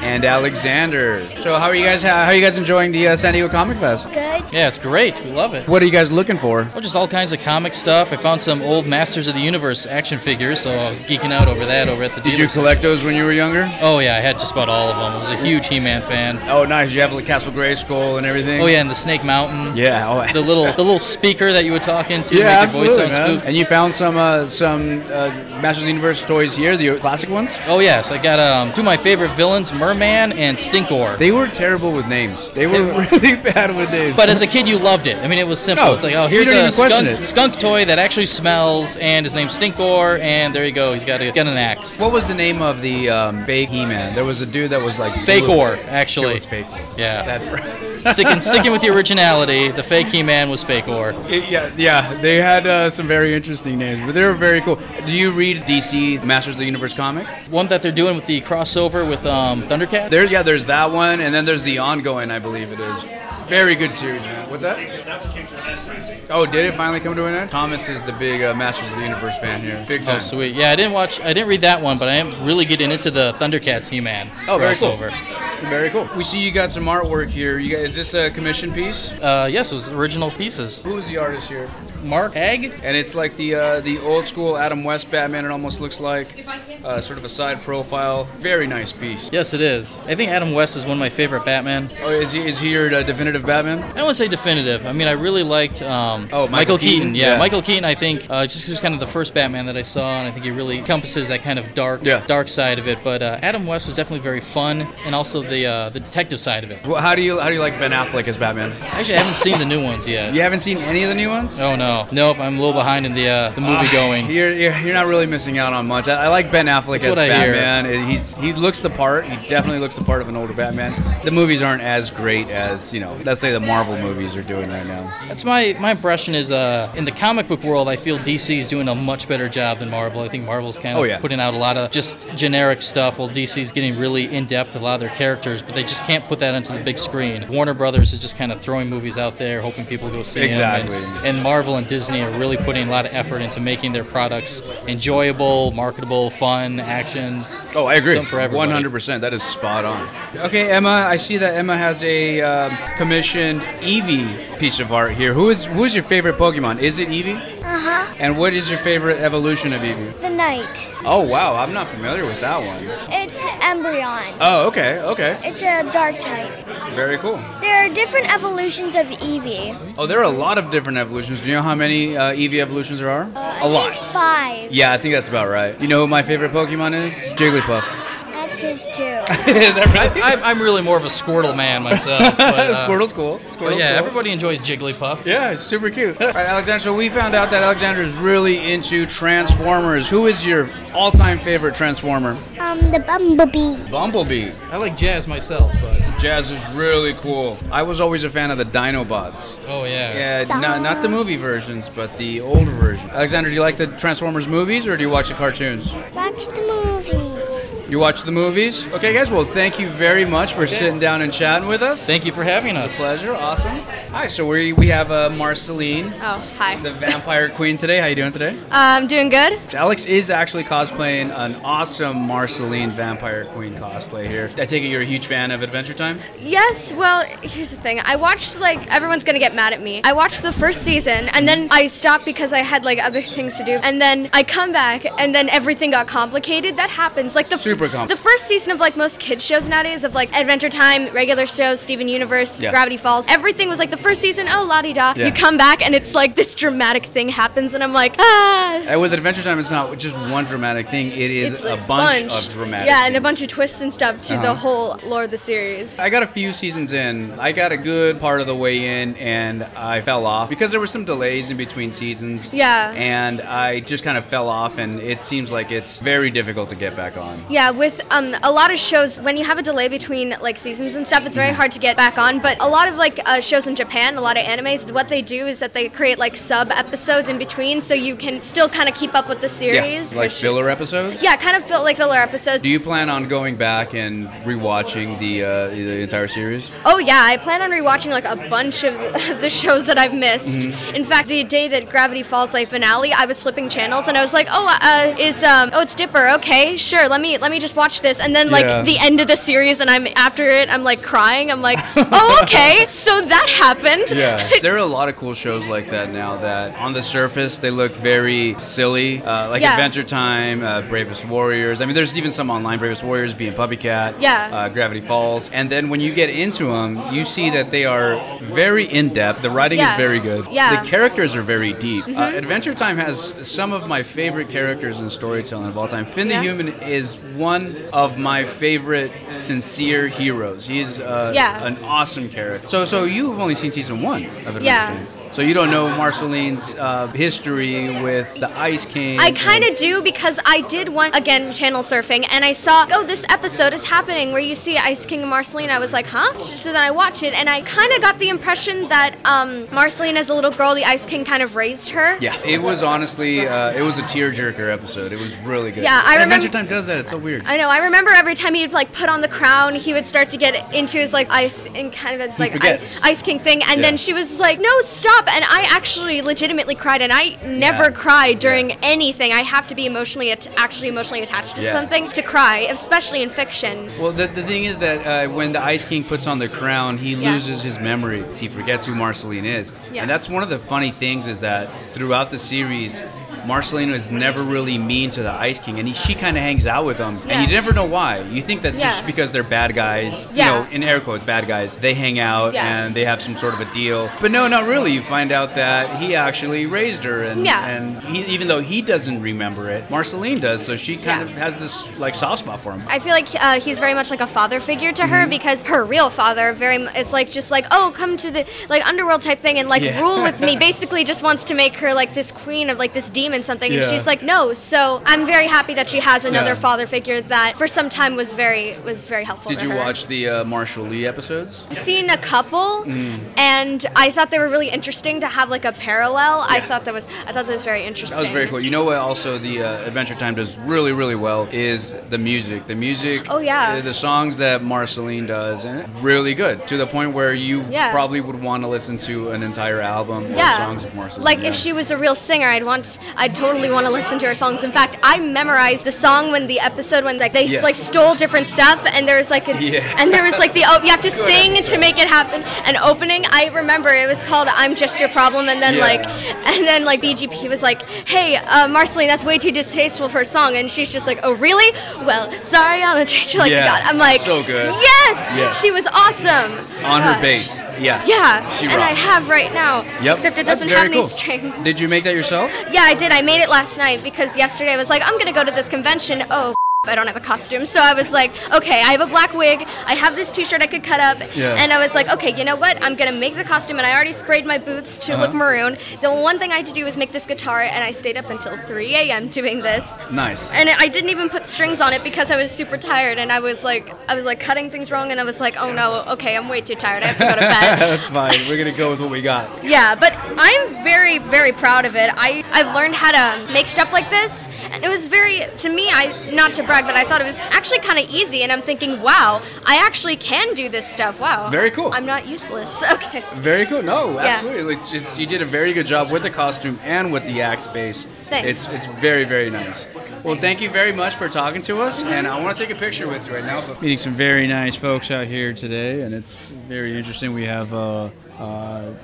S5: and Alexander. So how are you guys? How, how are you guys enjoying the uh, San Diego Comic Fest?
S8: Good.
S13: Yeah, it's great. We love it.
S5: What are you guys looking for?
S13: Well, just all kinds of comic stuff. I found some old Masters of the Universe action figures, so I was geeking out over that over at the.
S5: Did you collect those when you were younger?
S13: Oh yeah, I had just about all of them. I was a huge He-Man fan.
S5: Oh, nice. You have the Castle Gray Skull and everything.
S13: Oh yeah, and the Snake Mountain.
S5: Yeah, oh.
S13: The little the little speaker that you would talk into.
S5: yeah,
S13: make your voice sound
S5: absolutely, man.
S13: spook-
S5: And you found some uh, some uh, Masters of the Universe toys here, the classic ones.
S13: Oh yes, I got um, two of my favorite villains, Merman and Stinkor.
S5: They were terrible with names. They were really bad with names.
S13: But as a kid, you loved it. I mean, it was simple.
S5: No,
S13: it's like, oh,
S5: you
S13: here's
S5: don't
S13: a
S5: even question
S13: skunk,
S5: it.
S13: skunk toy that actually smells, and his name's Stinkor, and there you go. He's got, a, got an axe.
S5: What was the name of the um, fake He-Man? There was a dude that was like
S13: Fake
S5: blue.
S13: Or, actually.
S5: It was fake.
S13: Yeah.
S5: That's right.
S13: sticking sticking with the originality, the fake He-Man was fake Or.
S5: Yeah, yeah, they had uh, some very interesting names, but they were very cool. Do you read DC Masters of the Universe comic?
S13: One that they're doing with the crossover with um, Thundercat.
S5: There, yeah, there's that one, and then there's the ongoing, I believe it is. Very good series, man. What's that?
S33: That one came to an end finally.
S5: Oh, did it finally come to an end? Thomas is the big uh, Masters of the Universe fan here. Big time.
S13: Oh, sweet. Yeah, I didn't watch, I didn't read that one, but I am really getting into the Thundercats He-Man
S5: Oh, very cool.
S13: crossover.
S5: Very cool. We see you got some artwork here. You got, is this a commission piece?
S13: Uh, yes, it was original pieces.
S5: Who's the artist here?
S13: Mark Egg.
S5: And it's like the uh, the old school Adam West Batman. It almost looks like uh, sort of a side profile. Very nice piece.
S13: Yes, it is. I think Adam West is one of my favorite Batman.
S5: Oh, is he, is he your uh, definitive Batman?
S13: I don't want to say definitive. I mean, I really liked um, oh,
S5: Michael
S13: Keaton.
S5: Keaton?
S13: Yeah,
S5: Yeah.
S13: Michael Keaton. I think uh, just was kind of the first Batman that I saw, and I think he really encompasses that kind of dark, dark side of it. But uh, Adam West was definitely very fun, and also the uh, the detective side of it.
S5: Well, how do you how do you like Ben Affleck as Batman?
S13: Actually, I haven't seen the new ones yet.
S5: You haven't seen any of the new ones? Ah,
S13: Oh no, nope. I'm a little behind in the uh, the movie going.
S5: You're, you're, you're not really missing out on much. I, I like Ben Affleck
S13: That's
S5: as
S13: what I hear.
S5: Batman. Uh, He's he looks the part. He definitely looks the part of an older Batman. The movies aren't as great as you know. Let's say the Marvel movies are doing right now.
S13: That's my, my impression is uh, in the comic book world, I feel DC is doing a much better job than Marvel. I think Marvel's kind of
S5: Oh, yeah.
S13: putting out a lot of just generic stuff, while DC's getting really in depth with a lot of their characters, but they just can't put that onto the big screen. Warner Brothers is just kind of throwing movies out there, hoping people go see 'em, and-
S5: Exactly.
S13: And, Marvel
S19: and Disney are really putting a lot of effort into making their products enjoyable, marketable, fun, action.
S6: Oh, I agree.
S19: Something for everybody.
S6: 100%. That is spot on.
S5: Okay, Emma, I see that Emma has a um, commissioned Eevee piece of art here. Who is who is your favorite Pokemon? Is it Eevee?
S11: Uh huh.
S5: And what is your favorite evolution of Eevee?
S11: The knight.
S5: Oh wow, I'm not familiar with that one.
S11: It's Embryon.
S5: Oh, okay, okay.
S11: It's a dark type.
S5: Very cool.
S11: There are different evolutions of Eevee.
S5: Oh, there are a lot of different evolutions. Do you know how many uh, Eevee evolutions there are? a lot.
S11: Five.
S5: Yeah, I think that's about right. You know who my favorite Pokemon is? Jigglypuff.
S11: That's his too.
S19: is that right? I, I'm- I'm really more of a Squirtle man myself. But, uh,
S5: Squirtle's cool.
S19: but
S5: Squirtle's
S19: yeah,
S5: cool.
S19: everybody enjoys Jigglypuff.
S5: Yeah, it's super cute. All right, Alexander, so we found out that Alexander is really into Transformers. Who is your all time favorite Transformer?
S11: Um, the bumblebee.
S5: Bumblebee.
S19: I like jazz myself, but
S5: Jazz is really cool. I was always a fan of the Dinobots.
S19: oh yeah.
S5: Yeah, not, not the movie versions, but the older version. Alexander, do you like the Transformers movies or do you watch the cartoons?
S11: Watch the movies.
S5: You watch the movies? Okay, guys, well, thank you very much for sitting down and chatting with us.
S19: Thank you for having
S5: It's
S19: us.
S5: a pleasure. Awesome. Hi, so we, we have uh, Marceline,
S34: Oh, hi.
S5: the vampire queen today. How you doing today?
S34: Um, doing good?
S5: Alex is actually cosplaying an awesome Marceline Vampire Queen cosplay here. I take it you're a huge fan of Adventure Time?
S34: Yes, well, here's the thing. I watched, like, everyone's gonna get mad at me. I watched the first season, and then I stopped because I had, like, other things to do. And then I come back, and then everything got complicated. That happens. Like, the,
S5: Super compl-
S34: the first season of, like, most kids' shows nowadays, of, like, Adventure Time, regular shows, Steven Universe,
S11: Yeah.
S34: Gravity Falls, everything was, like, the first season, oh, la di da.
S5: Yeah.
S34: You come back, and it's, like, this dramatic thing happens, and I'm like, ah.
S5: And Uh, with Adventure Time, it's not just one dramatic thing, it is
S34: It's
S5: a bunch, of dramatic
S34: Yeah, and a bunch of twists and stuff to
S5: Uh-huh.
S34: the whole lore of the series.
S5: I got a few seasons in. I got a good part of the way in and I fell off because there were some delays in between seasons.
S34: Yeah.
S5: And I just kind of fell off and it seems like it's very difficult to get back on.
S34: Yeah, with um, a lot of shows, when you have a delay between like seasons and stuff, it's very
S5: Mhm.
S34: hard to get back on. But a lot of like uh, shows in Japan, a lot of animes, what they do is that they create like sub episodes in between, so you can still kind of keep up with the series.
S5: Yeah, like filler episodes?
S34: Yeah, kind of feel like filler episodes.
S5: Do you plan on going back and rewatching the uh, the entire series?
S34: Oh yeah, I plan on rewatching like a bunch of the shows that I've missed.
S5: Mhm.
S34: In fact, the day that Gravity Falls like finale, I was flipping channels and I was like, oh, uh, is um, oh, it's Dipper. Okay, sure. Let me let me just watch this. And then like
S11: Yeah.
S34: the end of the series, and I'm after it, I'm like crying. I'm like, oh, okay, so that happened.
S5: there are a lot of cool shows like that now that on the surface they look very silly, uh, like
S34: Yeah.
S5: Adventure Time, uh, Bravest Warriors. I mean, there's even some online, Bravest Warriors being Puppy Cat,
S34: Yeah.
S5: uh, Gravity Falls. And then when you get into them, you see that they are very in depth. The writing
S34: Yeah.
S5: is very good.
S34: Yeah.
S5: The characters are very deep. Uh,
S34: Mhm.
S5: Adventure Time has some of my favorite characters in storytelling of all time. Finn the
S34: Yeah.
S5: Human is one of my favorite sincere heroes. He's uh,
S34: Yeah.
S5: an awesome character. So, so you've only seen season one of Adventure
S34: Yeah.
S5: Time. So you don't know Marceline's uh, history with the Ice King.
S34: I kind of do because I did one again channel surfing and I saw oh this episode is happening where you see Ice King and Marceline. I was like huh. So then I watched it and I kind of got the impression that um, Marceline as a little girl, the Ice King kind of raised her.
S5: Yeah, it was honestly, uh, it was a tearjerker episode. It was really good.
S34: Yeah, I
S5: And
S34: remem-
S5: Adventure Time does that. It's so weird.
S34: I know. I remember every time he'd like put on the crown, he would start to get into his like ice and kind of his
S5: He
S34: like
S5: forgets.
S34: ice, ice king thing, and
S5: Yeah.
S34: then she was like, "No, stop!" And I actually legitimately cried, and I never
S5: Yeah.
S34: cry during anything. I have to be emotionally at- actually emotionally attached to
S5: Yeah.
S34: something to cry, especially in fiction.
S5: Well, the, the thing is that uh, when the Ice King puts on the crown, he
S34: Yeah.
S5: loses his memory. He forgets who Marceline is.
S34: Yeah.
S5: And that's one of the funny things is that throughout the series, Marceline was never really mean to the Ice King, and he, she kind of hangs out with him.
S34: Yeah.
S5: And you never know why. You think that
S34: Yeah.
S5: just because they're bad guys,
S34: Yeah.
S5: you know, in air quotes, bad guys, they hang out
S34: Yeah.
S5: and they have some sort of a deal. But no, not really. You find out that he actually raised her, and,
S34: Yeah.
S5: and he, even though he doesn't remember it, Marceline does. So she kind of has this like soft spot for him.
S34: I feel like uh, he's very much like a father figure to her
S6: Mm-hmm.
S5: Mhm.
S34: because her real father very mu- it's like just like oh come to the like underworld type thing and like
S11: Yeah.
S34: rule with me basically just wants to make her like this queen of like this demon and something and
S32: Yeah.
S34: she's like no so i'm very happy that she has another
S6: Yeah.
S34: father figure that for some time was very was very helpful
S6: Did
S34: to
S6: you
S34: her
S6: watch the uh, Marshall Lee episodes?
S34: seen a couple
S6: Mm.
S34: and i thought they were really interesting to have like a parallel i
S6: Yeah.
S34: thought that was i thought that was very interesting
S6: That was very cool. You know what? Also, the uh, Adventure Time does really, really well is the music. The music.
S34: Oh, yeah.
S6: The, the songs that Marceline does, and really good to the point where you
S34: Yeah.
S6: probably would want to listen to an entire album or
S34: Yeah.
S6: songs of Marceline.
S34: Like
S6: yeah.
S34: if she was a real singer, I'd want, I'd totally want to listen to her songs. In fact, I memorized the song when the episode when like they
S6: Yes.
S34: like stole different stuff, and there was like a,
S6: Yeah.
S34: and there was like the oh you have to
S6: Good
S34: sing to
S6: episode.
S34: make it happen. An opening, I remember it was called "I'm Just Your Problem," and then
S6: Yeah.
S34: like, and then like BGP was like, "Hey, uh, Marceline, that's way too distasteful for a song," and she's just like, "Oh really? Well, sorry, I'll change it like
S6: Yeah.
S34: that." I'm like,
S6: So good.
S34: Yes,
S6: Yes.
S34: she was awesome Uh,
S6: on
S34: Gosh.
S6: her bass. Yes.
S34: Yeah,
S6: She
S34: and I
S6: rocks.
S34: have right now.
S6: Yep.
S34: Except it
S6: That's
S34: doesn't
S6: very
S34: have any
S6: cool.
S34: strings.
S6: Did you make that yourself?
S34: Yeah, I did. I made it last night because yesterday I was like, I'm gonna go to this convention. Oh. I don't have a costume, so I was like, okay, I have a black wig, I have this T-shirt I could cut up,
S13: Yeah.
S34: and I was like, okay, you know what? I'm gonna make the costume, and I already sprayed my boots to
S6: Uh-huh.
S34: look maroon. The one thing I had to do was make this guitar, and I stayed up until 3 a.m. doing this.
S6: Nice.
S34: And I didn't even put strings on it because I was super tired, and I was like, I was like cutting things wrong, and I was like, oh no, okay, I'm way too tired. I have to go to bed.
S6: That's fine. We're gonna go with what we got.
S34: Yeah, but I'm very, very proud of it. I, I've learned how to make stuff like this, and it was very, to me, I not to brag, but I thought it was actually kind of easy, and I'm thinking, wow, I actually can do this stuff. Wow.
S6: Very cool.
S34: I'm not useless. Okay.
S6: Very cool. No,
S34: Yeah.
S6: absolutely. It's, it's, you did a very good job with the costume and with the axe base.
S34: Thanks.
S6: It's it's very very nice. Well, thank you very much for talking to us, and I want to take a picture with you right now. but-
S5: Meeting some very nice folks out here today, and it's very interesting. We have a, a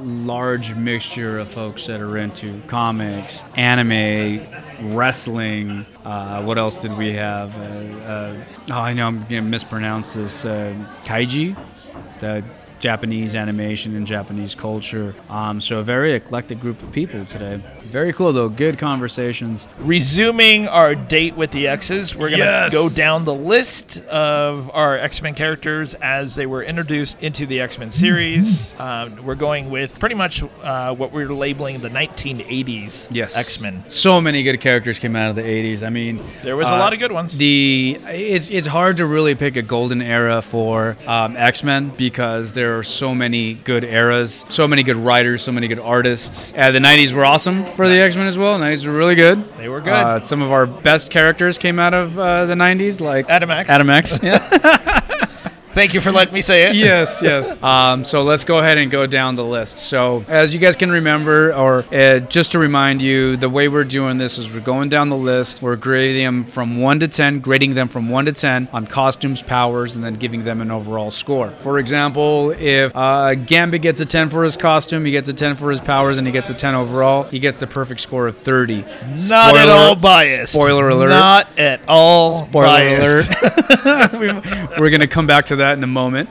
S5: large mixture of folks that are into comics, anime, wrestling. Uh, what else did we have? Uh, uh, oh, I know I'm going to mispronounce this. Uh, kaiji, the Japanese animation and Japanese culture. Um, so, a very eclectic group of people today. Very cool, though. Good conversations.
S4: Resuming our date with the X's, we're going to
S5: Yes.
S4: go down the list of our X Men characters as they were introduced into the X Men series.
S5: Mm-hmm.
S4: um, we're going with pretty much uh, what we're labeling the 1980s
S5: Yes.
S4: X Men.
S5: So many good characters came out of the 80s. I mean, uh,
S4: There was a lot of good ones.
S5: The it's it's hard to really pick a golden era for um, X Men because there are so many good eras, so many good writers, so many good artists. Uh, the 90s were awesome for the X Men as well. 90s were really good.
S4: They were good.
S5: Uh, some of our best characters came out of uh, the 90s, like
S4: Adam X.
S5: Adam X. Yeah.
S4: Thank you for letting me say it.
S5: yes, yes. Um, so let's go ahead and go down the list. So, as you guys can remember, or uh, just to remind you, the way we're doing this is we're going down the list. We're grading them from one to ten, grading them from one to ten on costumes, powers, and then giving them an overall score. For example, if uh, Gambit gets a ten for his costume, he gets a ten for his powers, and he gets a ten overall, he gets the perfect score of thirty.
S4: Not at all biased.
S5: Spoiler alert.
S4: Not at all
S5: Spoiler
S4: biased.
S5: alert. We- we're gonna come back to that in a moment.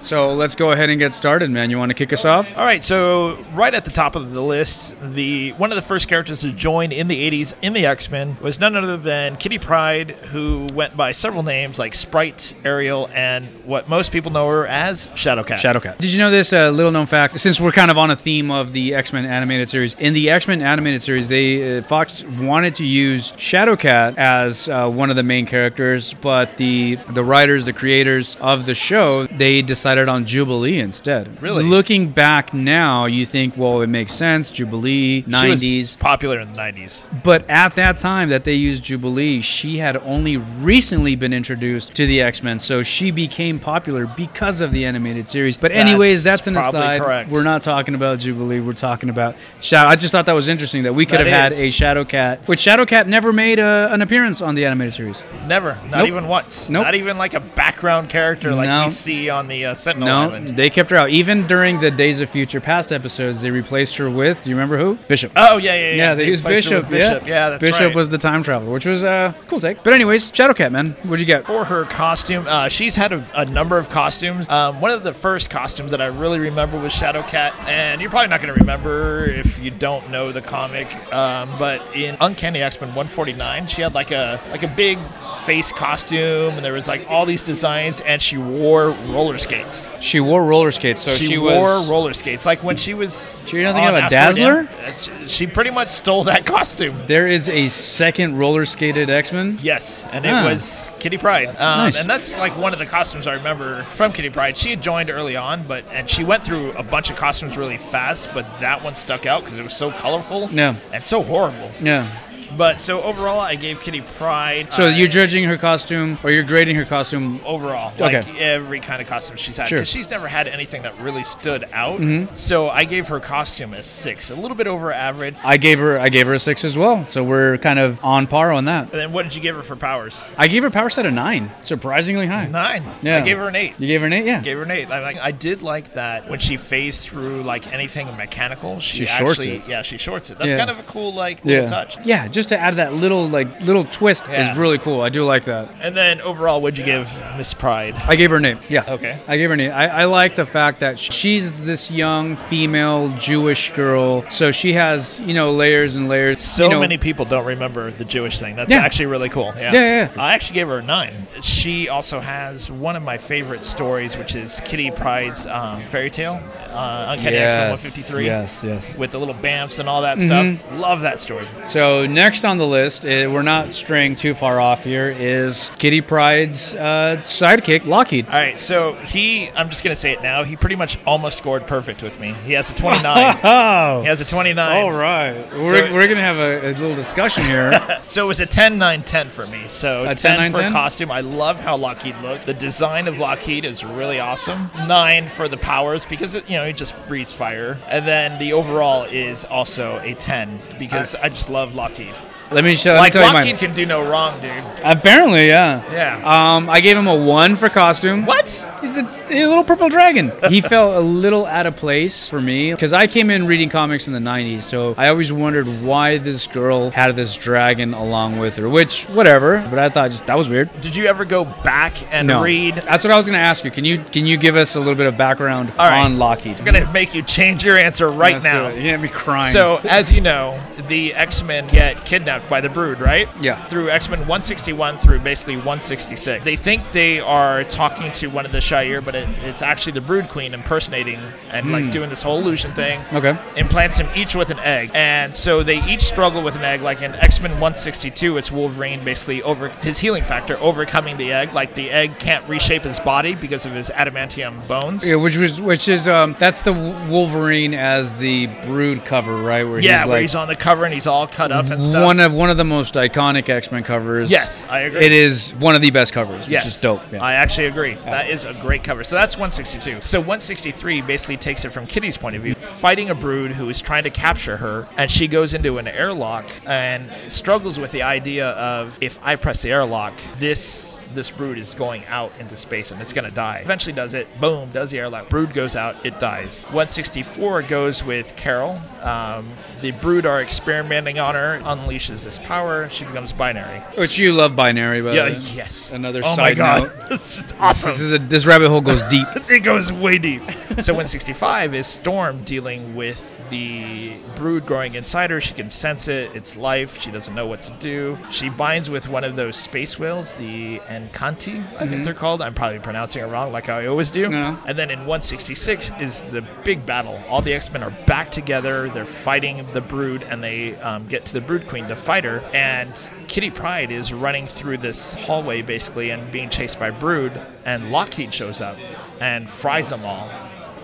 S5: So let's go ahead and get started, man. You want to kick us off?
S4: All right, so right at the top of the list, the one of the first characters to join in the 80s in the X-Men was none other than Kitty Pride, who went by several names like Sprite, Ariel, and what most people know her as Shadowcat.
S5: Shadowcat. Did you know this uh, little known fact? Since we're kind of on a theme of the X Men animated series, in the X Men animated series, they uh, Fox wanted to use Shadowcat as uh, one of the main characters, but the the writers, the creators of the show, they decided on Jubilee instead.
S4: Really?
S5: Looking back now, you think, well, it makes sense. Jubilee,
S4: She was
S5: nineties.
S4: popular in the 90s.
S5: But at that time that they used Jubilee, she had only recently been introduced to the X Men, so she became popular because of the animated series. But anyways,
S4: That's
S5: that's an
S4: probably
S5: aside.
S4: correct.
S5: We're not talking about Jubilee. We're talking about Shadow. I just thought that was interesting that we could
S4: That
S5: have
S4: is.
S5: had a Shadow Cat, which Shadow Cat never made uh an appearance on the animated series.
S4: Never, not
S5: Nope.
S4: even once.
S5: Nope.
S4: Not even like a background character like
S5: No.
S4: we see on the uh, Sentinel
S5: No,
S4: Island.
S5: they kept her out. Even during the Days of Future Past episodes, they replaced her with. Do you remember who? Bishop.
S4: Oh yeah, yeah, yeah.
S5: Yeah, they, used
S4: replaced her
S5: Bishop.
S4: with
S5: Yeah,
S4: Bishop. Yeah, that's
S5: Bishop
S4: right.
S5: was the time traveler, which was uh, cool take. But anyways, Shadowcat, man, what'd you get?
S4: for her costume. Uh, she's had a, a number of costumes. Um, one of the first costumes that I really remember was Shadowcat, and you're probably not going to remember if you don't know the comic. Um, but in Uncanny X Men 149, she had like a like a big face costume, and there was like all these designs, and she wore roller skates.
S5: She wore roller skates, so she,
S4: she, wore
S5: was.
S4: roller skates. Like when she was. um, She
S5: don't think of a Dazzler?
S4: uh, She pretty much stole that costume.
S5: there is a second roller skated X Men.
S4: Yes, and
S5: Ah.
S4: it was Kitty Pride. Um,
S5: Nice.
S4: And that's like one of the costumes I remember from Kitty Pride. She had joined early on, but and she went through a bunch of costumes really fast, but that one stuck out because it was so colorful
S5: Yeah.
S4: and so horrible.
S5: Yeah.
S4: But so overall, I gave Kitty Pride.
S5: So
S4: uh,
S5: you're judging her costume, or you're grading her costume
S4: overall,
S5: Okay.
S4: like every kind of costume she's had,
S5: Sure.
S4: because she's never had anything that really stood out.
S5: Mhm.
S4: So I gave her costume a six, a little bit over average.
S5: I gave her I gave her a six as well, so we're kind of on par on that.
S4: And then what did you give her for powers?
S5: I gave her power set a nine, surprisingly high.
S4: Nine.
S5: Yeah.
S4: I gave her an eight.
S5: You gave her an eight, yeah.
S4: Gave her an eight. I, like, I did like that when she phased through like anything mechanical. She,
S5: She shorts
S4: actually,
S5: it.
S4: Yeah, she shorts it. That's
S5: Yeah.
S4: kind of a cool like little
S5: yeah.
S4: touch.
S5: Yeah, just to add that little like little twist
S4: Yeah.
S5: is really cool. I do like that.
S4: And then overall, what'd you give Miss Pride?
S5: I gave her an eight. Yeah.
S4: Okay.
S5: I gave her an eight. I, I like the fact that she's this young female Jewish girl, so she has you know layers and layers.
S4: So
S5: you know,
S4: many people don't remember the Jewish thing. That's
S5: Yeah.
S4: actually really cool. Yeah.
S5: Yeah, yeah,
S4: I actually gave her a nine. She also has one of my favorite stories, which is Kitty Pride's um, fairy tale, uh, Uncanny X-Men
S5: Yes,
S4: 153.
S5: yes, yes.
S4: With the little bamfs and all that
S5: Mhm.
S4: stuff. Love that story.
S5: So next on the list, eh, we're not straying too far off here, is Kitty Pride's uh, sidekick, Lockheed.
S4: All right, so he, I'm just going to say it now, he pretty much almost scored perfect with me. He has a 29.
S5: Oh.
S4: He has a 29.
S5: All right. We're, we're going to have a, a little discussion here.
S4: so it was a 10 9 10 for me. So
S5: A
S4: 10,
S5: 10,
S4: for
S5: 10?
S4: costume. I love how Lockheed looked. The design of Lockheed is really awesome. 9 for the powers because it, you know, he just breathes fire. And then the overall is also a 10 because I just love Lockheed.
S5: Let me show let me
S4: like
S5: tell you
S4: Lockheed
S5: mine.
S4: can do no wrong, dude.
S5: Apparently, yeah.
S4: Yeah.
S5: Um, I gave him a one for costume.
S4: What?
S5: He's a, a little purple dragon. he felt a little out of place for me because I came in reading comics in the 90s, so I always wondered why this girl had this dragon along with her, which, whatever. But I thought just that was weird.
S4: Did you ever go back and
S5: No.
S4: read?
S5: That's what I was going to ask you. Can you can you give us a little bit of background
S4: All right.
S5: on Lockheed?
S4: I'm gonna make you change your answer right
S5: Let's
S4: now.
S5: do it. You had me crying.
S4: So, as you know, the X Men get kidnapped by the Brood, right?
S5: Yeah.
S4: Through X Men 161 through basically 166, they think they are talking to one of the Shire, but it, it's actually the Brood Queen impersonating and
S5: Hmm.
S4: like doing this whole illusion thing.
S5: Okay.
S4: Implants them each with an egg, and so they each struggle with an egg. Like in X Men 162, it's Wolverine basically over his healing factor overcoming the egg. Like the egg can't reshape his body because of his adamantium bones.
S5: Yeah, which was which is um that's the Wo- Wolverine as the Brood cover, right? Where
S4: yeah,
S5: he's
S4: where
S5: like
S4: he's on the cover and he's all cut up and stuff.
S5: one of one of the most iconic X Men covers.
S4: Yes, I agree.
S5: It is one of the best covers,
S4: Yes.
S5: which is dope. Yeah.
S4: I actually agree. That is a great cover. So that's 162. So 163 basically takes it from Kitty's point of view, fighting a brood who is trying to capture her, and she goes into an airlock and struggles with the idea of if I press the airlock, this this brood is going out into space and it's going to die. Eventually does it. Boom, does the airlock. Brood goes out, it dies. 164 goes with Carol. Um, the brood are experimenting on her, unleashes this power. She becomes binary.
S5: Which you love binary, but
S4: Yeah, yes.
S5: Another
S4: Oh
S5: side
S4: my God.
S5: note.
S4: This is awesome.
S5: This, is a, this rabbit hole goes deep.
S4: it goes way deep. So 165 is Storm dealing with the brood growing inside her. She can sense it. It's life. She doesn't know what to do. She binds with one of those space whales, the Encanti, I think
S5: Mhm.
S4: they're called. I'm probably pronouncing it wrong, like I always do. And then in 166 is the big battle. All the X Men are back together. They're fighting the brood, and they um, get to the brood queen to fight her. And Kitty Pride is running through this hallway, basically, and being chased by brood. And Lockheed shows up and fries them all.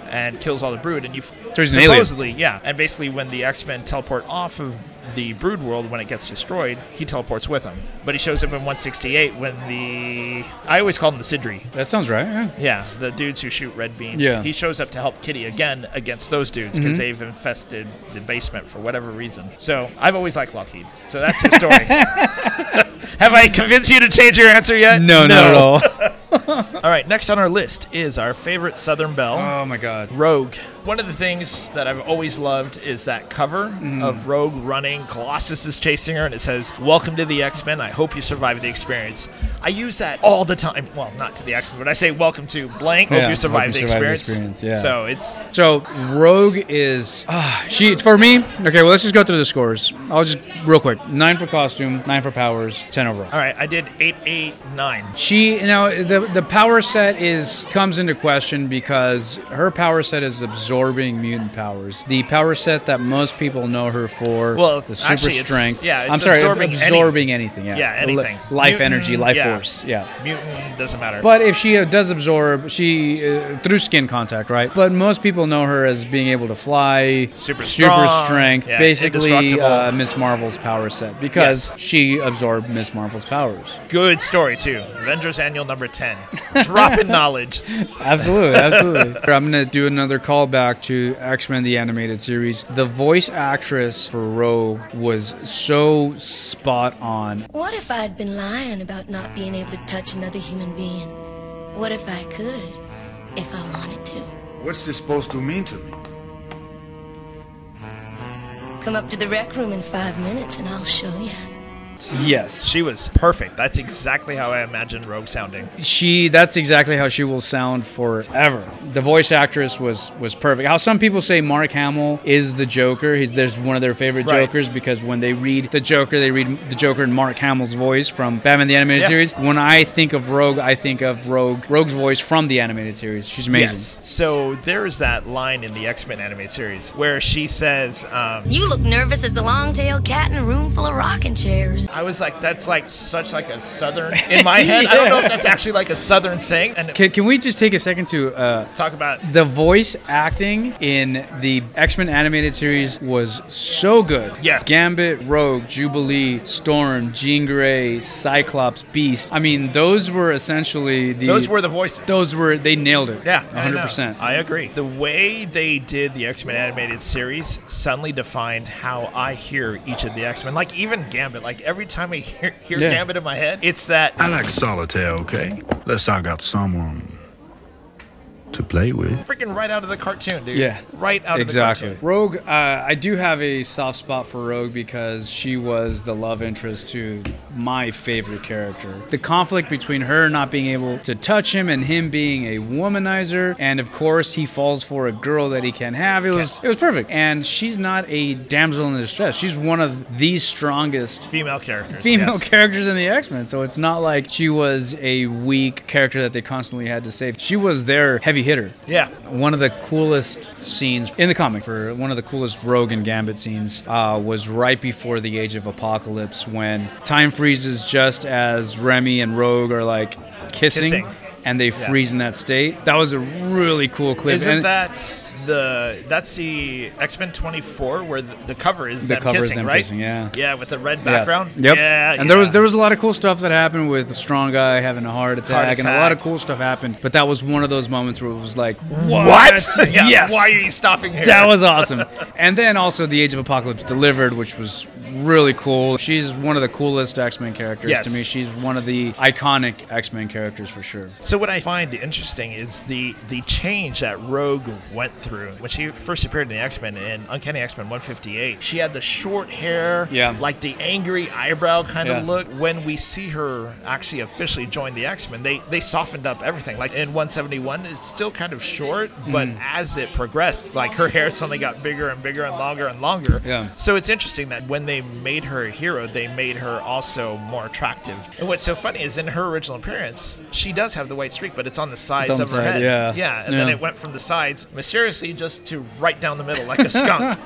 S4: And kills all the brood, and you
S5: So he's an alien.
S4: supposedly, yeah. And basically, when the X Men teleport off of the Brood world, when it gets destroyed, he teleports with them. But he shows up in 168 when the I always call him the Sidri.
S5: That sounds right. Yeah.
S4: Yeah, the dudes who shoot red beans.
S5: Yeah.
S4: He shows up to help Kitty again against those dudes because
S5: Mhm.
S4: they've infested the basement for whatever reason. So I've always liked Lockheed. So that's his story. Have I convinced you to change your answer yet?
S5: No, not at all.
S4: All right, next on our list is our favorite Southern Belle.
S5: Oh my God,
S4: Rogue. One of the things that I've always loved is that cover
S5: Mhm.
S4: of Rogue running. Colossus is chasing her, and it says, "Welcome to the X Men. I hope you survive the experience." I use that all the time. Well, not to the X Men, but I say, "Welcome to blank.
S5: Yeah,
S4: hope you survive,
S5: hope
S4: the,
S5: you survive the
S4: experience.
S5: experience, yeah.
S4: So it's
S5: So Rogue is ah, she for me. Okay, well let's just go through the scores. I'll just real quick. Nine for costume, nine for powers, ten overall.
S4: all right. I did eight, eight, nine.
S5: She now the the power set is comes into question because her power set is absorbing mutant powers. The power set that most people know her for,
S4: Well,
S5: the super
S4: actually, it's-
S5: strength.
S4: yeah, it's
S5: I'm sorry,
S4: absorbing
S5: absorbing,
S4: any-
S5: anything. Yeah,
S4: yeah,
S5: Li-
S4: anything.
S5: life
S4: Mutant,
S5: energy, life
S4: yeah.
S5: force. Yeah.
S4: Mutant doesn't matter.
S5: But if she uh, does absorb, she uh, through skin contact, right? But most people know her as being able to fly, super,
S4: strong,
S5: strength,
S4: yeah,
S5: basically
S4: indestructible.
S5: uh, Miss Marvel's power set because she absorbed Miss Marvel's powers.
S4: Good story too. Avengers Annual number ten. Drop in knowledge.
S5: Absolutely, absolutely. I'm gonna do another callback to X Men: The Animated Series. The voice actress for Rogue was so spot on.
S13: What if I'd been lying about not being able to touch another human being? What if I could, if I wanted to?
S21: What's this supposed to mean to me?
S13: Come up to the rec room in five minutes and I'll show you.
S5: Yes,
S4: she was perfect. That's exactly how I imagined Rogue sounding.
S5: She that's exactly how she will sound forever. The voice actress was was perfect. How some people say Mark Hamill is the Joker. He's there's one of their favorite
S4: Right.
S5: Jokers because when they read the Joker, they read the Joker in Mark Hamill's voice from Batman the Animated
S4: Yeah.
S5: Series. When I think of Rogue, I think of Rogue Rogue's voice from the animated series. She's amazing.
S4: Yes. So there's that line in the X Men animated series where she says, um,
S13: You look nervous as a long-tailed cat in a room full of rocking chairs.
S4: I was like, that's like such like a southern in my head. I don't know if that's actually like a southern saying. And
S5: Can, can we just take a second to uh,
S4: talk about
S5: the voice acting in the X Men animated series was so good.
S4: Yeah.
S5: Gambit, Rogue, Jubilee, Storm, Jean Grey, Cyclops, Beast. I mean, those were essentially the
S4: Those were the voices.
S5: Those were they nailed it.
S4: yeah, I know.
S5: 100%.
S4: I agree. The way they did the X Men animated series suddenly defined how I hear each of the X Men. Like even Gambit. Like every time I hear, hear
S21: Yeah.
S4: Gambit in my head, it's that
S21: I like solitaire, okay? Unless I got someone to play with.
S4: freaking right out of the cartoon, dude.
S5: Yeah,
S4: right out
S5: exactly.
S4: of the cartoon.
S5: Rogue, uh, I do have a soft spot for Rogue because she was the love interest to my favorite character. The conflict between her not being able to touch him and him being a womanizer, and of course he falls for a girl that he can have. It was it was perfect, and she's not a damsel in distress. She's one of the strongest
S4: female characters.
S5: Female
S4: yes.
S5: characters in the X Men, so it's not like she was a weak character that they constantly had to save. She was their heavy hitter.
S4: Yeah.
S5: One of the coolest scenes in the comic for one of the coolest Rogue and Gambit scenes uh, was right before the Age of Apocalypse when time freezes just as Remy and Rogue are like kissing.
S4: Kissing.
S5: And they
S4: Yeah.
S5: freeze in that state. That was a really cool clip.
S4: Isn't
S5: and
S4: that the that's the X Men twenty four where the, the cover is
S5: The
S4: them
S5: cover is
S4: kissing,
S5: them
S4: right?
S5: kissing, yeah.
S4: yeah, with the red
S5: Yeah.
S4: background.
S5: Yep.
S4: Yeah,
S5: and there was there was a lot of cool stuff that happened with the strong guy having a heart attack,
S4: Heart
S5: and a lot of
S4: attack.
S5: cool stuff happened. But that was one of those moments where it was like, what?
S4: yeah,
S5: yes.
S4: Why are you stopping here?
S5: That was awesome. and then also the Age of Apocalypse delivered, which was really cool. She's one of the coolest X Men characters
S4: Yes.
S5: to me. She's one of the iconic X Men characters for sure.
S4: So what I find interesting is the the change that Rogue went through when she first appeared in the X Men in Uncanny X Men 158. She had the short hair,
S5: Yeah.
S4: like the angry eyebrow kind of
S5: Yeah.
S4: look. When we see her actually officially join the X Men, they they softened up everything. Like in 171, it's still kind of short, but
S5: Mhm.
S4: as it progressed, like her hair suddenly got bigger and bigger and longer and longer.
S5: Yeah.
S4: So it's interesting that when they made her a hero, they made her also more attractive. And what's so funny is in her original appearance, she does have the white streak, but it's on the sides
S5: on the
S4: of her
S5: side,
S4: head.
S5: yeah.
S4: Yeah. And then
S5: Yeah.
S4: it went from the sides mysteriously just to right down the middle like a skunk.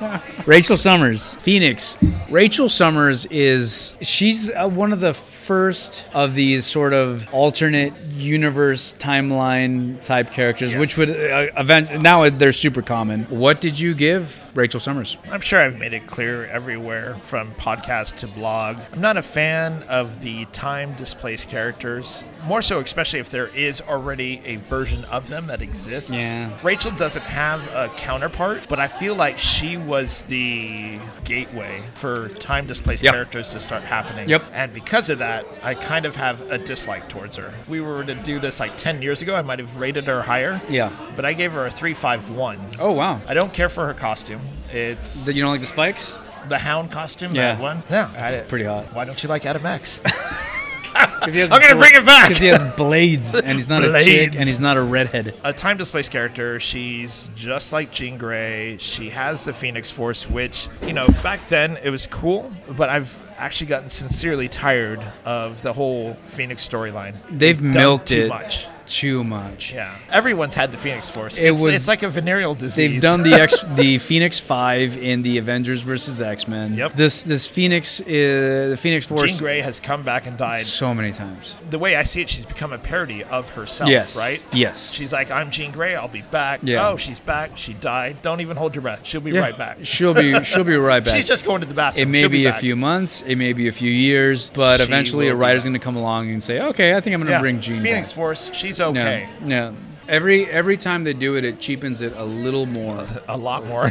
S5: Rachel Summers, Phoenix. Rachel Summers is she's uh, one of the first of these sort of alternate universe timeline type characters, which would uh, event now they're super common. What did you give? Rachel Summers.
S4: I'm sure I've made it clear everywhere from podcast to blog. I'm not a fan of the time displaced characters, more so, especially if there is already a version of them that exists.
S5: Yeah.
S4: Rachel doesn't have a counterpart, but I feel like she was the gateway for time displaced
S5: Yeah.
S4: characters to start happening.
S5: Yep.
S4: And because of that, I kind of have a dislike towards her. If we were to do this like 10 years ago, I might have rated her higher.
S5: Yeah.
S4: But I gave her a 351.
S5: Oh wow.
S4: I don't care for her costume. It's
S5: That you don't like the spikes?
S4: The hound costume,
S5: Yeah.
S4: that one. Yeah,
S5: That's pretty hot.
S4: Why don't you like Adam X?
S5: he has
S4: I'm gonna
S5: bla-
S4: bring it back
S5: 'cause he has blades, and he's not a chick, and he's not a redhead.
S4: A time displaced character. She's just like Jean Grey. She has the Phoenix Force, which you know back then it was cool, but I've actually gotten sincerely tired of the whole Phoenix storyline.
S5: They've
S4: We've done
S5: milked
S4: too
S5: it
S4: much.
S5: too much.
S4: Yeah, everyone's had the Phoenix Force.
S5: It
S4: it's,
S5: was-
S4: it's like a venereal disease.
S5: They've done the X, the Phoenix Five in the Avengers versus X Men. Yep. This this Phoenix is the Phoenix Force.
S4: Jean Grey has come back and died
S5: so many times.
S4: the way I see it, she's become a parody of herself,
S5: Yes.
S4: right?
S5: Yes.
S4: She's like, I'm Jean Grey, I'll be back.
S5: Yeah.
S4: Oh, she's back. She died. Don't even hold your breath. She'll be
S5: Yeah.
S4: right back.
S5: She'll be she'll be right back.
S4: she's just going to the bathroom.
S5: It may
S4: She'll
S5: be,
S4: be,
S5: a
S4: back.
S5: few months, it may be a few years, but
S4: She
S5: eventually a
S4: will be
S5: writer's going to come along and say, "Okay, I think I'm going to
S4: Yeah.
S5: bring Jean
S4: Phoenix
S5: back."
S4: Force, she's okay.
S5: No, no. Every every time they do it, it cheapens it a little more.
S4: A lot more.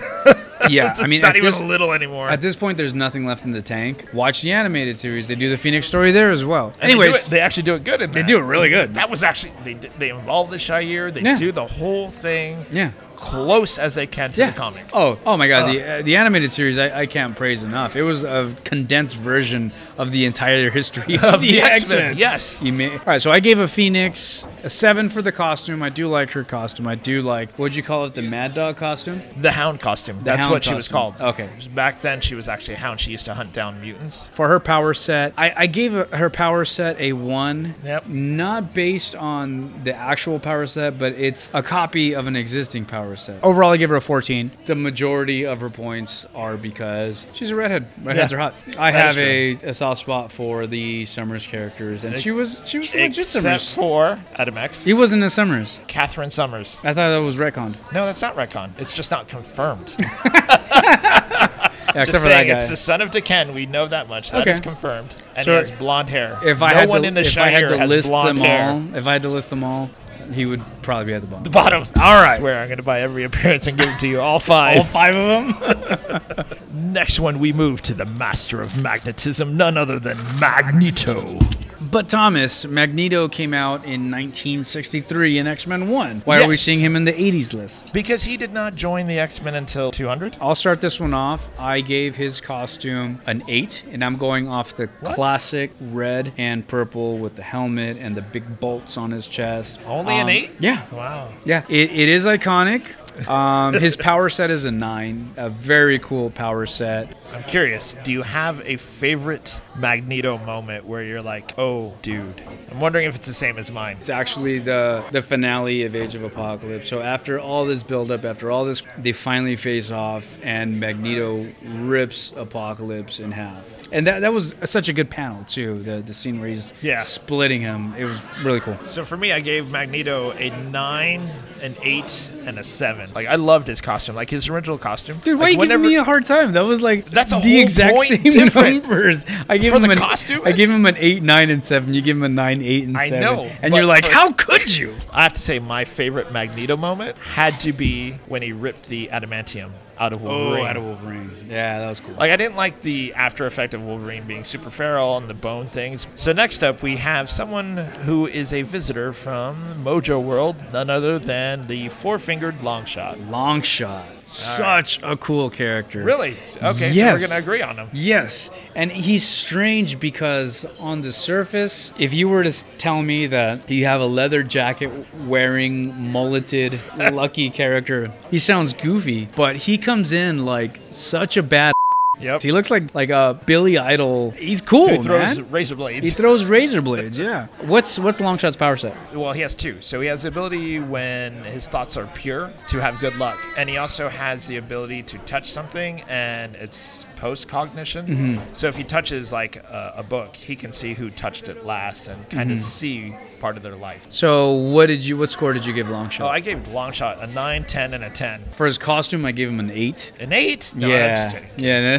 S5: yeah,
S4: It's
S5: I mean,
S4: not
S5: at
S4: even
S5: this-
S4: a little anymore.
S5: At this point, there's nothing left in the tank. Watch the animated series; they do the Phoenix story there as well.
S4: And they do
S5: Anyways,
S4: it- they actually do it good. In
S5: They
S4: that.
S5: do it really good.
S4: That was actually they d- they involve the Shire. They
S5: Yeah.
S4: do the whole thing.
S5: Yeah.
S4: Close as they can to the comic.
S5: Oh, oh my God!
S4: Ugh.
S5: The uh, the animated series I, I can't praise enough. It was a condensed version of the entire history of,
S4: Of
S5: the,
S4: the
S5: X
S4: X-Men,
S5: Men.
S4: yes.
S5: You may, all right. So I gave a Phoenix a seven for the costume. I do like her costume. I do like what'd you call it? The Mad Dog costume.
S4: The Hound costume.
S5: The
S4: That's
S5: Hound
S4: what she was
S5: costume.
S4: called.
S5: Okay.
S4: Back then, she was actually a hound. She used to hunt down mutants.
S5: For her power set, I, I gave her power set a one.
S4: Yep.
S5: Not based on the actual power set, but it's a copy of an existing power
S4: Oh.
S5: set. Overall, I give her a 14. The majority of her points are because she's a redhead. Redheads
S4: Yeah.
S5: are hot. I
S4: That is
S5: have a, a soft spot for the Summers characters, and she was she was legit
S4: Except
S5: Summers.
S4: for Adam X.
S5: He wasn't a Summers.
S4: Catherine Summers.
S5: I thought that was retconned.
S4: No, that's not retcon. It's just not confirmed.
S5: except
S4: Just
S5: for that
S4: saying,
S5: guy.
S4: It's the son of Deken. We know that much. That is
S5: Okay.
S4: confirmed. And
S5: So
S4: he has blonde hair.
S5: If
S4: no
S5: I had
S4: one
S5: to,
S4: in the
S5: if I had
S4: Shire
S5: to
S4: has
S5: list
S4: blonde
S5: them
S4: hair.
S5: all, if I had to list them all, he would probably be at the bottom.
S4: The bottom. All right. Swear, I'm going to buy every appearance and give it to you. All five.
S5: All
S4: five of them. Next one, we move to the master of magnetism, none other than Magneto.
S5: But Thomas, Magneto came out in 1963 in X Men 1. Why are we
S4: Yes.
S5: seeing him in the 80s list?
S4: Because he did not join the X Men until 200.
S5: I'll start this one off. I gave his costume an 8, and I'm going off the classic red and purple with the helmet and the big bolts on his chest.
S4: Only an
S5: Um,
S4: eight?
S5: Yeah.
S4: Wow.
S5: Yeah, it, it is iconic. Um, his power set is a 9, a very cool power set.
S4: I'm curious, do you have a favorite Magneto moment where you're like, oh, dude? I'm wondering if it's the same as mine.
S5: It's actually the the finale of Age of Apocalypse. So after all this buildup, after all this, they finally face off, and Magneto rips Apocalypse in half. And that, that was such a good panel too. The the scene where he's
S4: Yeah.
S5: splitting him. It was really cool.
S4: So for me, I gave Magneto a nine, an eight, and a seven. Like I loved his costume, like his original costume.
S5: Dude, why
S4: like,
S5: are you giving me a hard time? That was like
S4: That's a
S5: the
S4: whole
S5: exact
S4: point
S5: same
S4: different.
S5: numbers. I gave
S4: For
S5: him
S4: the
S5: an
S4: costume?
S5: I gave him an eight, nine, and seven. You give him a nine, eight, and
S4: I
S5: seven.
S4: know,
S5: and
S4: but
S5: you're like,
S4: for-
S5: how could you?
S4: I have to say, my favorite Magneto moment had to be when he ripped the adamantium out of Oh, Wolverine.
S5: Oh, out of Wolverine. Yeah, that was cool.
S4: Like I didn't like the after effect of Wolverine being super feral and the bone things. So next up we have someone who is a visitor from Mojo World, none other than the four-fingered Longshot.
S5: Longshot. Such a cool character.
S4: Really? Okay, so we're
S5: Yes.
S4: gonna agree on him.
S5: Yes. And he's strange because on the surface, if you were to s- tell me that you have a leather jacket wearing mulleted lucky character, he sounds goofy, but he comes in like such a bad
S4: Yep.
S5: He looks like like uh, Billy Idol. He's cool.
S4: Who throws
S5: man.
S4: razor blades.
S5: He throws razor blades. Yeah. What's what's Longshot's power set?
S4: Well, he has two. So he has the ability when his thoughts are pure to have good luck, and he also has the ability to touch something, and it's post cognition.
S5: Mhm.
S4: So if he touches like a, a book, he can see who touched it last and kind
S5: Mhm.
S4: of see part of their life.
S5: So what did you? What score did you give Longshot?
S4: Oh, I gave Longshot a 9, 10, and a 10.
S5: For his costume, I gave him an eight.
S4: An eight? No, I'm just
S5: yeah.
S4: kidding.
S5: yeah. no-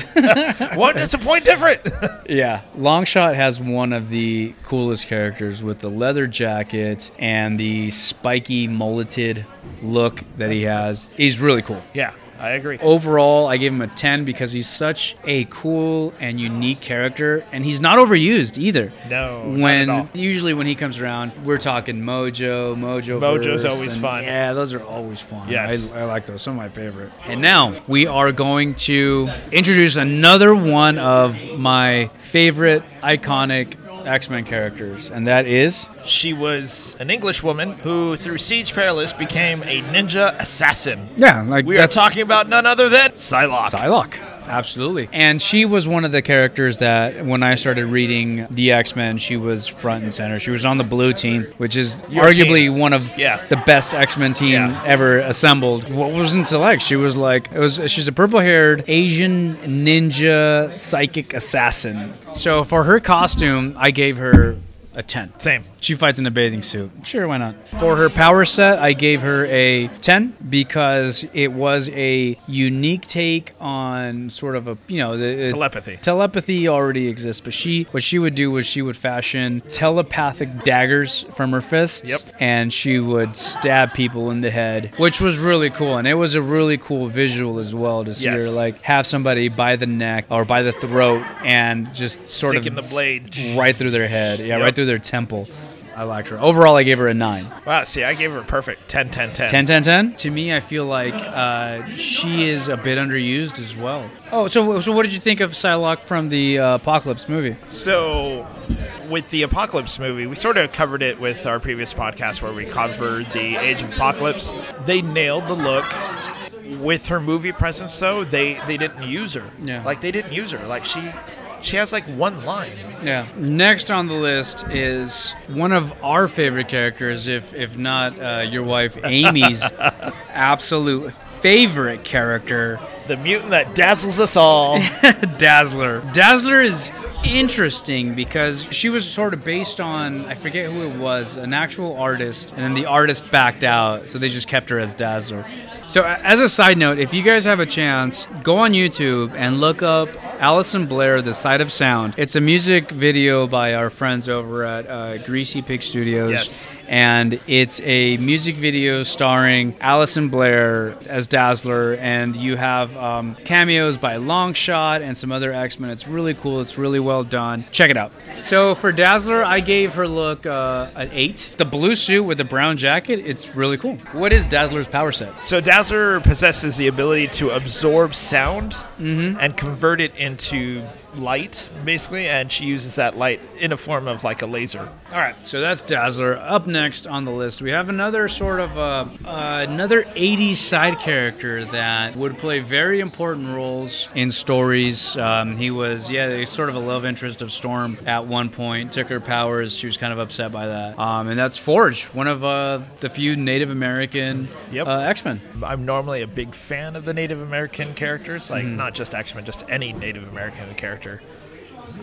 S4: One, it's a point different.
S5: Yeah, Longshot has one of the coolest characters with the leather jacket and the spiky mulleted look that he has. He's really cool.
S4: yeah, I agree.
S5: Overall, I gave him a 10 because he's such a cool and unique character and he's not overused either.
S4: No, not
S5: When
S4: at all.
S5: usually when he comes around, we're talking Mojo, Mojo.
S4: Mojo's always fun.
S5: Yeah, those are always fun.
S4: Yes.
S5: I, I like those. Some of my favorite. And now we are going to introduce another one of my favorite iconic X Men characters, and that is
S4: She was an English woman who, through Siege Perilous, became a ninja assassin.
S5: yeah, like
S4: we are
S5: that's-
S4: talking about none other than Psylocke.
S5: Psylocke. Absolutely. And she was one of the characters that when I started reading the X Men, she was front and center. She was on the blue team, which is
S4: Your
S5: arguably
S4: team.
S5: one of
S4: Yeah.
S5: the best X Men team ever assembled. What wasn't to like? She was like it was she's a purple haired Asian ninja psychic assassin. So for her costume, I gave her a ten.
S4: Same.
S5: She fights in a bathing suit. Sure, why not? For her power set, I gave her a 10 because it was a unique take on sort of a, you know, the
S4: Telepathy.
S5: Telepathy already exists, but she what she would do was she would fashion telepathic daggers from her fists
S4: Yep.
S5: and she would stab people in the head, which was really cool and it was a really cool visual as well to see
S4: Yes.
S5: her like have somebody by the neck or by the throat and just sort of
S4: Sticking the blade.
S5: right through their head. Yeah,
S4: Yep.
S5: right through their temple. I liked her. Overall, I gave her a 9.
S4: Wow, see, I gave her a perfect 10, 10, 10.
S5: 10, 10, 10? To me, I feel like uh, she is a bit underused as well. Oh, so, so what did you think of Psylocke from the uh, Apocalypse movie?
S4: So, with the Apocalypse movie, we sort of covered it with our previous podcast where we covered the Age of Apocalypse. They nailed the look. With her movie presence, though, they they didn't use her.
S5: Yeah.
S4: Like they didn't use her. Like she, she has like one line.
S5: Yeah. Next on the list is one of our favorite characters, if if not uh, your wife Amy's absolute favorite character,
S4: the mutant that dazzles us all,
S5: Dazzler. Dazzler is interesting because she was sort of based on I forget who it was, an actual artist, and then the artist backed out, so they just kept her as Dazzler. So a- as a side note, if you guys have a chance, go on YouTube and look up Allison Blair, The Side of Sound. It's a music video by our friends over at uh, Greasy Pig Studios.
S4: Yes.
S5: And it's a music video starring Allison Blair as Dazzler, and you have um, cameos by Longshot and some other X Men. It's really cool. It's really well done. Check it out. So for Dazzler, I gave her look uh, an eight. The blue suit with the brown jacket, it's really cool. What is Dazzler's power set?
S4: So Dazzler possesses the ability to absorb sound
S5: Mm-hmm.
S4: and convert it into light, basically, and she uses that light in a form of like a laser.
S5: All right, so that's Dazzler. Up next on the list, we have another sort of uh, uh, another '80s side character that would play very important roles in stories. Um, he was, yeah, he's sort of a love interest of Storm at one point. Took her powers. She was kind of upset by that. Um, and that's Forge, one of uh, the few Native American
S4: Yep.
S5: uh, X-Men.
S4: I'm normally a big fan of the Native American characters, like
S5: Mhm.
S4: not just X Men, just any Native American character.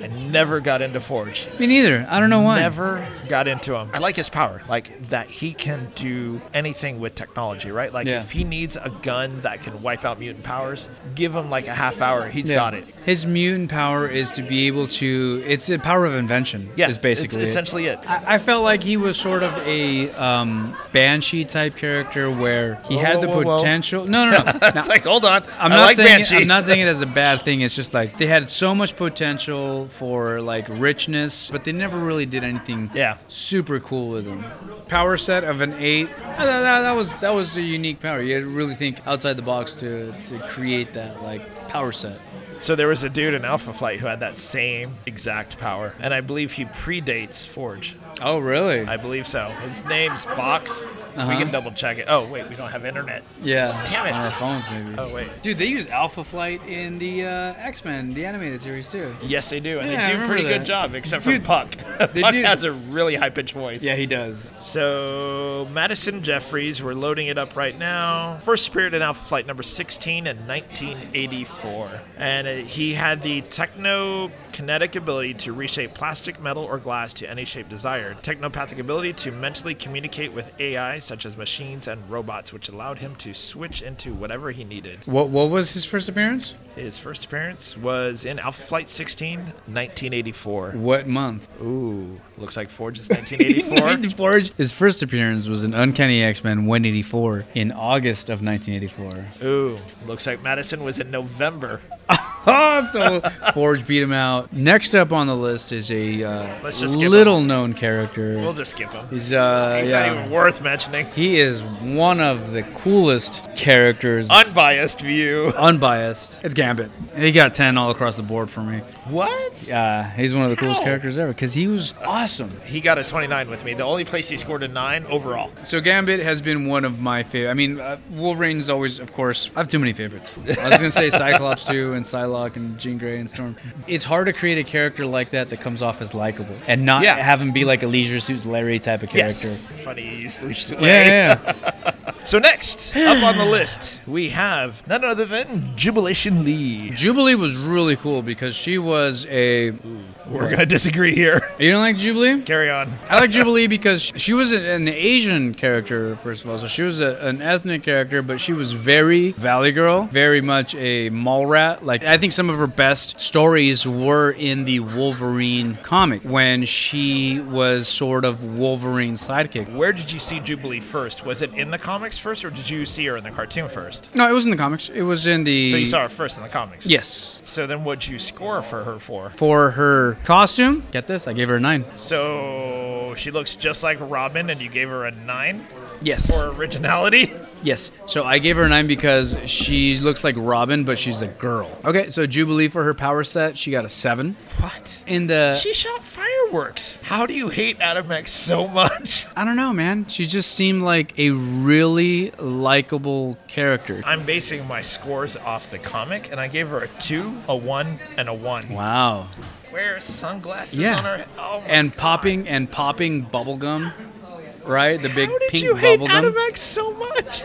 S4: I never got into Forge.
S5: Me neither. I don't know why.
S4: Never got into him. I like his power, like that he can do anything with technology, right? Like
S5: Yeah.
S4: if he needs a gun that can wipe out mutant powers, give him like a half hour, he's
S5: Yeah.
S4: got it.
S5: His mutant power is to be able to. It's a power of invention.
S4: Yeah,
S5: is basically
S4: it's
S5: it.
S4: essentially it.
S5: I, I felt like he was sort of a um, banshee type character where he
S4: Whoa,
S5: had
S4: whoa,
S5: the
S4: whoa, whoa.
S5: potential. No, no, no.
S4: it's like hold on,
S5: I'm
S4: I
S5: not
S4: like
S5: saying
S4: Banshee.
S5: It, I'm not saying it as a bad thing. It's just like they had so much potential for like richness, but they never really did anything.
S4: Yeah.
S5: super cool with them. Power set of an eight. Ah, That, that- that was that was a unique power. You had to really think outside the box to to create that like power set.
S4: So there was a dude in Alpha Flight who had that same exact power, and I believe he predates Forge.
S5: Oh, really?
S4: I believe so. His name's Box. We
S5: Uh-huh.
S4: can double check it. Oh wait, we don't have internet.
S5: Yeah.
S4: Damn it.
S5: On our phones, maybe.
S4: Oh wait.
S5: Dude, they use Alpha Flight in the uh, X Men, the animated series too.
S4: Yes, they do, and
S5: Yeah, I
S4: they do a
S5: remember
S4: pretty
S5: that.
S4: good job, except for
S5: Dude,
S4: Puck. Puck
S5: they do.
S4: has a really high pitched voice.
S5: Yeah, he does.
S4: So Madison and Jeffries, we're loading it up right now. First Spirit and Alpha Flight number 16 in 1984, and uh, he had the technokinetic ability to reshape plastic, metal, or glass to any shape desired. Technopathic ability to mentally communicate with AI such as machines and robots, which allowed him to switch into whatever he needed.
S5: What What was his first appearance?
S4: His first appearance was in Alpha Flight 16, 1984.
S5: What month?
S4: Ooh, looks like Forge is 1984.
S5: His first appearance was in Uncanny X Men 184 in August of 1984.
S4: Ooh, looks like Madison was in November.
S5: so Forge beat him out. Next up on the list is a uh,
S4: Let's just skip him.
S5: little known character.
S4: We'll just skip him.
S5: He's, uh,
S4: He's
S5: yeah.
S4: not even worth mentioning.
S5: He is one of the coolest characters.
S4: Unbiased view.
S5: Unbiased. It's Gambit. He got 10 all across the board for me.
S4: What?
S5: Yeah, he's one of the coolest
S4: How?
S5: characters ever because he was awesome.
S4: He got a 29 with me. The only place he scored a 9 overall.
S5: So Gambit has been one of my favorite. I mean, uh, Wolverine's always, of course. I have too many favorites. I was gonna say Cyclops too, and Psylocke, and Jean Grey, and Storm. It's hard to create a character like that that comes off as likable and not
S4: Yeah.
S5: have him be like a leisure suits Larry type of character.
S4: Yes. Funny you used Lucius
S5: Yeah, yeah.
S4: so next up on the list, we have none other than Jubilation Lee.
S5: Jubilee was really cool because she was a.
S4: We're gonna disagree here.
S5: You don't like Jubilee?
S4: Carry on.
S5: I like Jubilee because she was an- an Asian character, first of all. So she was a, an ethnic character, but she was very Valley Girl, very much a mall rat. Like, I think some of her best stories were in the Wolverine comic when she was sort of Wolverine's sidekick.
S4: Where did you see Jubilee first? Was it in the comics first, or did you see her in the cartoon first?
S5: No, it was in the comics. It was in the.
S4: So you saw her first in the comics.
S5: Yes.
S4: So then, what'd you score for her for?
S5: For her costume, get this, I gave her a nine.
S4: So she looks just like Robin, and you gave her a nine.
S5: Yes.
S4: For originality.
S5: Yes. So I gave her a nine because she looks like Robin, but she's a girl. Okay, so Jubilee for her power set, she got a seven. uh, What? In the
S4: she shot fireworks. How do you hate Adam X so much?
S5: I don't know, man. She just seemed like a really likable character.
S4: I'm basing my scores off the comic, and I gave her a two, a one, and a one.
S5: Wow.
S4: Wear sunglasses
S5: yeah.
S4: on her. Oh my
S5: and popping and popping bubblegum. Right? The big
S4: How did
S5: pink
S4: you hate
S5: bubblegum.
S4: Adam X so much?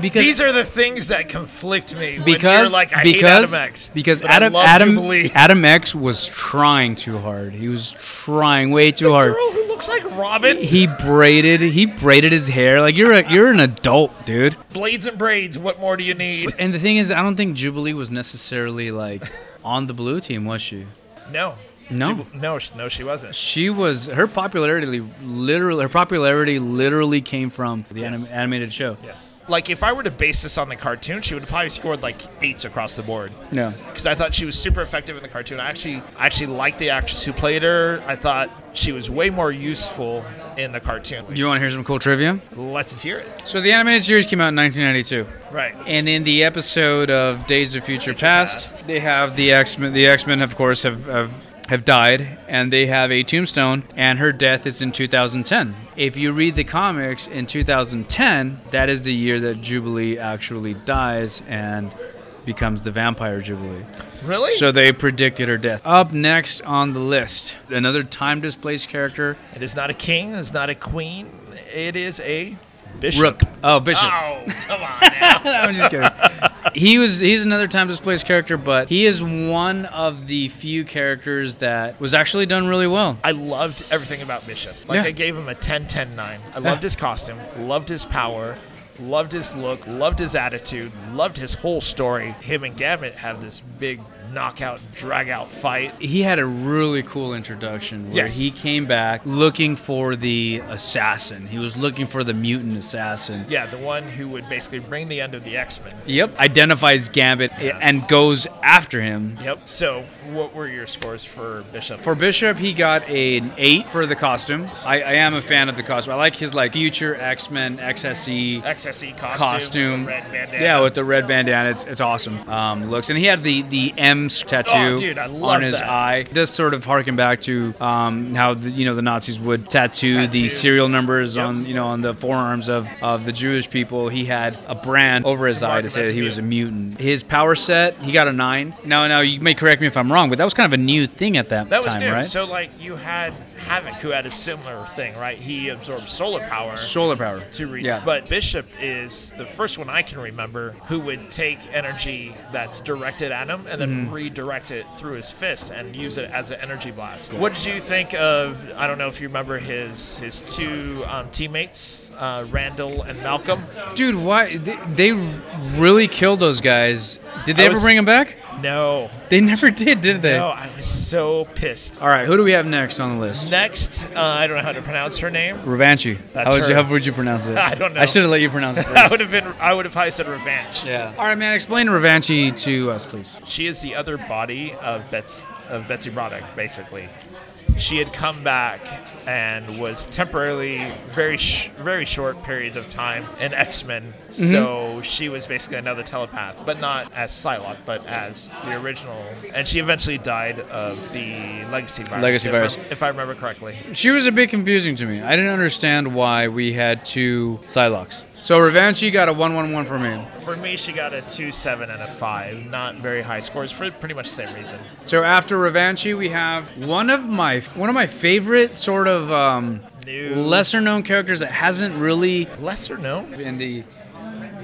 S5: Because-
S4: these are the things that conflict me. Because when you're
S5: because
S4: like I
S5: because
S4: hate Adam X,
S5: because
S4: but I
S5: Adam
S4: love
S5: Adam
S4: Jubilee.
S5: Adam X was trying too hard. He was trying way too hard.
S4: girl who looks like Robin.
S5: He braided he braided his hair like you're a you're an adult, dude.
S4: Blades and braids. What more do you need?
S5: And the thing is, I don't think Jubilee was necessarily like on the blue team, was she?
S4: No.
S5: No.
S4: Jub- no, sh- no, she wasn't.
S5: She was her popularity literally her popularity literally came from the anim- animated show.
S4: Yes. Like if I were to base this on the cartoon, she would have probably scored like eights across the board.
S5: No.
S4: because I thought she was super effective in the cartoon. I actually I actually liked the actress who played her. I thought she was way more useful in the cartoon.
S5: You want to hear some cool trivia?
S4: Let's hear it.
S5: So the animated series came out in 1992.
S4: Right.
S5: And in the episode of Days of Future, Past, they have the X Men. The X Men, of course, have, have have died, and they have a tombstone. And her death is in 2010. If you read the comics, in 2010, that is the year that Jubilee actually dies and becomes the Vampire Jubilee.
S4: Really?
S5: So they predicted her death. Up next on the list, another time displaced character.
S4: It is not a king. It's not a queen. It is a bishop.
S5: Rook. Oh, Bishop.
S4: Oh, come on. Now.
S5: I'm just kidding. He was he's another time displaced character, but he is one of the few characters that was actually done really well.
S4: I loved everything about Bishop. Like
S5: Yeah.
S4: I gave him a 10 10 9. I
S5: Yeah.
S4: loved his costume, loved his power, loved his look, loved his attitude, loved his whole story. Him and Gambit have this big knockout drag out fight.
S5: He had a really cool introduction where
S4: Yes.
S5: he came back looking for the assassin. He was looking for the mutant assassin.
S4: Yeah, the one who would basically bring the end of the X-Men.
S5: Yep, identifies Gambit and goes after him.
S4: Yep. So, what were your scores for Bishop?
S5: For Bishop, he got an eight for the costume. I, I am a fan of the costume. I like his like future X Men XSE
S4: XSE E
S5: costume.
S4: costume, with the red bandana.
S5: Yeah, with the red bandana, it's, it's awesome. Um, looks and he had the the M's tattoo
S4: Oh, dude, I love
S5: on his
S4: that.
S5: eye. This sort of harken back to um, how the, you know the Nazis would tattoo,
S4: Tattoo.
S5: the serial numbers
S4: Yep.
S5: on you know on the forearms of, of the Jewish people. He had a brand over his eye
S4: mark
S5: to
S4: him
S5: say
S4: as
S5: that
S4: a
S5: he was a mutant. His power set, he got a nine. Now, now you may correct me if I'm wrong, but that was kind of a new thing at that,
S4: That was
S5: time,
S4: new.
S5: right?
S4: So like you had Havoc, who had a similar thing, right? He absorbed solar power.
S5: Solar power.
S4: To read.
S5: Yeah.
S4: But Bishop is the first one I can remember who would take energy that's directed at him and then
S5: Mhm.
S4: redirect it through his fist and use it as an energy blast.
S5: Yeah.
S4: What did you think of? I don't know if you remember his his two um, teammates, uh, Randall and Malcolm.
S5: Dude, why they, they really killed those guys? Did they
S4: I
S5: ever
S4: was-
S5: bring him back?
S4: No.
S5: They never did, did they?
S4: No, I was so pissed.
S5: All right, who do we have next on the list?
S4: Next, uh, I don't know how to pronounce her name.
S5: Revanchi.
S4: That's
S5: how, would
S4: her.
S5: you, how would you pronounce it?
S4: I don't know.
S5: I should have let you pronounce it
S4: I
S5: first.
S4: would have been. I would have probably said revenge.
S5: Yeah. All right, man. Explain Revanchi to us, please.
S4: She is the other body of Bets of Betsy Braddock, basically. She had come back and was temporarily very sh- very short period of time in X Men,
S5: Mm-hmm.
S4: so she was basically another telepath, but not as Psylocke, but as the original. And she eventually died of the legacy virus.
S5: Legacy
S4: if
S5: virus.
S4: I'm- if I remember correctly.
S5: She was a bit confusing to me. I didn't understand why we had two Psylocks. So Revanchi got a one-one-one for me.
S4: For me, she got a two, seven, and a five. Not very high scores for pretty much the same reason.
S5: So after Revanchi, we have one of my one of my favorite sort of um, lesser known characters that hasn't really
S4: lesser known
S5: in the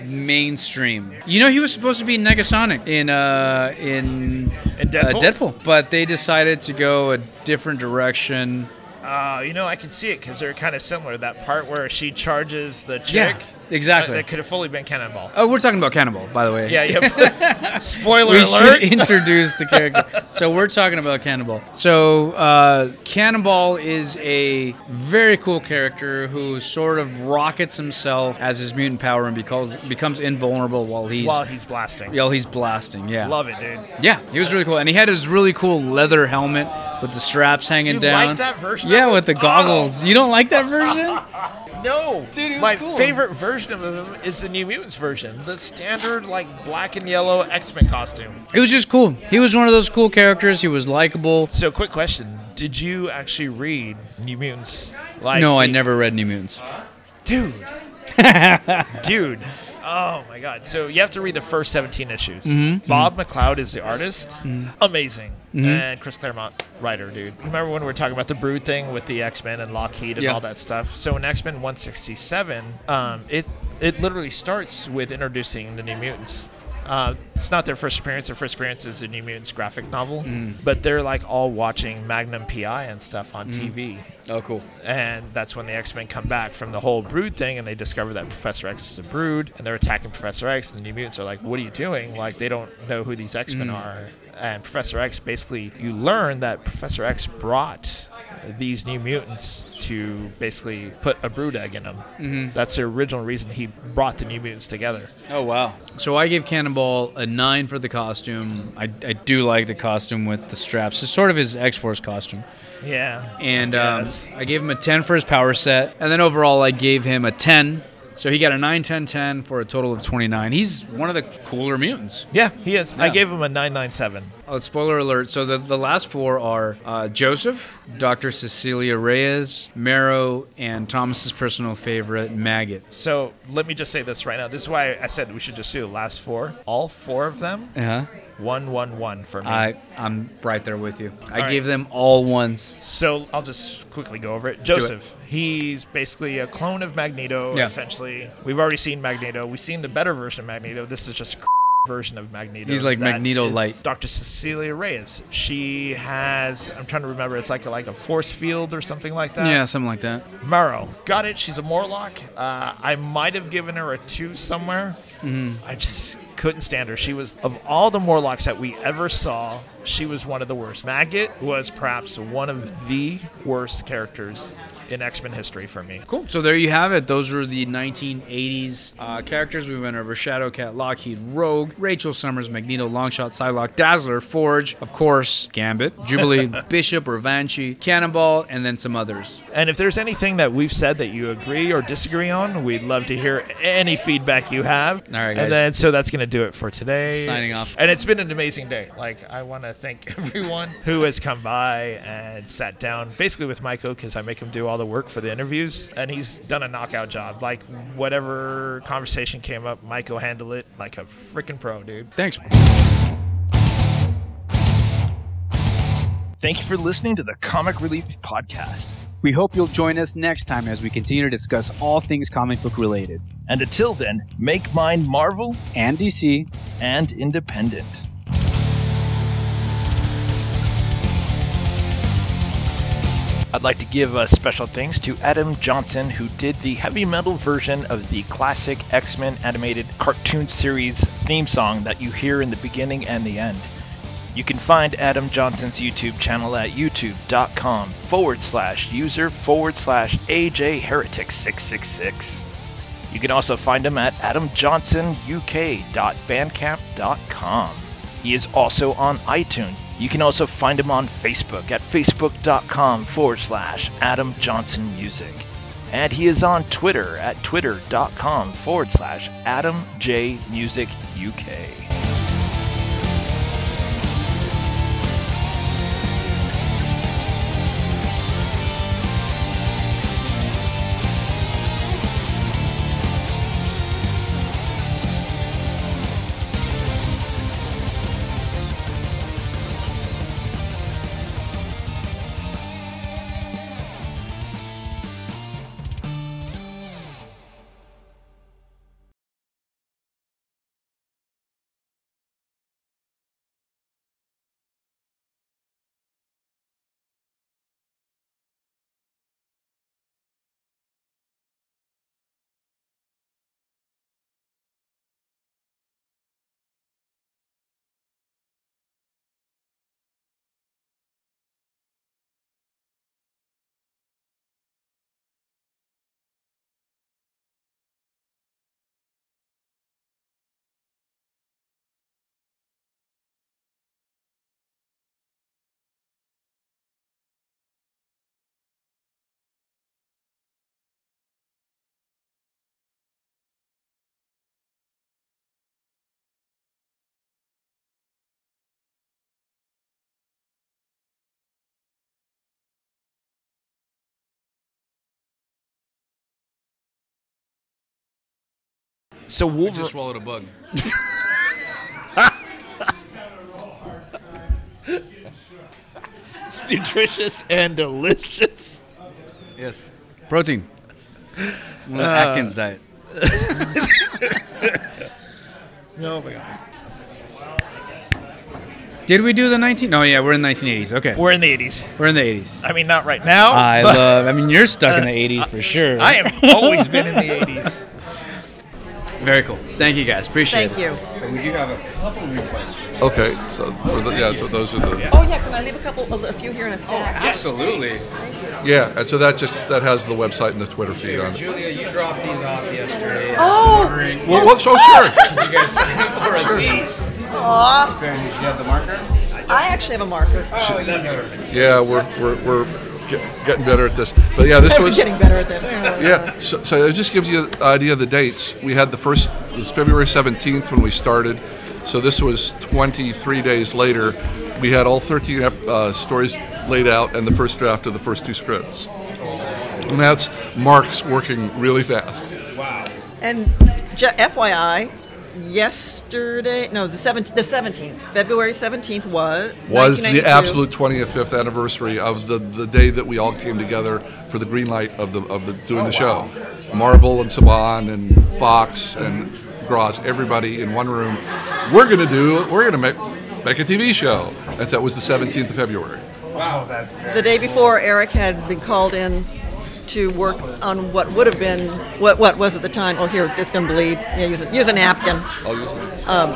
S5: mainstream. You know, he was supposed to be Negasonic in uh, in
S4: Deadpool?
S5: Uh, Deadpool, but they decided to go a different direction.
S4: Uh, you know, I can see it because they're kind of similar. That part where she charges the chick.
S5: Yeah, exactly.
S4: That, that could have fully been Cannonball.
S5: Oh, we're talking about Cannibal, by the way.
S4: Yeah, yeah. Spoiler
S5: we
S4: alert.
S5: should introduce the character. so we're talking about Cannibal. So uh, Cannonball is a very cool character who sort of rockets himself as his mutant power and becomes becomes invulnerable while he's
S4: while he's blasting.
S5: while he's blasting. Yeah,
S4: Love it, dude.
S5: Yeah, he was really cool, and he had his really cool leather helmet with the straps hanging
S4: You
S5: down.
S4: like that version of
S5: Yeah,
S4: it? Oh.
S5: with the goggles. You don't like that version?
S4: No,
S5: Dude, it was
S4: my
S5: cool.
S4: favorite version of him is the New Mutants version, the standard like black and yellow X Men costume.
S5: It was just cool. He was one of those cool characters. He was likable.
S4: So, quick question: Did you actually read New Mutants? Like
S5: no, I
S4: the-
S5: never read New Mutants.
S4: dude. dude. Oh my god. So you have to read the first 17 issues.
S5: Mhm.
S4: Bob McLeod is the artist.
S5: Mhm.
S4: Amazing.
S5: Mhm.
S4: And Chris Claremont, writer, dude. Remember when we were talking about the Brood thing with the X Men and Lockheed and
S5: Yeah.
S4: all that stuff? So in X Men 167, um, it it literally starts with introducing the New Mutants. Uh, it's not their first appearance. Their first appearance is a New Mutants graphic novel,
S5: Mm.
S4: but they're like all watching Magnum PI and stuff on
S5: Mm.
S4: TV.
S5: Oh, cool.
S4: And that's when the X Men come back from the whole Brood thing, and they discover that Professor X is a Brood, and they're attacking Professor X. And the New Mutants are like, "What are you doing? Like, they don't know who these X Men
S5: Mm.
S4: are." And Professor X basically, you learn that Professor X brought these New Mutants to basically put a Brood egg in them.
S5: Mhm.
S4: That's the original reason he brought the New Mutants together.
S5: Oh wow! So I gave Cannonball a nine for the costume. I, I do like the costume with the straps. It's sort of his X Force costume.
S4: Yeah.
S5: And um, I gave him a ten for his power set, and then overall I gave him a ten. So he got a 9, 10, 10 for a total of 29. He's one of the cooler mutants.
S4: Yeah, he is. I
S5: Yeah.
S4: gave him a nine nine seven.
S5: Oh, spoiler alert. So the, the last four are uh, Joseph, Dr. Cecilia Reyes, Marrow, and Thomas's personal favorite, Maggot.
S4: So let me just say this right now. This is why I said we should just do the last four. All four of them.
S5: Uh-huh.
S4: One one one for me.
S5: I, I'm right there with you. I
S4: All right.
S5: gave them all ones.
S4: So I'll just quickly go over it.
S5: Do it.
S4: Joseph, he's basically a clone of Magneto,
S5: Yeah.
S4: essentially. We've already seen Magneto. We've seen the better version of Magneto. This is just a version of Magneto.
S5: He's like
S4: That
S5: Magneto
S4: is
S5: light.
S4: Dr. Cecilia Reyes. She has, I'm trying to remember, it's like a, like a force field or something like that.
S5: Yeah, something like that.
S4: Morrow. Got it. She's a Morlock. Uh, I might have given her a two somewhere.
S35: Mm-hmm.
S5: Mhm.
S4: I just couldn't stand her. She was, of all the Morlocks that we ever saw, she was one of the worst. Maggot was perhaps one of the worst characters
S11: in X Men history for me.
S5: Cool. So there you have it. Those were the 1980s uh, characters. We went over Shadowcat, Lockheed, Rogue, Rachel Summers, Magneto, Longshot, Psylocke, Dazzler, Forge, of course, Gambit, Jubilee, Bishop, Revanchi, Cannonball, and then some others.
S11: And if there's anything that we've said that you agree or disagree on, we'd love to hear any feedback you have. All right,
S5: guys.
S11: And then so that's going to do it for today.
S5: Signing off.
S11: And it's been an amazing day. Like I want to thank everyone who has come by and sat down, basically with Michael, because I make him do all the work for the interviews, and he's done a knockout job. Like whatever conversation came up, Michael handled it like a freaking pro, dude.
S5: Thanks.
S4: Thank you for listening to the Comic Relief Podcast.
S35: We hope you'll join us next time as we continue to discuss all things comic book related.
S4: And until then, make mine Marvel
S35: and DC
S4: and independent. I'd like to give a special thanks to Adam Johnson, who did the heavy metal version of the classic X Men animated cartoon series theme song that you hear in the beginning and the end. You can find Adam Johnson's YouTube channel at youtube.com forward slash user forward slash AJHeretic666. You can also find him at adamjohnsonuk.bandcamp.com. He is also on iTunes. You can also find him on Facebook at facebook.com forward slash Adam Johnson Music. And he is on Twitter at twitter.com forward slash Adam J Music UK.
S11: So
S5: I
S11: Wolverine.
S5: just swallowed a bug.
S11: It's nutritious and delicious.
S5: Yes. Protein. One
S11: Uh,
S5: of the Atkins diet.
S11: Oh my god.
S5: Did we do the 19? No, yeah, we're in the 1980s. Okay.
S11: We're in the 80s.
S5: We're in the 80s.
S11: I mean, not right now.
S5: I
S11: but-
S5: love. I mean, you're stuck in the 80s for sure.
S11: I have always been in the 80s.
S5: Very cool. Thank you guys. Appreciate
S1: Thank
S5: it.
S1: you.
S5: Thank you. We do have a couple requests.
S2: Okay, so for the, yeah, so those are the
S1: Oh yeah, can I leave a couple, a few here in a stack?
S5: Absolutely. Oh,
S2: yeah, and so that just that has the website and the Twitter feed on it.
S5: Julia, you dropped these off yesterday.
S1: Oh.
S2: Well, well, so sure.
S5: you guys sign up for us these?
S1: Aw.
S5: Fair, you should have the marker.
S1: I actually have a marker.
S5: Oh, you do.
S2: Yeah, we're we're, we're get, getting better at this. But yeah, this
S1: We're
S2: was
S1: getting better at that.
S2: Yeah, so, so it just gives you an idea of the dates. We had the first it was February 17th when we started, so this was 23 days later. We had all 13 ep- uh, stories laid out and the first draft of the first two scripts. And that's Mark's working really fast.
S1: And ju- FYI, yesterday, no, the seventeenth, the seventeenth, February seventeenth was
S2: was the
S1: 1992.
S2: absolute 25th anniversary of the, the day that we all came together for the green light of the of the doing
S1: Oh,
S2: the show. Marvel and Saban and Fox and Groz, everybody in one room. We're gonna do. We're gonna make make a TV show. And that was the 17th of February.
S11: Wow, that's
S1: The day before, Eric had been called in to work on what would have been what what was at the time. Oh, here, it's gonna bleed. Yeah, use a, use a napkin.
S2: I'll Oh, use it.
S1: Um,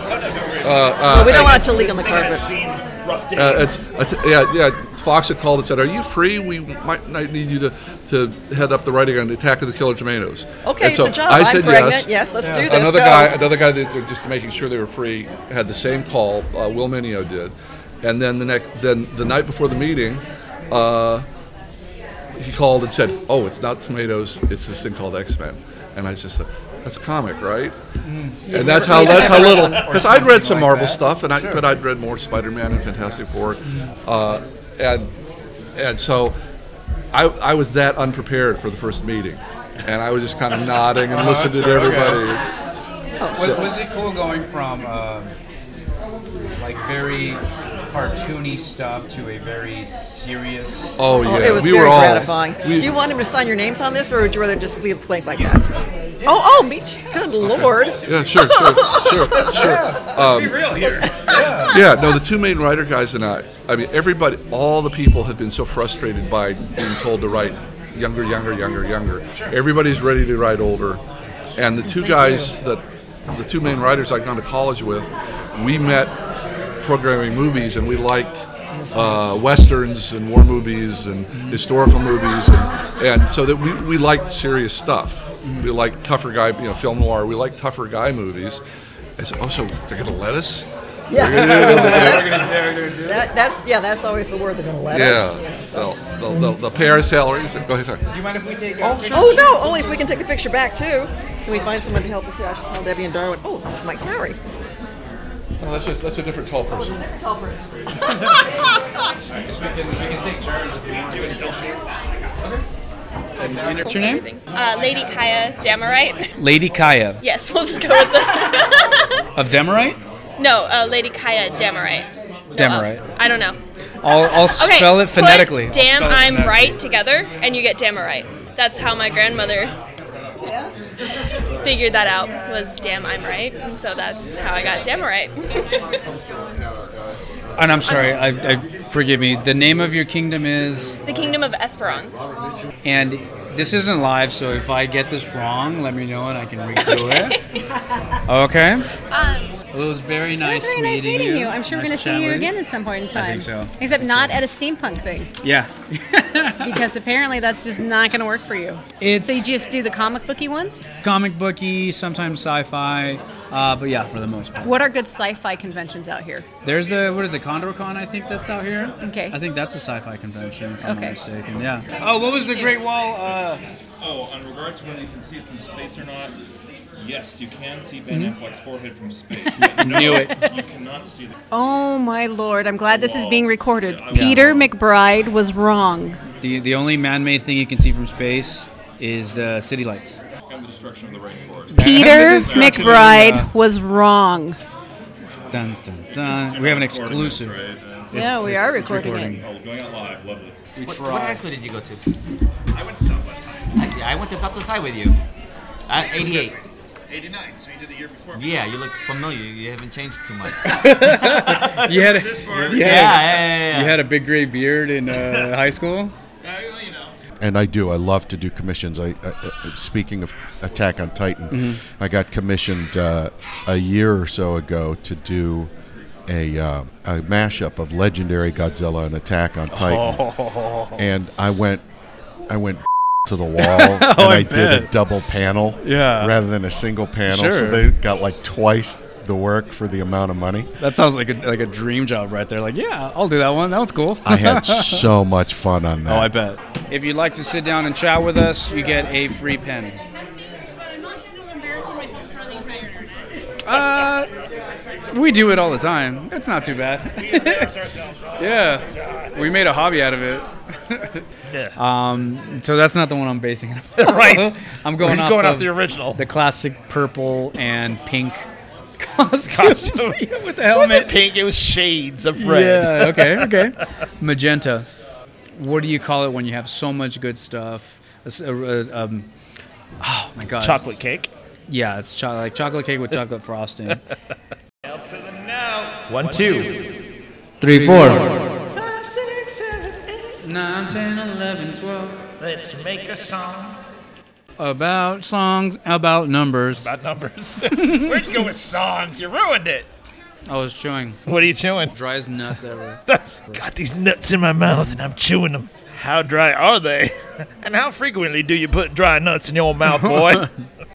S2: Uh, uh,
S1: we don't want it
S2: I-
S1: to leak on the
S11: This thing
S1: carpet.
S11: has seen rough days.
S2: Uh, it's, it's- yeah, yeah. Fox had called and said, "Are you free? We might, might need you to, to head up the writing on the Attack of the Killer Tomatoes."
S1: Okay,
S2: And
S1: it's
S2: so
S1: a job.
S2: I
S1: I'm
S2: said
S1: pregnant.
S2: yes.
S1: Yes, let's do this.
S2: Another
S1: Go.
S2: guy, another guy that that just making sure they were free had the same call. Uh, Will Minio did, and then the next, then the night before the meeting, uh, he called and said, "Oh, it's not tomatoes. It's this thing called X Men," and I just said. That's a comic, right? Yeah. And that's how that's how little Or because I'd read some something like Marvel that. stuff, and I Sure. but I'd read more Spider-Man and Fantastic Four, uh, and and so I I was that unprepared for the first meeting, and I was just kind of nodding and
S5: Oh,
S2: listening to
S5: sure, okay.
S2: everybody.
S1: Oh,
S5: Was,
S2: So-
S5: was it cool going from um like very cartoony stuff to a very serious?
S2: Oh,
S1: Oh,
S2: yeah,
S1: it was
S2: we
S1: very
S2: were all-
S1: gratifying.
S2: we-
S1: Do you want him to sign your names on this, or would you rather just leave it blank like that? Oh, oh, me too. Good lord.
S2: Yeah, sure, sure, sure, sure. Um, yeah, no, the two main writer guys and I, I mean, everybody, all the people have been so frustrated by being told to write younger, younger, younger, younger. Everybody's ready to write older. And the two guys that, the two main writers I'd gone to college with, we met programming movies and we liked uh, westerns and war movies and historical movies. And, and so that we, we liked serious stuff. We liked tougher guy, you know, film noir. We liked tougher guy movies. I said, oh, so they're going to let us?
S1: Yeah.
S2: They're gonna-
S1: That, that's yeah. That's always the word they're gonna let us.
S2: yeah, they'll, they'll, they'll, they'll pay our salaries. Go ahead, sorry.
S5: Do you mind if we take?
S1: Oh, oh no! Only if we can take the picture back too. Can we find someone to help us here? I should call Debbie and Darwin. Oh, it's Mike Towery.
S2: No, that's just that's a different tall person.
S5: take turns if you want. Do a selfie.
S23: What's your name? Uh, Lady Kaya Damerite.
S5: Lady Kaya
S23: Yes, we'll just go with that.
S5: of Demerite.
S23: no, uh, Lady Kaya Damerite.
S5: Demerite.
S23: Uh, I don't know.
S5: I'll, I'll
S23: okay,
S5: spell it phonetically.
S23: Put damn,
S5: I'll spell it
S23: I'm
S5: phonetically.
S23: right together, and you get Damerite. That's how my grandmother figured that out. Was damn, I'm right, and so that's how I got Damerite.
S5: And I'm sorry. I, I forgive me. The name of your kingdom is.
S23: the Kingdom of Esperance.
S5: And this isn't live, so if I get this wrong, let me know and I can redo it. Okay. well, it was very nice
S22: It was very nice Um,
S5: meeting
S22: meeting
S5: you.
S22: you. I'm sure
S5: Nice
S22: we're going to
S5: to
S22: see
S5: chat
S22: you
S5: with
S22: again at some point in time.
S5: think so.
S22: Except not at a steampunk thing,
S5: Yeah.
S22: because apparently that's just not going to work for you.
S5: It's-
S22: so you just do the comic booky ones.
S5: Comic booky, sometimes sci-fi, uh, but yeah, for the most part.
S22: What are good sci-fi conventions out here?
S5: There's a what is it, CondorCon? I think that's out here.
S22: Okay.
S5: I think that's a sci-fi convention. If I'm
S22: Okay.
S5: not mistaken. Yeah. Oh, what was the Great Wall? Uh...
S4: Oh, on regards to whether you can see it from space or not, yes, you can see Ben
S5: Mhm.
S4: Affleck's forehead from space. But no,
S5: Knew it.
S4: You cannot see the.
S22: Oh my lord! I'm glad this is being recorded.
S5: Yeah.
S22: Peter McBride was wrong.
S5: The the only man-made thing you can see from space is the city lights.
S4: And the destruction of the rainforest.
S22: Peter
S5: destruction of the- uh,
S22: McBride was wrong.
S5: Dun, dun, dun. We have an exclusive.
S22: Yeah, we are recording
S4: Oh, we're going out live. Lovely.
S6: What, what high school did you go to? I went to Southwest High. I, went to Southwest High with you. Uh, 88.
S4: 89, so you did the year before.
S6: Yeah, you look familiar. You haven't changed too much.
S5: you had,
S6: yeah,
S5: a,
S6: yeah,
S5: you, had
S6: yeah, yeah.
S5: you had a big gray beard in uh, high school.
S32: and I do. I love to do commissions. I, I, I speaking of Attack on Titan,
S5: Mhm.
S32: I got commissioned uh, a year or so ago to do a, uh, a mashup of Legendary Godzilla and Attack on Titan,
S5: Oh.
S32: and I went, I went to the wall,
S5: Oh,
S32: and
S5: I
S32: I, did a
S5: bet.
S32: double panel,
S5: Yeah.
S32: rather than a single panel. So
S5: Sure.
S32: they got like twice the work for the amount of money.
S5: That sounds like a, like a dream job right there. Like, yeah, I'll do that one. That was cool.
S32: I had so much fun on that.
S5: Oh, I bet. If you'd like to sit down and chat with us, you get a free pen. Uh, we do it all the time. It's not too bad. yeah, we made a hobby out of it.
S9: Yeah.
S5: Um, so that's not the one I'm basing it on.
S9: Right.
S5: I'm going
S9: We're
S5: off
S9: going off
S5: of
S9: the original.
S5: the classic purple and pink costume.
S9: costume
S5: with the helmet.
S9: It wasn't pink. It was shades of red.
S5: Yeah, okay, okay. Magenta. What do you call it when you have so much good stuff? It's, uh, uh, um, oh my god.
S9: Chocolate cake.
S5: Yeah, it's cho- like chocolate cake with chocolate frosting.
S9: One, two.
S5: Three, four.
S13: Nine, ten, eleven, twelve.
S9: Let's make a song.
S5: About songs, about numbers.
S9: About numbers. Where'd you go with songs? You ruined it.
S5: I was chewing.
S4: What are you chewing?
S5: Driest nuts ever.
S4: That's got these nuts in my mouth and I'm chewing them. How dry are they? and how frequently do you put dry nuts in your mouth, boy?